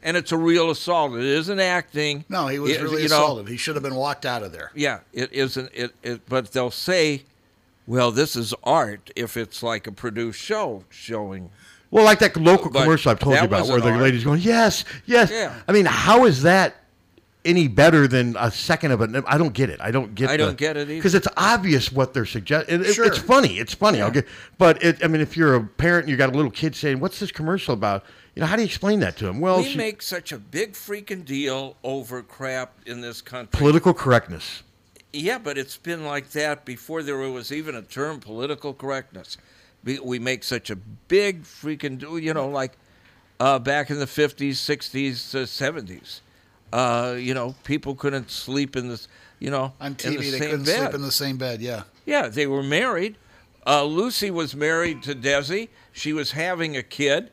[SPEAKER 2] and it's a real assault. It isn't acting.
[SPEAKER 4] No, he was
[SPEAKER 2] It-
[SPEAKER 4] really
[SPEAKER 2] you know,
[SPEAKER 4] assaulted. he should have been walked out of there.
[SPEAKER 2] yeah, it isn't. It, it but they'll say, well, this is art if it's like a produced show showing.
[SPEAKER 3] Well, like that local
[SPEAKER 2] But
[SPEAKER 3] commercial I've told
[SPEAKER 2] that
[SPEAKER 3] you about,
[SPEAKER 2] was
[SPEAKER 3] where
[SPEAKER 2] an
[SPEAKER 3] the
[SPEAKER 2] art.
[SPEAKER 3] lady's going, "Yes, yes."
[SPEAKER 2] Yeah.
[SPEAKER 3] I mean, how is that any better than a second of a? I don't get it. I don't get.
[SPEAKER 2] I don't get it either.
[SPEAKER 3] because it's obvious what they're suggesting.
[SPEAKER 2] Sure.
[SPEAKER 3] It's funny. It's funny. I'll get. But it, I mean, if you're a parent and you got a little kid saying, "What's this commercial about?" You know, how do you explain that to him? Well,
[SPEAKER 2] we
[SPEAKER 3] she-
[SPEAKER 2] make such a big freaking deal over crap in this country.
[SPEAKER 3] political correctness.
[SPEAKER 2] Yeah, but it's been like that before there was even a term political correctness. We, we make such a big freaking do, you know, like uh, back in the 50s, 60s, uh, 70s. Uh, you know, people couldn't sleep in this, you know,
[SPEAKER 4] On
[SPEAKER 2] in the
[SPEAKER 4] TV, they
[SPEAKER 2] same
[SPEAKER 4] couldn't
[SPEAKER 2] bed.
[SPEAKER 4] sleep in the same bed. Yeah.
[SPEAKER 2] Yeah, they were married. Uh, Lucy was married to Desi. She was having a kid,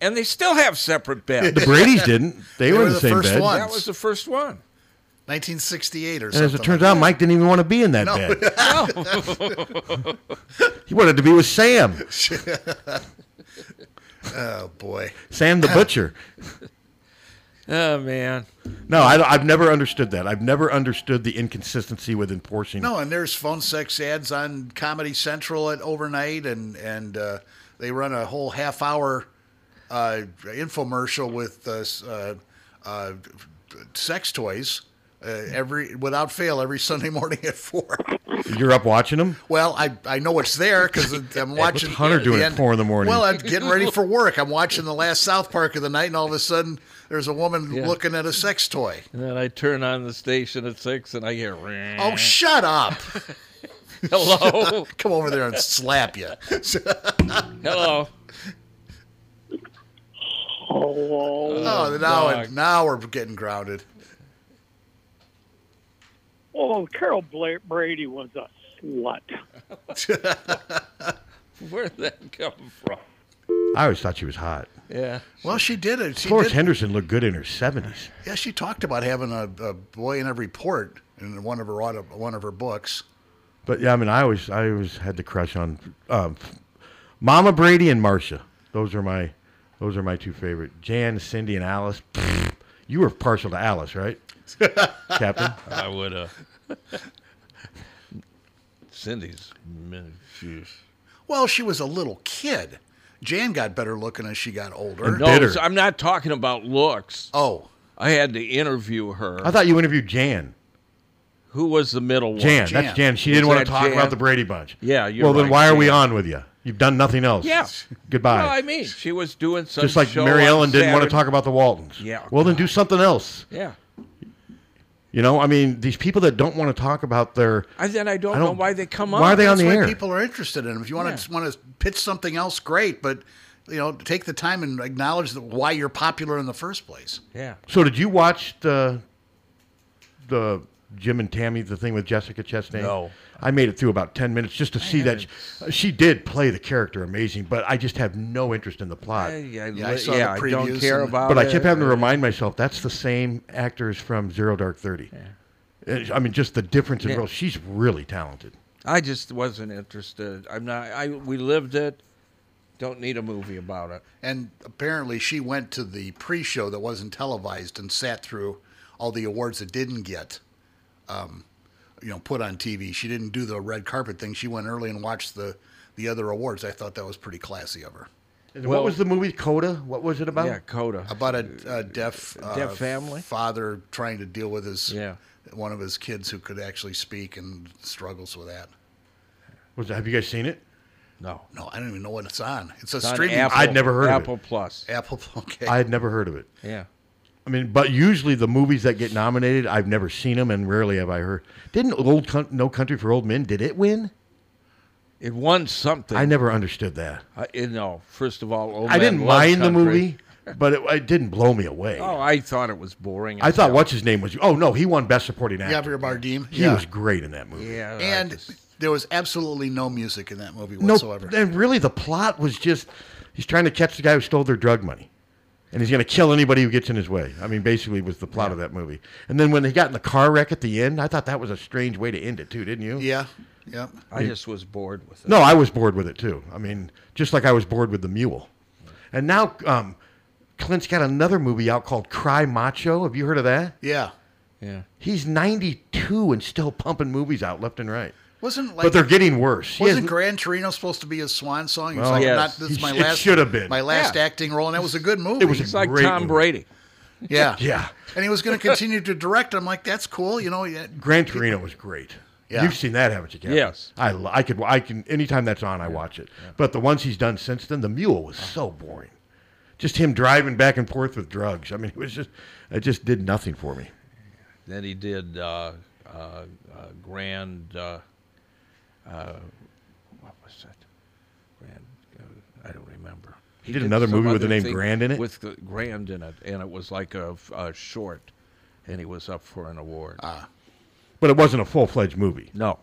[SPEAKER 2] and they still have separate beds.
[SPEAKER 3] The Brady's didn't. They They were in were the the same first bed. ones.
[SPEAKER 2] That was the first one.
[SPEAKER 4] 1968 or
[SPEAKER 3] And
[SPEAKER 4] something.
[SPEAKER 3] as it turns out, Mike didn't even want to be in that
[SPEAKER 4] No.
[SPEAKER 3] bed.
[SPEAKER 4] No.
[SPEAKER 3] He wanted to be with Sam,
[SPEAKER 4] oh boy.
[SPEAKER 3] Sam the butcher.
[SPEAKER 2] Oh man.
[SPEAKER 3] No, I, I've never understood that. I've never understood the inconsistency with enforcing.
[SPEAKER 4] No, and there's phone sex ads on Comedy Central at overnight, and and uh, they run a whole half hour uh, infomercial with uh, s- uh, uh, sex toys uh, every without fail every Sunday morning at four.
[SPEAKER 3] You're up watching them.
[SPEAKER 4] Well, I, I know it's there because I'm watching.
[SPEAKER 3] What's Hunter doing
[SPEAKER 4] the
[SPEAKER 3] at
[SPEAKER 4] end-
[SPEAKER 3] four in the morning?
[SPEAKER 4] Well, I'm getting ready for work. I'm watching the last South Park of the night, and all of a sudden, there's a woman
[SPEAKER 2] Yeah.
[SPEAKER 4] looking at a sex toy.
[SPEAKER 2] And then I turn on the station at six, and I get. Eh.
[SPEAKER 4] Oh, shut up!
[SPEAKER 2] Hello?
[SPEAKER 4] Come over there and slap you. Oh,
[SPEAKER 2] Hello.
[SPEAKER 14] Oh,
[SPEAKER 4] now
[SPEAKER 14] dog.
[SPEAKER 4] now we're getting grounded.
[SPEAKER 14] Oh, Carol Bla- Brady was a slut.
[SPEAKER 2] Where did that come from?
[SPEAKER 3] I always thought she was hot.
[SPEAKER 2] Yeah.
[SPEAKER 4] Well, she did it. She
[SPEAKER 3] Florence
[SPEAKER 4] did-
[SPEAKER 3] Henderson looked good in her seventies.
[SPEAKER 4] Yeah, she talked about having a, a boy in every port in one of her auto, one of her books.
[SPEAKER 3] But yeah, I mean, I always, I always had the crush on um, Mama Brady and Marcia. Those are my, those are my two favorite. Jan, Cindy, and Alice. Pfft. You were partial to Alice, right, Captain?
[SPEAKER 2] I would uh, have. Cindy's. man, sheesh.
[SPEAKER 4] Well, she was a little kid. Jan got better looking as she got older.
[SPEAKER 2] No, it's- I'm not talking about looks.
[SPEAKER 4] Oh.
[SPEAKER 2] I had to interview her.
[SPEAKER 3] I thought you interviewed Jan.
[SPEAKER 2] Who was the middle one?
[SPEAKER 3] Jan, that's Jan. She didn't
[SPEAKER 2] Was
[SPEAKER 3] want
[SPEAKER 2] that
[SPEAKER 3] to talk
[SPEAKER 2] Jan?
[SPEAKER 3] about the Brady Bunch.
[SPEAKER 2] Yeah, you're
[SPEAKER 3] well, then
[SPEAKER 2] right,
[SPEAKER 3] why are we
[SPEAKER 2] Jan.
[SPEAKER 3] on with you? You've done nothing else.
[SPEAKER 2] Yeah.
[SPEAKER 3] Goodbye.
[SPEAKER 2] No, I mean, she was doing some
[SPEAKER 3] Just like
[SPEAKER 2] show
[SPEAKER 3] Mary
[SPEAKER 2] on
[SPEAKER 3] Ellen didn't want to
[SPEAKER 2] Saturday-
[SPEAKER 3] talk about the Waltons.
[SPEAKER 2] Yeah.
[SPEAKER 3] Well, then do something else.
[SPEAKER 2] Yeah.
[SPEAKER 3] You know, I mean, these people that don't want to talk about their.
[SPEAKER 2] I, then I don't,
[SPEAKER 3] I don't-
[SPEAKER 2] know why they come
[SPEAKER 3] why
[SPEAKER 2] on.
[SPEAKER 3] are they on
[SPEAKER 4] That's
[SPEAKER 3] the
[SPEAKER 4] why
[SPEAKER 3] air?
[SPEAKER 4] People are interested in them. If you want to want to pitch something else, great. But you know, take the time and acknowledge that why you're popular in the first place.
[SPEAKER 2] Yeah.
[SPEAKER 3] So did you watch the the Jim and Tammy the thing with Jessica Chastain?
[SPEAKER 2] No.
[SPEAKER 3] I made it through about ten minutes just to see that she, she did play the character amazing, but I just have no interest in the plot.
[SPEAKER 2] I, I, li- yeah, I don't care about
[SPEAKER 3] But
[SPEAKER 2] it.
[SPEAKER 3] I kept having to remind myself that's the same actors from Zero Dark Thirty. Uh, I mean, just the difference in
[SPEAKER 2] Yeah.
[SPEAKER 3] role. She's really talented.
[SPEAKER 2] I just wasn't interested. I'm not. I we lived it. Don't need a movie about it.
[SPEAKER 4] And apparently, she went to the pre-show that wasn't televised and sat through all the awards that didn't get, um, you know, put on TV. She didn't do the red carpet thing. She went early and watched the the other awards. I thought that was pretty classy of her.
[SPEAKER 3] And what was the movie Coda? What was it about?
[SPEAKER 4] Yeah,
[SPEAKER 2] Coda.
[SPEAKER 4] About a, a deaf uh,
[SPEAKER 3] deaf family?
[SPEAKER 4] father trying to deal with his one of his kids who could actually speak and struggles with that.
[SPEAKER 3] Was have you guys seen it?
[SPEAKER 2] No.
[SPEAKER 4] No, I don't even know what it's on. It's a
[SPEAKER 3] It's on
[SPEAKER 4] streaming.
[SPEAKER 3] Apple- I'd never heard of it.
[SPEAKER 2] Apple Plus.
[SPEAKER 4] Apple. Okay.
[SPEAKER 3] I had never heard of it.
[SPEAKER 2] Yeah.
[SPEAKER 3] I mean, but usually the movies that get nominated, I've never seen them, and rarely have I heard. Didn't Old Coun- No Country for Old Men? Did it win?
[SPEAKER 2] It won something.
[SPEAKER 3] I never understood that.
[SPEAKER 2] I, you know, first of all, Old
[SPEAKER 3] I didn't
[SPEAKER 2] Man Loves
[SPEAKER 3] mind the
[SPEAKER 2] Country.
[SPEAKER 3] movie, but it, it didn't blow me away.
[SPEAKER 2] Oh, I thought it was boring.
[SPEAKER 3] I
[SPEAKER 2] as
[SPEAKER 3] thought
[SPEAKER 2] hell.
[SPEAKER 3] what's his name was. Oh no, he won Best Supporting Actor.
[SPEAKER 4] Javier Bardem.
[SPEAKER 3] He
[SPEAKER 4] Yeah.
[SPEAKER 3] was great in that movie.
[SPEAKER 2] Yeah.
[SPEAKER 4] and there was absolutely no music in that movie
[SPEAKER 3] No,
[SPEAKER 4] whatsoever.
[SPEAKER 3] and really the plot was just he's trying to catch the guy who stole their drug money. And he's going to kill anybody who gets in his way. I mean, basically, was the plot of that movie. And then when they got in the car wreck at the end, I thought that was a strange way to end it, too, didn't you?
[SPEAKER 4] Yeah, yeah.
[SPEAKER 2] I just was bored with it.
[SPEAKER 3] No, I was bored with it too. I mean, just like I was bored with the mule. And now um, Clint's got another movie out called Cry Macho. Have you heard of that?
[SPEAKER 4] Yeah.
[SPEAKER 2] Yeah.
[SPEAKER 3] He's 92 and still pumping movies out left and right.
[SPEAKER 4] Wasn't like
[SPEAKER 3] but they're getting worse. He
[SPEAKER 4] Wasn't
[SPEAKER 3] has-
[SPEAKER 4] Gran Torino supposed to be his swan song? He was
[SPEAKER 3] Well,
[SPEAKER 4] like,
[SPEAKER 3] yes.
[SPEAKER 4] not, this is my
[SPEAKER 3] It
[SPEAKER 4] last.
[SPEAKER 3] should have been.
[SPEAKER 4] my last
[SPEAKER 3] Yeah.
[SPEAKER 4] acting role, and that was a good movie.
[SPEAKER 3] It was a He's like great Tom movie.
[SPEAKER 2] Brady.
[SPEAKER 4] Yeah,
[SPEAKER 3] Yeah.
[SPEAKER 4] And he was going to continue to direct. I'm like, that's cool. You know, yeah.
[SPEAKER 3] Gran Torino was great.
[SPEAKER 4] Yeah.
[SPEAKER 3] You've seen that, haven't you? Captain?
[SPEAKER 2] Yes.
[SPEAKER 3] I, lo- I could. I can. Anytime that's on, I watch it. But the ones he's done since then, the mule was so boring. Just him driving back and forth with drugs. I mean, it was just. It just did nothing for me.
[SPEAKER 2] Then he did uh, uh, uh, Grand. Uh, uh, what was it? Grand. Uh, I don't remember.
[SPEAKER 3] He did another
[SPEAKER 2] some
[SPEAKER 3] movie with the
[SPEAKER 2] other
[SPEAKER 3] name
[SPEAKER 2] thing
[SPEAKER 3] Grand in it?
[SPEAKER 2] With the Grand in it, and it was like a, a short, and he was up for an award. Ah,
[SPEAKER 3] But it wasn't a full fledged movie.
[SPEAKER 2] No.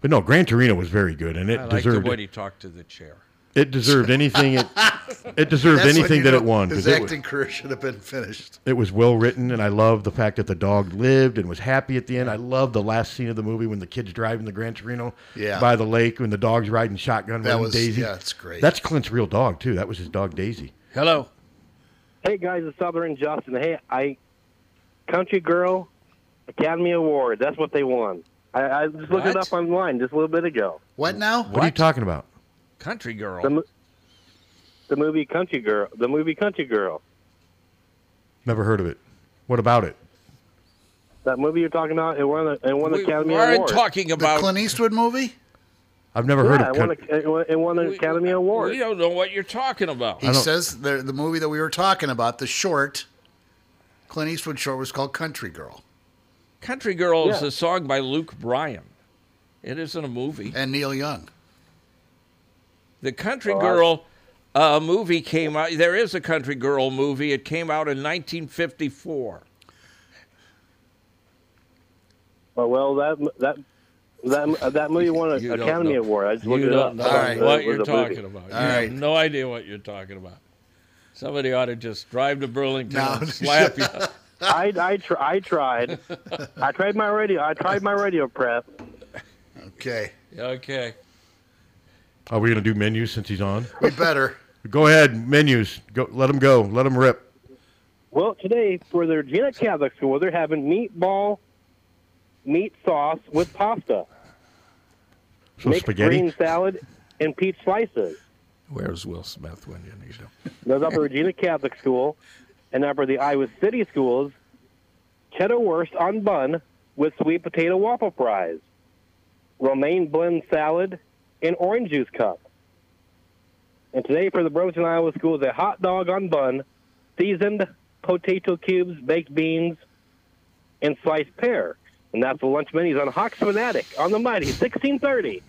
[SPEAKER 3] But no, Gran Torino was very good, and it
[SPEAKER 2] I like the
[SPEAKER 3] deserved.
[SPEAKER 2] way he talked to the chair.
[SPEAKER 3] It deserved anything. It, it deserved
[SPEAKER 4] That's when
[SPEAKER 3] anything
[SPEAKER 4] you
[SPEAKER 3] that
[SPEAKER 4] know
[SPEAKER 3] it won. 'cause
[SPEAKER 4] His
[SPEAKER 3] it wa-
[SPEAKER 4] acting career should have been finished.
[SPEAKER 3] It was well written, and I love the fact that the dog lived and was happy at the end. I love the last scene of the movie when the kid's driving the Gran Torino
[SPEAKER 4] Yeah.
[SPEAKER 3] by the lake when the dog's riding shotgun
[SPEAKER 4] That
[SPEAKER 3] with
[SPEAKER 4] was-
[SPEAKER 3] Daisy.
[SPEAKER 4] yeah, it's great.
[SPEAKER 3] That's Clint's real dog too. That was his dog Daisy.
[SPEAKER 2] Hello.
[SPEAKER 15] Hey guys, it's Southern Justin. Hey, I Country Girl Academy Award. That's what they won. I, I just looked it
[SPEAKER 2] What?
[SPEAKER 15] up online just a little bit ago.
[SPEAKER 4] Oh, What now?
[SPEAKER 3] What, are you talking about?
[SPEAKER 2] Country Girl.
[SPEAKER 15] The, mo- the movie Country Girl. The movie Country Girl.
[SPEAKER 3] Never heard of it. What about it?
[SPEAKER 15] That movie you're talking about. It won. The, it won the Academy Award.
[SPEAKER 4] the Clint Eastwood movie.
[SPEAKER 3] I've never heard
[SPEAKER 15] yeah,
[SPEAKER 3] of
[SPEAKER 15] it. Won
[SPEAKER 3] country.
[SPEAKER 15] a, it won- it won an Academy Award.
[SPEAKER 2] We don't know what you're talking about.
[SPEAKER 4] He says the the movie that we were talking about, the short, Clint Eastwood short, was called Country Girl.
[SPEAKER 2] Country Girl is
[SPEAKER 4] Yeah.
[SPEAKER 2] a song by Luke Bryan. It isn't a movie.
[SPEAKER 4] And Neil Young.
[SPEAKER 2] The Country
[SPEAKER 4] Oh, I-
[SPEAKER 2] Girl uh, movie came out. There is a Country Girl movie. It came out in 1954.
[SPEAKER 15] Oh, well, that that that that movie won an
[SPEAKER 2] don't
[SPEAKER 15] Academy
[SPEAKER 2] know.
[SPEAKER 15] Award. I just
[SPEAKER 2] You
[SPEAKER 15] looked it
[SPEAKER 2] don't
[SPEAKER 15] up.
[SPEAKER 2] know
[SPEAKER 15] It was
[SPEAKER 2] what
[SPEAKER 15] a
[SPEAKER 2] you're
[SPEAKER 15] movie.
[SPEAKER 2] talking about.
[SPEAKER 15] All
[SPEAKER 2] you
[SPEAKER 15] right.
[SPEAKER 2] have no idea what you're talking about. Somebody ought to just drive to Burlington and slap you.
[SPEAKER 15] I I, tr- I tried. I tried my radio. I tried my radio prep.
[SPEAKER 4] Okay.
[SPEAKER 2] Okay.
[SPEAKER 3] Are we going to do menus since he's on?
[SPEAKER 4] We better.
[SPEAKER 3] Go ahead, menus. Go, let him go. Let him rip.
[SPEAKER 15] Well, today for their Gina Catholic school, they're having meatball meat sauce with pasta,
[SPEAKER 3] So
[SPEAKER 15] mixed
[SPEAKER 3] spaghetti.
[SPEAKER 15] green salad, and peach slices.
[SPEAKER 2] Where's Will Smith when you need him?
[SPEAKER 15] Those up at Regina Catholic School, and up at the Iowa City schools, cheddar wurst on bun with sweet potato waffle fries, romaine blend salad, and orange juice cup. And today for the Burlington, Iowa schools, a hot dog on bun, seasoned potato cubes, baked beans, and sliced pear. And that's the lunch menus on Hawks Fanatic on the Mighty 1630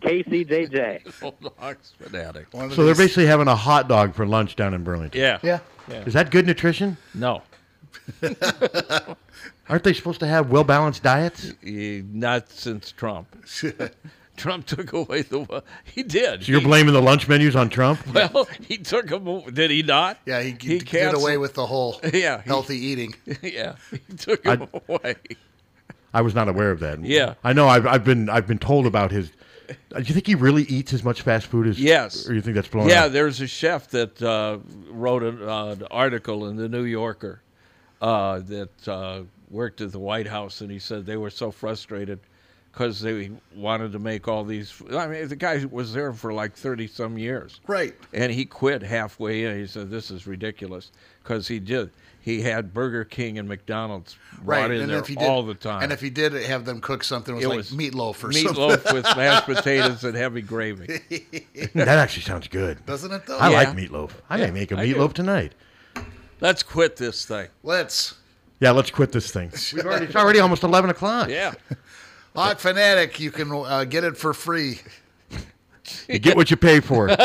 [SPEAKER 15] KCJJ.
[SPEAKER 2] Hawks Fanatic.
[SPEAKER 3] So they're basically having a hot dog for lunch down in Burlington.
[SPEAKER 2] Yeah.
[SPEAKER 4] Yeah.
[SPEAKER 3] Is that good nutrition?
[SPEAKER 2] No.
[SPEAKER 3] Aren't they supposed to have well balanced diets?
[SPEAKER 2] Eh, Not since Trump. Trump took away the. wa- He did.
[SPEAKER 3] So you're
[SPEAKER 2] He-
[SPEAKER 3] blaming the lunch menus on Trump?
[SPEAKER 2] Well, he took a. Did he not?
[SPEAKER 4] Yeah, he,
[SPEAKER 2] he
[SPEAKER 4] Get away
[SPEAKER 2] canceled-
[SPEAKER 4] with the whole
[SPEAKER 2] Yeah, he-
[SPEAKER 4] healthy eating.
[SPEAKER 2] Yeah, he took him away.
[SPEAKER 3] I was not aware of that.
[SPEAKER 2] Yeah.
[SPEAKER 3] I know. I've, I've been I've been told about his. Do you think he really eats as much fast food as?
[SPEAKER 2] Yes.
[SPEAKER 3] Or you think that's blown?
[SPEAKER 2] yeah,
[SPEAKER 3] up?
[SPEAKER 2] there's a chef that uh, wrote an, uh, an article in the New Yorker uh, that uh, worked at the White House, and he said they were so frustrated because they wanted to make all these. I mean, the guy was there for like thirty some years,
[SPEAKER 4] right?
[SPEAKER 2] And he quit halfway in. He said, "This is ridiculous," because he did. He had Burger King and McDonald's brought in there all the time.
[SPEAKER 4] And if he did have them cook something, it was
[SPEAKER 2] It
[SPEAKER 4] like
[SPEAKER 2] was
[SPEAKER 4] meatloaf or
[SPEAKER 2] meatloaf
[SPEAKER 4] something.
[SPEAKER 2] with mashed potatoes and heavy gravy.
[SPEAKER 3] Hmm, that actually sounds good.
[SPEAKER 4] Doesn't it, though?
[SPEAKER 3] I
[SPEAKER 4] Yeah.
[SPEAKER 3] like meatloaf. I
[SPEAKER 4] Yeah,
[SPEAKER 3] may make a
[SPEAKER 4] I do.
[SPEAKER 3] meatloaf tonight.
[SPEAKER 2] Let's quit this thing.
[SPEAKER 4] Let's.
[SPEAKER 3] Yeah, let's quit this thing. We've already, it's already almost eleven o'clock.
[SPEAKER 2] Yeah.
[SPEAKER 4] Hawk Fanatic, you can uh, get it for free.
[SPEAKER 3] You get what you pay for.